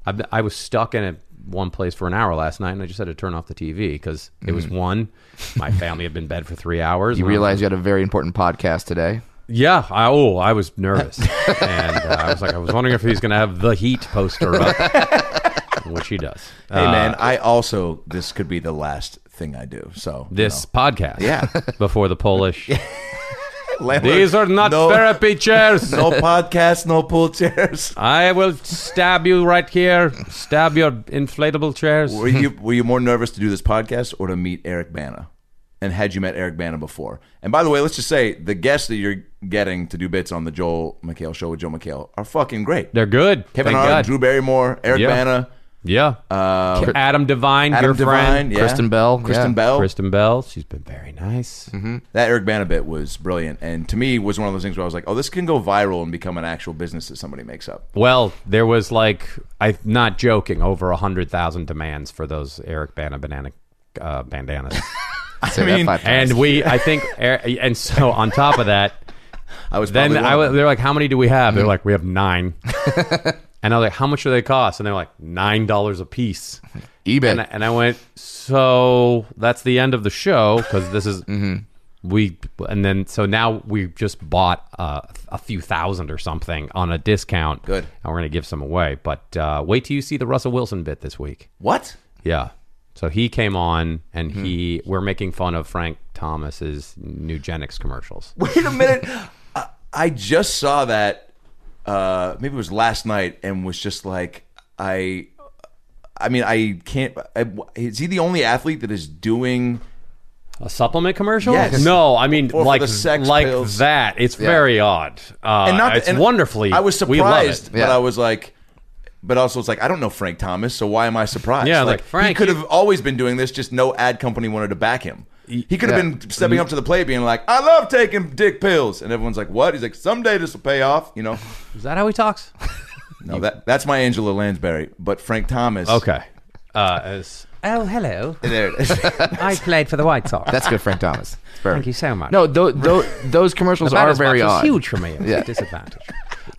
Speaker 5: I've, I was stuck in a one place for an hour last night, and I just had to turn off the TV because it was one. My family had been in bed for three hours.
Speaker 6: Mm.
Speaker 5: and I
Speaker 6: You
Speaker 5: was
Speaker 6: realize you had a very important podcast today.
Speaker 5: yeah. I, oh, I was nervous, and uh, I was like, I was wondering if he's going to have the heat poster up, which he does. Uh,
Speaker 4: Hey man, I also this could be the last thing I do. So you
Speaker 5: this podcast,
Speaker 4: Yeah.
Speaker 5: before the Polish.
Speaker 4: know. Landlord,
Speaker 5: These are not
Speaker 4: no,
Speaker 5: therapy chairs.
Speaker 4: No podcast, no pool chairs.
Speaker 5: I will stab you right here. Stab your inflatable chairs.
Speaker 4: Were you were you more nervous to do this podcast or to meet Eric Bana? And had you met Eric Bana before? And by the way, let's just say the guests that you're getting to do bits on the Joel McHale show with Joe McHale are fucking great.
Speaker 5: They're good.
Speaker 4: Kevin
Speaker 5: Thank
Speaker 4: Hart,
Speaker 5: God.
Speaker 4: Drew Barrymore, Eric
Speaker 5: Yeah.
Speaker 4: Bana,
Speaker 5: Yeah.
Speaker 4: uh,
Speaker 5: Adam Devine,
Speaker 4: Adam
Speaker 5: your
Speaker 4: Devine,
Speaker 5: friend.
Speaker 4: yeah.
Speaker 6: Kristen Bell,
Speaker 4: Kristen
Speaker 6: yeah.
Speaker 4: Bell.
Speaker 5: Kristen Bell. She's been very nice.
Speaker 4: Mm-hmm. That Eric Bana bit was brilliant, and to me was one of those things where I was like, "Oh, this can go viral and become an actual business that somebody makes up."
Speaker 5: Well, there was like, I'm not joking, over 100,000 demands for those Eric Bana banana uh, bandanas.
Speaker 6: Say that five times.
Speaker 5: and we, I think, er, and so on top of that,
Speaker 4: I was
Speaker 5: then
Speaker 4: probably one Mm-hmm.
Speaker 5: I, wa-
Speaker 4: of them.
Speaker 5: they're like, how many do we have? They're like, we have nine. and I was like, how much do they cost? And they're like, $9 a piece.
Speaker 6: eBay.
Speaker 5: and I, and I went, so that's the end of the show because this is
Speaker 4: Mm-hmm.
Speaker 5: we and then so now we just bought uh, a few thousand or something on a discount.
Speaker 4: Good.
Speaker 5: and we're gonna give some away. But uh, wait till you see the Russell Wilson bit this week.
Speaker 4: what?
Speaker 5: Yeah. So he came on and
Speaker 4: Hmm.
Speaker 5: he we're making fun of Frank Thomas's Nugenics commercials.
Speaker 4: Wait a minute. I, I just saw that. Uh, maybe it was last night, and was just like, I. I mean, I can't. I, is he the only athlete that is doing?
Speaker 5: A supplement commercial?
Speaker 4: Yes.
Speaker 5: No, I mean
Speaker 4: Or for
Speaker 5: like
Speaker 4: the sex
Speaker 5: like
Speaker 4: pills.
Speaker 5: that. It's very odd. Uh, it's
Speaker 4: and
Speaker 5: wonderfully.
Speaker 4: I was
Speaker 5: we love it.
Speaker 4: surprised, but
Speaker 6: Yeah.
Speaker 4: I was like. But also, it's like I don't know Frank Thomas, so why am I surprised?
Speaker 5: Yeah, like,
Speaker 4: he
Speaker 5: Frank,
Speaker 4: could
Speaker 5: you-
Speaker 4: have always been doing this. Just no ad company wanted to back him. He could have
Speaker 6: Yeah.
Speaker 4: been stepping up to the plate, being like, "I love taking dick pills," and everyone's like, "What?" He's like, "Someday this will pay off," you know.
Speaker 5: Is that how he talks?
Speaker 4: No, that that's my Angela Lansbury, but Frank Thomas.
Speaker 5: Okay. Uh, as, oh, hello.
Speaker 4: there it is.
Speaker 5: I played for the White Sox.
Speaker 6: That's good, Frank Thomas. It's fair.
Speaker 5: Thank you so much.
Speaker 6: No, tho- tho- those commercials are very odd.
Speaker 5: huge for me. It was a disadvantage.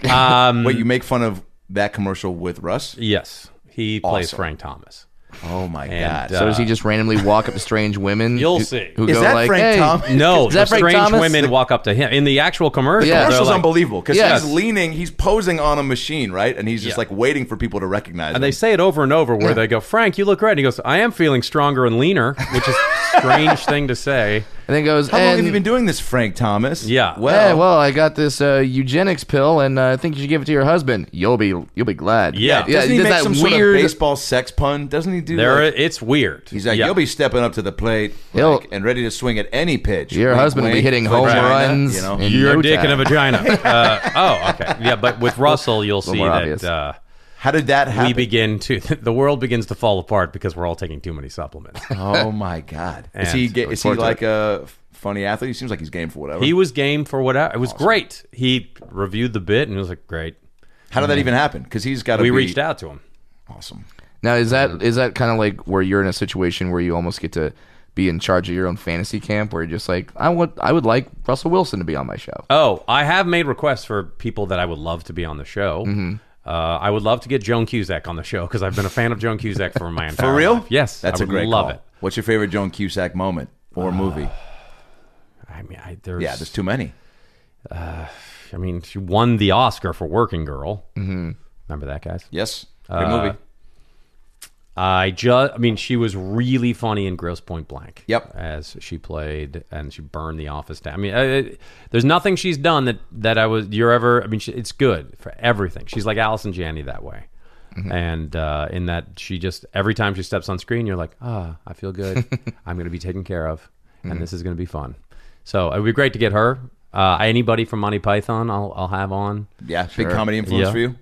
Speaker 5: Um,
Speaker 4: Wait, you make fun of that commercial with Russ?
Speaker 5: yes, he plays
Speaker 4: Awesome.
Speaker 5: Frank Thomas.
Speaker 4: Oh my
Speaker 5: And,
Speaker 4: god!
Speaker 5: uh,
Speaker 6: So does he just randomly walk up to strange women?
Speaker 5: You'll
Speaker 6: who-
Speaker 5: see.
Speaker 6: Who
Speaker 4: is
Speaker 6: go
Speaker 4: that
Speaker 6: like,
Speaker 4: Frank
Speaker 6: "Hey."
Speaker 4: Thomas?
Speaker 5: No,
Speaker 6: Is that
Speaker 5: the
Speaker 6: Frank
Speaker 5: strange
Speaker 6: Thomas?
Speaker 5: women walk up to him in the actual commercial.
Speaker 6: Yeah.
Speaker 5: they're
Speaker 4: commercial's
Speaker 5: like-
Speaker 4: unbelievable because
Speaker 6: Yes.
Speaker 4: he's leaning, he's posing on a machine, right? And he's just
Speaker 5: Yeah.
Speaker 4: like waiting for people to recognize
Speaker 5: And
Speaker 4: him.
Speaker 5: they say it over and over where they go, Frank, you look great. And he goes, I am feeling stronger and leaner, which is a strange thing to say.
Speaker 6: And then goes,
Speaker 4: How long have
Speaker 6: "And,
Speaker 4: you been doing this, Frank Thomas?
Speaker 5: Yeah.
Speaker 4: Well,
Speaker 6: hey, well, I got this uh, eugenics pill, and uh, I think you should give it to your husband. You'll be, you'll be glad.
Speaker 5: Yeah.
Speaker 6: yeah.
Speaker 4: doesn't he
Speaker 6: does
Speaker 4: make
Speaker 6: that
Speaker 4: some sort of
Speaker 6: weird?
Speaker 4: baseball sex pun? Doesn't he do?
Speaker 5: There,
Speaker 4: like-
Speaker 5: it's weird.
Speaker 4: he's like,
Speaker 5: Yeah.
Speaker 4: you'll be stepping up to the plate,
Speaker 6: He'll-
Speaker 4: like, and ready to swing at any pitch.
Speaker 6: Your
Speaker 4: Wink,
Speaker 6: husband will be
Speaker 4: wink,
Speaker 6: hitting
Speaker 4: vagina,
Speaker 6: home runs.
Speaker 4: You know,
Speaker 6: in
Speaker 5: You're
Speaker 6: no
Speaker 5: dick
Speaker 6: time.
Speaker 5: and a vagina. Uh, oh, okay. Yeah, but with Russell, you'll see
Speaker 6: more
Speaker 5: that.
Speaker 6: obvious.
Speaker 5: Uh,
Speaker 4: how did that
Speaker 5: we
Speaker 4: happen?
Speaker 5: begin to the world begins to fall apart because we're all taking too many supplements.
Speaker 4: oh my god! Is
Speaker 5: And-
Speaker 4: he ga- is he
Speaker 6: Unfortunate.
Speaker 4: like a funny athlete? He seems like he's game for whatever.
Speaker 5: he was game for whatever. It was great. He reviewed the bit and it was like, "Great."
Speaker 4: how did that even happen? Because he's got.
Speaker 5: Mm. We reached out to him.
Speaker 4: Awesome.
Speaker 6: Now is that is that kind of like where you're in a situation where you almost get to be in charge of your own fantasy camp, where you're just like, I would I would like Russell Wilson to be on my show.
Speaker 5: Oh, I have made requests for people that I would love to be on the show.
Speaker 4: Mm-hmm.
Speaker 5: Uh, I would love to get Joan Cusack on the show because I've been a fan of Joan Cusack for my entire
Speaker 4: For real?
Speaker 5: life. Yes,
Speaker 4: Uh, that's
Speaker 5: I
Speaker 4: a
Speaker 5: would
Speaker 4: great
Speaker 5: Love
Speaker 4: call.
Speaker 5: it.
Speaker 4: What's your favorite Joan Cusack moment or movie?
Speaker 5: I mean, I, there's,
Speaker 4: Yeah, there's too many.
Speaker 5: I mean, she won the Oscar for Working Girl. Mm-hmm. Remember that, guys?
Speaker 4: Yes, great
Speaker 5: Uh,
Speaker 4: movie.
Speaker 5: I just, I mean, she was really funny in Gross Point Blank.
Speaker 4: Yep.
Speaker 5: As she played and she burned the office down. I mean, I, I- there's nothing she's done that that I was you're ever. I mean, she, it's good for everything. She's like Allison Janney that way, and uh, in that she just every time she steps on screen, you're like, ah, I feel good. I'm going to be taken care of, and this is going to be fun. So it would be great to get her. Uh, anybody from Monty Python, I'll I'll have on.
Speaker 4: Yeah, big comedy influence
Speaker 5: Yeah.
Speaker 4: for you?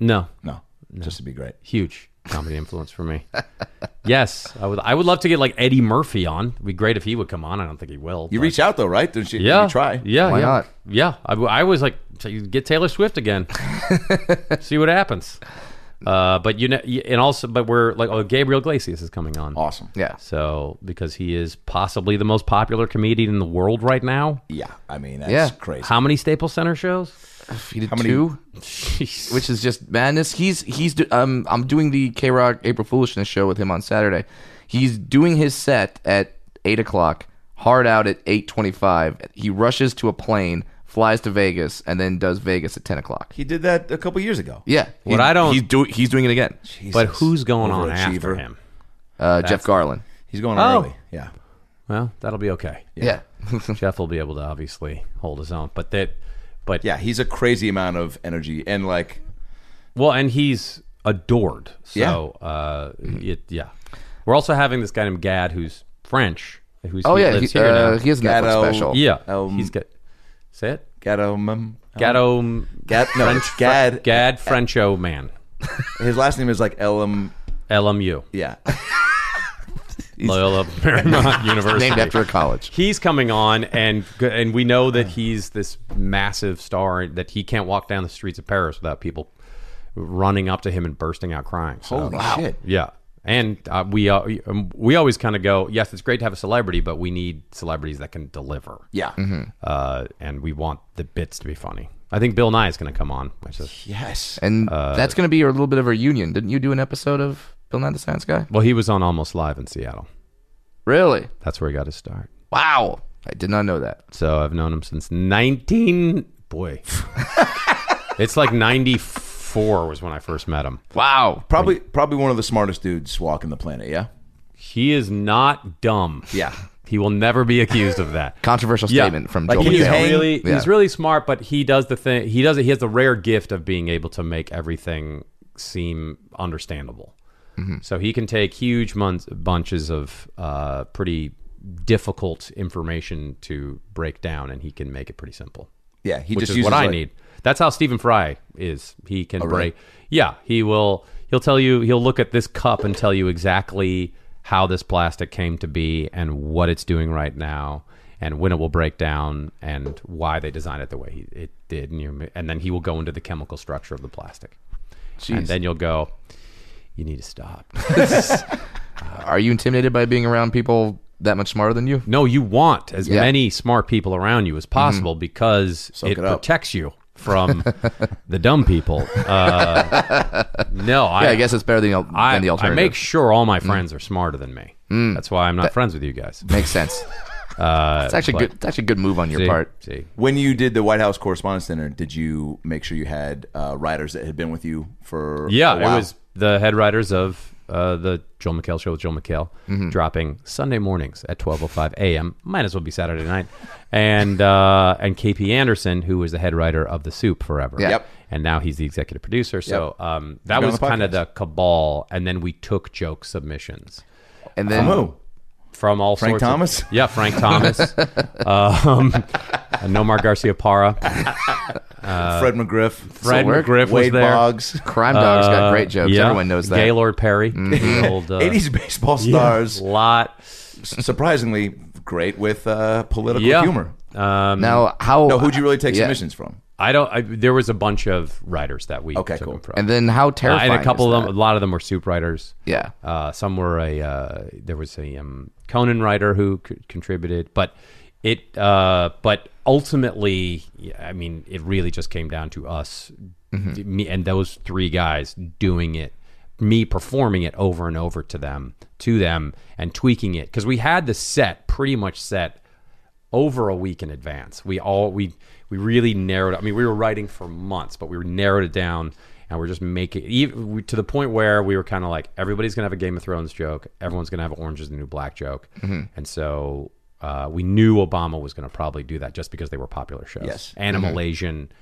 Speaker 5: No,
Speaker 4: No, just to be great.
Speaker 5: huge comedy influence for me. yes, I would. I would love to get like Eddie Murphy on. It'd be great if he would come on. I don't think he will.
Speaker 4: You
Speaker 5: but-
Speaker 4: reach out though, right? Didn't you,
Speaker 5: Yeah.
Speaker 4: you try.
Speaker 5: Yeah.
Speaker 6: Why
Speaker 5: yeah.
Speaker 6: not?
Speaker 5: Yeah. I, w- I was like, "T- get Taylor Swift again. See what happens. Uh, but you know, and also, but we're like, oh, Gabriel Glacius is coming on.
Speaker 4: Awesome.
Speaker 6: Yeah.
Speaker 5: So because he is possibly the most popular comedian in the world right now.
Speaker 4: Yeah. I mean, that's
Speaker 6: Yeah.
Speaker 4: crazy.
Speaker 5: How many Staples Center shows?
Speaker 6: He did
Speaker 4: How many-
Speaker 6: two,
Speaker 5: Jeez.
Speaker 6: which is just madness. He's he's do, um I'm doing the K Rock April Foolishness show with him on Saturday. He's doing his set at eight o'clock, hard out at eight twenty five. He rushes to a plane, flies to Vegas, and then does Vegas at ten o'clock.
Speaker 4: he did that a couple years ago.
Speaker 6: Yeah,
Speaker 5: What
Speaker 6: He-
Speaker 5: I don't-
Speaker 6: he's do he's doing it again.
Speaker 5: but who's going on after
Speaker 4: Overachiever.
Speaker 5: him?
Speaker 6: Uh, Jeff Garland.
Speaker 4: He's going
Speaker 5: Oh.
Speaker 4: early. Yeah.
Speaker 5: Well, that'll be okay.
Speaker 6: Yeah.
Speaker 5: Jeff will be able to obviously hold his own, but that, but
Speaker 4: Yeah. He's a crazy amount of energy and like
Speaker 5: Well, and he's adored.
Speaker 4: Yeah.
Speaker 5: So, uh, it, yeah. We're also having this guy named Gad who's French. Who's,
Speaker 6: Oh
Speaker 5: he
Speaker 6: yeah,
Speaker 5: lives
Speaker 6: he,
Speaker 5: here
Speaker 6: uh,
Speaker 5: now.
Speaker 6: he has a Netflix
Speaker 4: Gatto.
Speaker 6: special.
Speaker 5: yeah.
Speaker 4: um,
Speaker 5: he's got. Say it.
Speaker 4: Gatto. Um,
Speaker 5: Gatto.
Speaker 4: Gad, no, it's Gad.
Speaker 5: Gad Frencho man.
Speaker 4: His last name is like Elm.
Speaker 5: LMU.
Speaker 4: Yeah.
Speaker 5: Loyola Marymount University.
Speaker 6: Named after a college.
Speaker 5: He's coming on, and and we know that he's this massive star that he can't walk down the streets of Paris without people running up to him and bursting out crying. So,
Speaker 4: Holy shit.
Speaker 5: Yeah, and uh, we uh, um, we always kind of go, yes, it's great to have a celebrity, but we need celebrities that can deliver.
Speaker 4: Yeah.
Speaker 5: uh, and we want the bits to be funny. I think Bill Nye is going to come on. Which is,
Speaker 4: Yes.
Speaker 6: And
Speaker 5: Uh,
Speaker 6: that's going to be a little bit of a reunion. Didn't you do an episode of Bill Nye the Science Guy?
Speaker 5: well, he was on Almost Live in Seattle.
Speaker 6: Really?
Speaker 5: That's where he got his start.
Speaker 6: Wow. I did not know that.
Speaker 5: So I've known him since 19. Boy, it's like 94 was when I first met him.
Speaker 6: Wow.
Speaker 4: Probably, probably one of the smartest dudes walking the planet. Yeah.
Speaker 5: He is not dumb.
Speaker 4: Yeah.
Speaker 5: He will never be accused of that.
Speaker 6: Controversial statement from
Speaker 5: like
Speaker 6: Joel
Speaker 5: he's
Speaker 6: McHale.
Speaker 5: really
Speaker 6: Yeah.
Speaker 5: he's really smart, but he does the thing. He does it. He has the rare gift of being able to make everything seem understandable.
Speaker 6: Mm-hmm.
Speaker 5: So he can take huge mun- bunches of uh, pretty difficult information to break down, and he can make it pretty simple.
Speaker 4: Yeah. He
Speaker 5: which
Speaker 4: just
Speaker 5: is
Speaker 4: uses
Speaker 5: what I
Speaker 4: like- Oh,
Speaker 5: need. That's how Stephen Fry is. He can
Speaker 4: really?
Speaker 5: break. Yeah, he will. He'll tell you. He'll look at this cup and tell you exactly how this plastic came to be and what it's doing right now, and when it will break down, and why they designed it the way he, it did. And, you, and then he will go into the chemical structure of the plastic, and
Speaker 6: Jeez.
Speaker 5: then you'll go. You need to stop.
Speaker 6: Are you intimidated by being around people that much smarter than you?
Speaker 5: No, you want as
Speaker 6: Yeah. Mm-hmm.
Speaker 5: many smart people around you as possible because it,
Speaker 4: it up.
Speaker 5: protects you from the dumb people. Uh, no,
Speaker 6: Yeah,
Speaker 5: I,
Speaker 6: I guess it's better than, the- than
Speaker 5: I,
Speaker 6: the
Speaker 5: I
Speaker 6: alternative. Mm.
Speaker 5: make sure all my friends are smarter than me. That's why I'm not friends with you guys.
Speaker 6: Makes sense. it's actually good. It's actually a good move on your
Speaker 5: Uh, See?
Speaker 6: part.
Speaker 5: See?
Speaker 4: When you did the White House Correspondence Dinner, did you make sure you had uh, writers that had been with you for?
Speaker 5: Yeah,
Speaker 4: a while?
Speaker 5: it was the head writers of uh, the Joel McHale show with Joel McHale,
Speaker 4: Mm-hmm.
Speaker 5: dropping Sunday mornings at 12:05 a.m. Might as well be Saturday night, and uh, and KP Anderson, who was the head writer of The Soup forever.
Speaker 4: Yep.
Speaker 5: And now he's the executive producer. So
Speaker 4: Yep.
Speaker 5: um, that
Speaker 4: Been on
Speaker 5: was
Speaker 4: the
Speaker 5: kind of
Speaker 4: podcast.
Speaker 5: the cabal, and then we took joke submissions
Speaker 6: And then
Speaker 4: Who?
Speaker 5: from all
Speaker 4: Frank
Speaker 5: sorts of-
Speaker 4: Thomas?
Speaker 5: yeah, Frank Thomas, um, Nomar Garcia Parra,
Speaker 4: Fred McGriff,
Speaker 5: uh, Fred
Speaker 6: work.
Speaker 5: McGriff was
Speaker 4: Wade
Speaker 5: there.
Speaker 4: Boggs,
Speaker 6: Crime Dogs got
Speaker 5: Uh,
Speaker 6: great jokes.
Speaker 5: yeah.
Speaker 6: Everyone knows that.
Speaker 5: Gaylord Perry, the old uh,
Speaker 4: eighties baseball Mm-hmm. stars.
Speaker 5: lot.
Speaker 4: Surprisingly great with uh, political
Speaker 5: Yeah.
Speaker 4: humor.
Speaker 5: Um,
Speaker 6: Now, how?
Speaker 4: No, who'd you really take
Speaker 6: Yeah.
Speaker 4: submissions from?
Speaker 5: I don't. I, there was a bunch of writers that we
Speaker 4: Okay,
Speaker 5: took
Speaker 4: cool.
Speaker 5: them from,
Speaker 6: And then how
Speaker 5: Uh,
Speaker 6: terrifying?
Speaker 5: and a couple
Speaker 6: is
Speaker 5: of them.
Speaker 6: that?
Speaker 5: A lot of them were soup writers.
Speaker 6: Yeah.
Speaker 5: Uh, some were a. Uh, there was a um, Conan writer who c- contributed, but it. Uh, but ultimately, yeah, I mean, it really just came down to us,
Speaker 6: Mm-hmm.
Speaker 5: d- me and those three guys doing it, me performing it over and over to them, to them, and tweaking it because we had the set pretty much set over a week in advance. We all we we really narrowed. I mean, we were writing for months, but we were narrowed it down, and we're just making even we, to the point where we were kind of like everybody's gonna have a Game of Thrones joke, everyone's gonna have an Orange is the New Black joke,
Speaker 6: Mm-hmm.
Speaker 5: and so uh, we knew Obama was gonna probably do that just because they were popular shows.
Speaker 4: Yes.
Speaker 5: and
Speaker 6: Mm-hmm.
Speaker 5: a Malaysian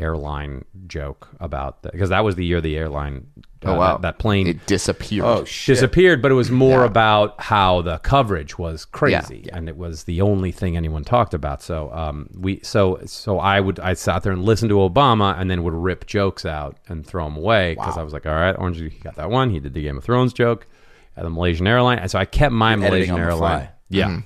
Speaker 5: airline joke about that because that was the year the airline uh,
Speaker 6: oh wow,
Speaker 5: that, that plane
Speaker 6: it disappeared.
Speaker 4: Oh shit!
Speaker 5: disappeared, but it was more about how the coverage was crazy, and it was the only thing anyone talked about. So um, we, so so I would I sat there and listened to Obama, and then would rip jokes out and throw them away because I was like, all right, Orange, he got that one. He did the Game of Thrones joke, at the Malaysian airline, and so I kept my
Speaker 4: editing
Speaker 5: Malaysian
Speaker 4: on the
Speaker 5: airline.
Speaker 4: fly. Mm-hmm.
Speaker 5: Yeah.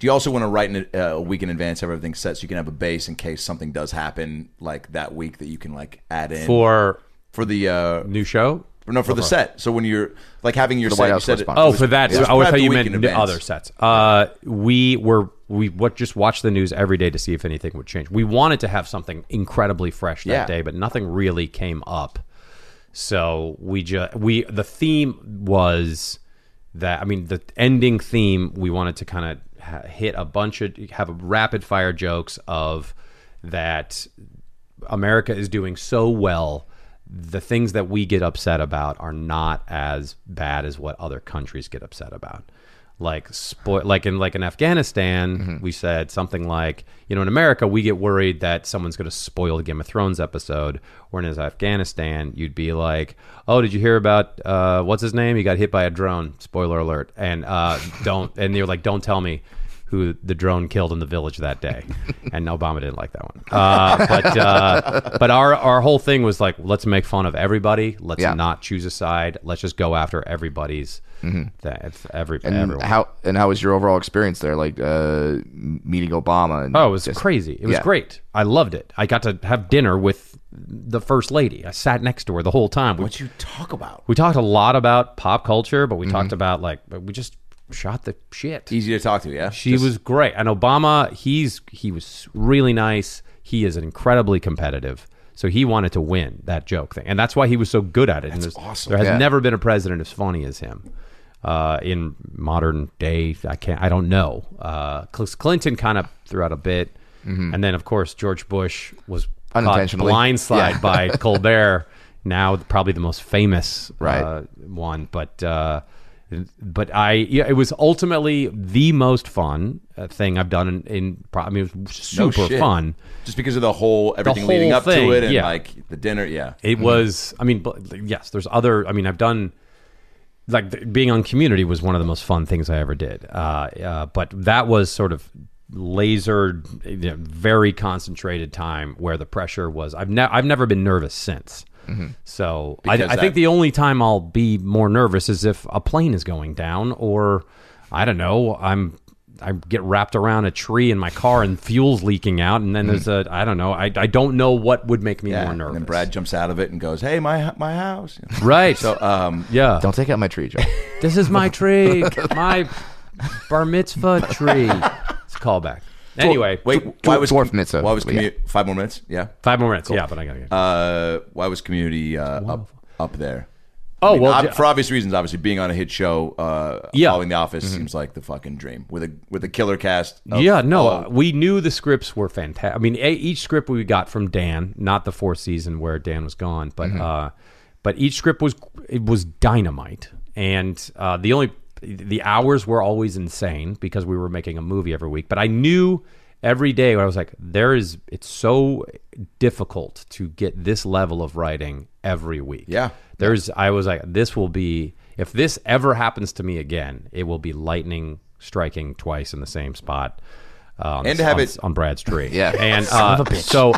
Speaker 4: Do you also want to write in a, a week in advance have everything set so you can have a base in case something does happen like that week that you can like add in
Speaker 5: For
Speaker 4: for the uh,
Speaker 5: new show,
Speaker 4: No, for the set. So when you're like having your
Speaker 6: the
Speaker 4: set,
Speaker 6: White
Speaker 4: you
Speaker 6: House
Speaker 4: said it-
Speaker 6: correspondent.
Speaker 4: it
Speaker 5: Oh,
Speaker 4: was-
Speaker 5: for that,
Speaker 4: it was
Speaker 5: I always
Speaker 4: prepped
Speaker 5: thought
Speaker 4: a
Speaker 5: you
Speaker 4: week in
Speaker 5: meant the
Speaker 4: advance.
Speaker 5: other sets. Uh, we were we what just watched the news every day to see if anything would change. We wanted to have something incredibly fresh that
Speaker 4: Yeah.
Speaker 5: day, but nothing really came up. So we just we the theme was that I mean the ending theme we wanted to kind of ha- hit a bunch of have a rapid fire jokes of that America is doing so well, the things that we get upset about are not as bad as what other countries get upset about. Like spo- like in like in Afghanistan, we said something like, you know, in America we get worried that someone's going to spoil the Game of Thrones episode. Whereas in Afghanistan, you'd be like, oh, did you hear about uh, what's his name? He got hit by a drone. Spoiler alert. And uh, don't and you're like, don't tell me who the drone killed in the village that day, and Obama didn't like that one. Uh, but uh, but our our whole thing was like, let's make fun of everybody. Let's
Speaker 6: Yeah.
Speaker 5: not choose a side. Let's just go after everybody's that every
Speaker 6: Mm-hmm. And
Speaker 5: everyone.
Speaker 6: how and how was your overall experience there? Like uh, meeting Obama? And
Speaker 5: Oh, it was
Speaker 6: just-
Speaker 5: crazy. It was
Speaker 6: yeah.
Speaker 5: great. I loved it. I got to have dinner with the first lady. I sat next to her the whole time. We,
Speaker 4: What you talk about?
Speaker 5: we talked a lot about pop culture, but we
Speaker 6: Mm-hmm.
Speaker 5: talked about like we just shot the shit.
Speaker 4: Easy to talk to, yeah.
Speaker 5: She was great. And Obama, he's he was really nice. He is incredibly competitive. So he wanted to win that joke thing. And that's why he was so good at it. and there's-
Speaker 4: awesome.
Speaker 5: There has
Speaker 6: Yeah.
Speaker 5: never been a president as funny as him. Uh, in modern day, I can't. I don't know. Uh, Cl- Clinton kind of threw out a bit, and then of course George Bush was caught
Speaker 6: Mm-hmm. Unintentionally.
Speaker 5: blindsided
Speaker 6: Yeah.
Speaker 5: by Colbert. Now probably the most famous
Speaker 6: Right.
Speaker 5: uh, one, but uh, but I yeah, it was ultimately the most fun uh, thing I've done in, in pro- I mean it was
Speaker 4: No
Speaker 5: super
Speaker 4: shit.
Speaker 5: fun.
Speaker 4: Just because of the whole everything
Speaker 5: whole
Speaker 4: leading up
Speaker 5: thing,
Speaker 4: to it and
Speaker 5: yeah.
Speaker 4: like the dinner, yeah.
Speaker 5: It was I mean but, yes, there's other I mean I've done like th- being on community was one of the most fun things I ever did. Uh, uh, but that was sort of lasered, you know, very concentrated time where the pressure was. I've ne- I've never been nervous since. So I,
Speaker 4: Mm-hmm. Because
Speaker 5: I think
Speaker 4: that-
Speaker 5: the only time I'll be more nervous is if a plane is going down, or I don't know, I'm I get wrapped around a tree in my car and fuel's leaking out, and then there's a I don't know, I, I don't know what would make me
Speaker 4: Mm-hmm. yeah.
Speaker 5: more
Speaker 4: And
Speaker 5: nervous.
Speaker 4: then Brad jumps out of it and goes, "Hey, my my house."
Speaker 5: right?
Speaker 4: So, um,
Speaker 5: yeah,
Speaker 6: Don't take out my tree, Joe.
Speaker 5: This is my tree, my bar mitzvah tree. It's a callback. Anyway,
Speaker 4: wait,
Speaker 6: Dw-
Speaker 4: why was
Speaker 6: dwarf mitzvah.
Speaker 4: Why was
Speaker 6: But yeah.
Speaker 4: commu- five more minutes? Yeah.
Speaker 5: five more minutes. Yeah, but I gotta go.
Speaker 4: Uh, why was community uh, up up there?
Speaker 5: oh
Speaker 4: mean,
Speaker 5: well,
Speaker 4: ob-
Speaker 5: j-
Speaker 4: for obvious reasons, obviously being on a hit show, uh,
Speaker 5: Yeah. Mm-hmm.
Speaker 4: following The Office seems like the fucking dream with a with a killer cast. of-
Speaker 5: yeah, no,
Speaker 4: of-
Speaker 5: uh, we knew the scripts were fantastic. I mean, a- each script we got from Dan, not the fourth season where Dan was gone, but
Speaker 4: Mm-hmm.
Speaker 5: uh, but each script was it was dynamite, and uh, the only the hours were always insane because we were making a movie every week. But I knew every day when I was like, there is it's so difficult to get this level of writing every week.
Speaker 4: Yeah.
Speaker 5: There's I was like, this will be if this ever happens to me again, it will be lightning striking twice in the same spot. Uh, on
Speaker 4: And
Speaker 5: the-
Speaker 4: to have
Speaker 5: on,
Speaker 4: it-
Speaker 5: on Brad's tree,
Speaker 6: Yeah.
Speaker 5: and uh, so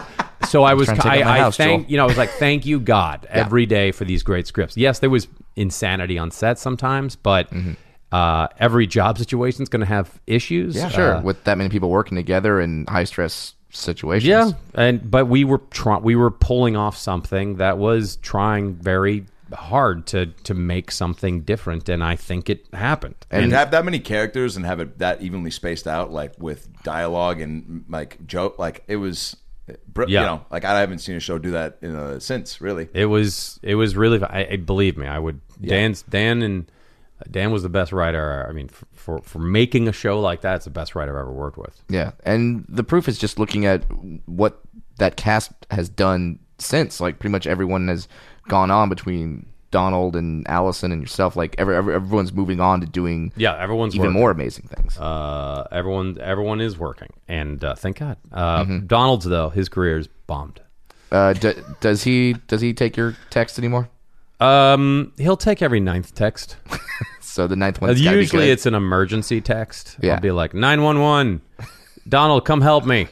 Speaker 5: so I was
Speaker 6: trying to take
Speaker 5: I,
Speaker 6: out my
Speaker 5: I
Speaker 6: house,
Speaker 5: thank
Speaker 6: Joel.
Speaker 5: you know I was like thank you God every day for these great scripts. Yes, there was insanity on set sometimes, but
Speaker 4: Mm-hmm.
Speaker 5: uh, every job situation is going to have issues. Uh, Yeah,
Speaker 6: sure. Uh, With that many people working together in high stress situations.
Speaker 5: yeah, and but we were try- we were pulling off something that was trying very hard to to make something different, and I think it happened.
Speaker 4: and to have that many characters and have it that evenly spaced out, like with dialogue and like joke, like it was, br-
Speaker 5: Yeah.
Speaker 4: you know, like I haven't seen a show do that in a, since really.
Speaker 5: It was it was really. I, I believe me. I would Dan's Dan and uh, Dan was the best writer. I mean, for, for for making a show like that, it's the best writer I've ever worked with.
Speaker 6: Yeah, and the proof is just looking at what that cast has done since. Like pretty much everyone has gone on between Donald and Allison and yourself. Like every, every everyone's moving on to doing
Speaker 5: Yeah, everyone's
Speaker 6: even
Speaker 5: working.
Speaker 6: more amazing things.
Speaker 5: Uh, everyone everyone is working, and uh, thank God. Uh,
Speaker 6: Mm-hmm.
Speaker 5: Donald's though his career is bombed.
Speaker 6: Uh, d- does he does he take your text anymore?
Speaker 5: Um, he'll take every ninth text.
Speaker 6: So the ninth one's gotta be
Speaker 5: Uh, Usually
Speaker 6: good.
Speaker 5: it's an emergency text.
Speaker 6: Yeah.
Speaker 5: I'll be like, 911, Donald, come help me.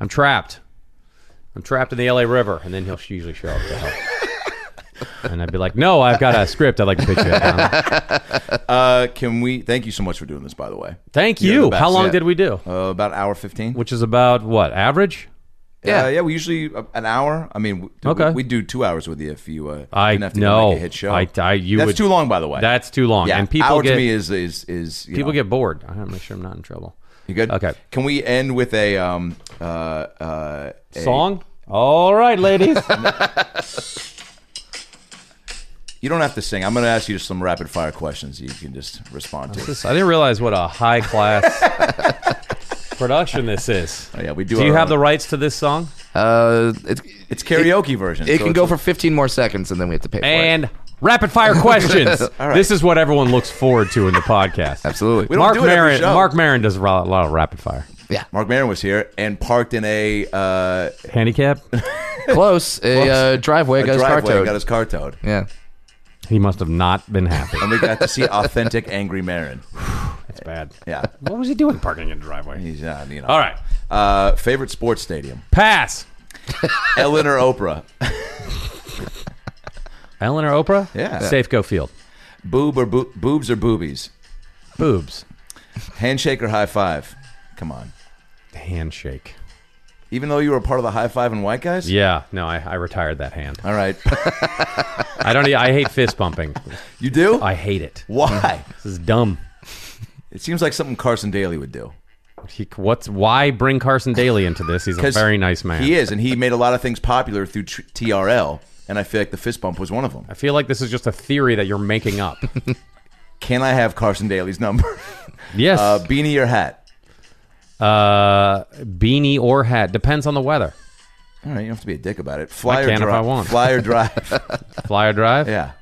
Speaker 5: I'm trapped. I'm trapped in the LA River. And then he'll usually show up to help. and I'd be like, no, I've got a script I'd like to pitch you. at, Donald."
Speaker 4: Uh, can we? Thank you so much for doing this, by the way.
Speaker 5: Thank
Speaker 4: You're the
Speaker 5: you.
Speaker 4: best.
Speaker 5: How long
Speaker 4: Yeah.
Speaker 5: did we do?
Speaker 4: Uh, about hour fifteen.
Speaker 5: Which is about what, average?
Speaker 6: Yeah.
Speaker 4: Uh, yeah. We usually uh, an hour. I mean, we, dude, we-
Speaker 5: Okay.
Speaker 4: we, do two hours with you if you. Uh,
Speaker 5: I
Speaker 4: didn't have to do,
Speaker 5: no.
Speaker 4: like a hit show.
Speaker 5: I, I, you
Speaker 4: that's
Speaker 5: would-
Speaker 4: too long, by the way.
Speaker 5: That's too long.
Speaker 4: yeah.
Speaker 5: and people
Speaker 4: hour
Speaker 5: get
Speaker 4: to me is is is you
Speaker 5: people
Speaker 4: know,
Speaker 5: get bored. I gotta make sure I'm not in trouble.
Speaker 4: you good.
Speaker 5: okay.
Speaker 4: Can we end with a um uh uh a-
Speaker 5: Song. All right, ladies.
Speaker 4: You don't have to sing. I'm going to ask you some rapid fire questions. You can just respond to.
Speaker 5: This- I didn't realize what a high class production this is.
Speaker 4: Oh, yeah, we do.
Speaker 5: Do you
Speaker 4: our
Speaker 5: have the
Speaker 4: own-
Speaker 5: rights to this song?
Speaker 6: Uh, it's,
Speaker 4: It's karaoke version.
Speaker 6: it
Speaker 4: so
Speaker 6: can
Speaker 4: it's
Speaker 6: go
Speaker 4: a-
Speaker 6: for 15 more seconds, and then we have to pay for
Speaker 5: And
Speaker 6: it.
Speaker 5: rapid fire questions.
Speaker 4: All right.
Speaker 5: This is what everyone looks forward to in the podcast.
Speaker 6: Absolutely.
Speaker 4: don't
Speaker 5: Mark
Speaker 4: do it every
Speaker 5: Maron.
Speaker 4: show.
Speaker 5: Mark Maron does a lot, a lot of rapid fire.
Speaker 4: Mark Maron was here and parked in a uh,
Speaker 5: Handicap.
Speaker 6: Close. A uh, driveway
Speaker 4: a
Speaker 6: got his car
Speaker 4: driveway. and
Speaker 6: towed.
Speaker 4: Got his car towed.
Speaker 6: yeah.
Speaker 5: He must have not been happy.
Speaker 4: And we got to see authentic angry Marin.
Speaker 5: That's bad.
Speaker 4: Yeah,
Speaker 5: What was he doing parking in the driveway?
Speaker 4: he's uh, you know.
Speaker 5: All right.
Speaker 4: Uh, favorite sports stadium:
Speaker 5: Pass.
Speaker 4: Ellen or Oprah?
Speaker 5: Ellen or Oprah?
Speaker 4: Yeah.
Speaker 5: Safeco Field.
Speaker 4: Boob or boo- boobs or boobies?
Speaker 5: Boobs.
Speaker 4: Handshake or high five? Come on.
Speaker 5: Handshake.
Speaker 4: Even though you were a part of the high five and white guys.
Speaker 5: Yeah. No, I, I retired that hand.
Speaker 4: All right.
Speaker 5: I don't. e- I hate fist bumping.
Speaker 4: You do?
Speaker 5: I hate it.
Speaker 4: Why?
Speaker 5: This is dumb.
Speaker 4: It seems like something Carson Daly would do.
Speaker 5: He, what's why bring Carson Daly into this? He's a
Speaker 4: 'Cause
Speaker 5: very nice man.
Speaker 4: He is, and he made a lot of things popular through tr- TRL, and I feel like the fist bump was one of them.
Speaker 5: I feel like this is just a theory that you're making up.
Speaker 4: Can I have Carson Daly's number?
Speaker 5: yes.
Speaker 4: uh,
Speaker 5: Uh,
Speaker 4: beanie or hat?
Speaker 5: beanie or hat depends on the weather.
Speaker 4: All right, you don't have to be a dick about it. Fly or
Speaker 5: can if
Speaker 4: drive?
Speaker 5: I want.
Speaker 4: Fly or drive?
Speaker 5: Flyer drive.
Speaker 4: yeah,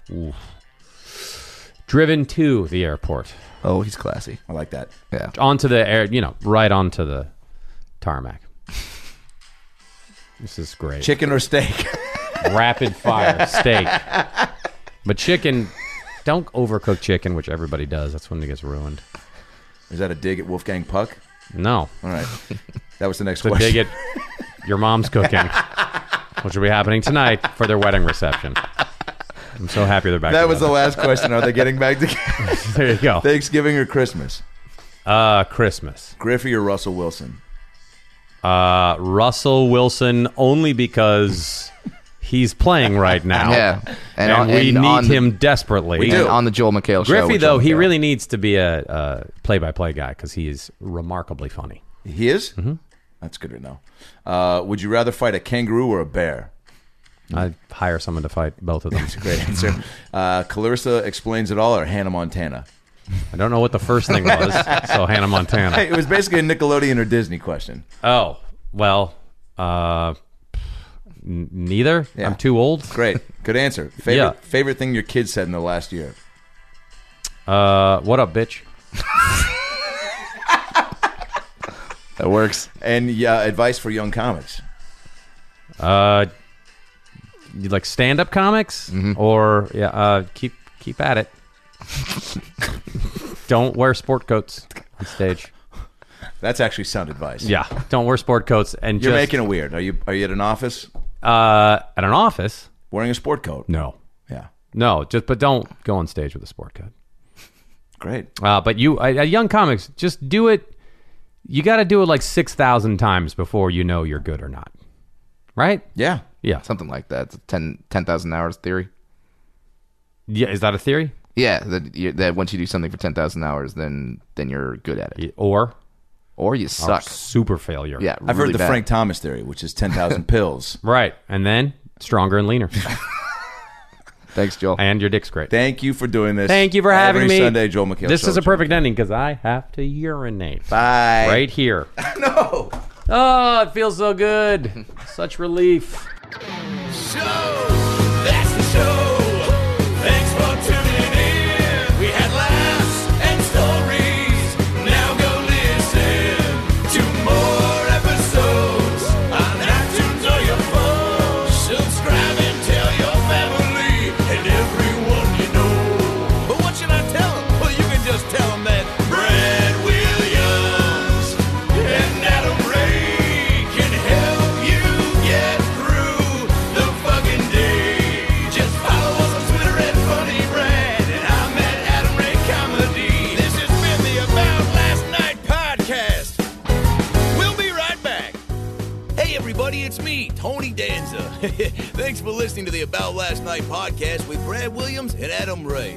Speaker 5: Driven to the airport,
Speaker 6: Oh, he's classy.
Speaker 4: I like that.
Speaker 6: Yeah.
Speaker 5: onto the air. You know, right onto the tarmac. This is great.
Speaker 4: Chicken or steak?
Speaker 5: Rapid fire steak, but chicken. Don't overcook chicken, which everybody does. That's when it gets ruined.
Speaker 4: is that a dig at Wolfgang Puck?
Speaker 5: No,
Speaker 4: All right, that was the next
Speaker 5: to
Speaker 4: question.
Speaker 5: dig at your mom's cooking, which will be happening tonight for their wedding reception. I'm so happy they're back.
Speaker 4: That was the
Speaker 5: together.
Speaker 4: last question. Are they getting back to
Speaker 5: there you go.
Speaker 4: Thanksgiving or Christmas?
Speaker 5: Uh, Christmas.
Speaker 4: Griffey or Russell Wilson?
Speaker 5: Uh, Russell Wilson only because he's playing right now.
Speaker 6: Yeah.
Speaker 5: and,
Speaker 6: on-
Speaker 5: we
Speaker 6: and
Speaker 5: need
Speaker 6: on the-
Speaker 5: him desperately.
Speaker 4: do.
Speaker 6: and on the Joel McHale show.
Speaker 5: Griffey
Speaker 6: with
Speaker 5: though
Speaker 6: Joel
Speaker 5: he
Speaker 6: McHale.
Speaker 5: really needs to be a, a play-by-play guy because he is remarkably funny.
Speaker 4: He is. Mm-hmm. That's good to know. Uh, would you rather fight a kangaroo or a bear?
Speaker 5: I'd hire someone to fight both of them.
Speaker 4: Great answer.
Speaker 5: Mm-hmm.
Speaker 4: Uh, Clarissa explains it all, or Hannah Montana?
Speaker 5: I don't know what the first thing was, so Hannah Montana.
Speaker 4: It was basically a Nickelodeon or Disney question.
Speaker 5: Oh well, uh, n- neither. I'm too old.
Speaker 4: Great, good answer. Favorite
Speaker 5: Yeah.
Speaker 4: favorite thing your kids said in the last year?
Speaker 5: Uh, what up, bitch?
Speaker 6: That works.
Speaker 4: And yeah, advice for young comics.
Speaker 5: Uh, you like stand-up comics or yeah? Uh, keep keep at it. don't wear sport coats on stage.
Speaker 4: That's actually sound advice.
Speaker 5: Yeah, don't wear sport coats and
Speaker 4: you're
Speaker 5: just
Speaker 4: making it weird. Are you are you at an office
Speaker 5: uh at an office.
Speaker 4: wearing a sport coat?
Speaker 5: No,
Speaker 4: Yeah,
Speaker 5: no, just but don't go on stage with a sport coat.
Speaker 4: great.
Speaker 5: Uh, but you, uh, uh, young comics, just do it. You got to do it like six thousand times before you know you're good or not, right?
Speaker 4: Yeah,
Speaker 5: Yeah.
Speaker 6: Something like that. It's 10 10,000 hours theory.
Speaker 5: yeah. Is that a theory?
Speaker 6: Yeah, that you, that once you do something for 10,000 hours, then then you're good at it.
Speaker 5: Or
Speaker 6: Or you suck.
Speaker 5: super failure?
Speaker 6: Yeah,
Speaker 4: I've
Speaker 6: really
Speaker 4: heard the
Speaker 6: bad.
Speaker 4: Frank Thomas theory, which is ten thousand pills.
Speaker 5: Right. And then stronger and leaner.
Speaker 6: Thanks, Joel.
Speaker 5: and your dick's great.
Speaker 4: Thank you for doing this.
Speaker 5: Thank you for having
Speaker 4: Every
Speaker 5: me.
Speaker 4: Sunday, Joel McHale.
Speaker 5: This
Speaker 4: Show
Speaker 5: is a
Speaker 4: Joel
Speaker 5: perfect ending because I have to urinate.
Speaker 4: Bye.
Speaker 5: Right here.
Speaker 4: No.
Speaker 5: Oh, it feels so good. Such relief.
Speaker 2: show. That's the show. Thanks for tuning in. We had laughs and stories. Now go listen to more episodes on iTunes or your phone. Subscribe and tell your family and everyone you know. But what should I tell 'em? Well, you can just tell 'em that Brad Williams and Adam Ray can help you get through the fucking day.
Speaker 4: Bonanza. Thanks for listening to the About Last Night podcast with Brad Williams and Adam Ray.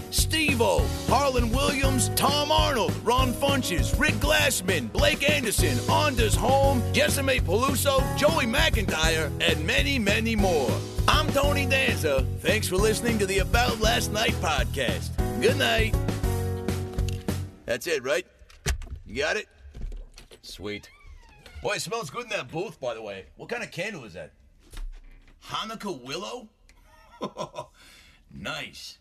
Speaker 4: Steve O, Harlan Williams, Tom Arnold, Ron Funches, Rick Glassman, Blake Anderson, Anders Holm, Jessime Peluso, Joey McIntyre, and many, many more. I'm Tony Danza. Thanks for listening to the About Last Night podcast. Good night. That's it, right? You got it? Sweet. Boy, it smells good in that booth, by the way. What kind of candle is that? Hanukkah willow? nice.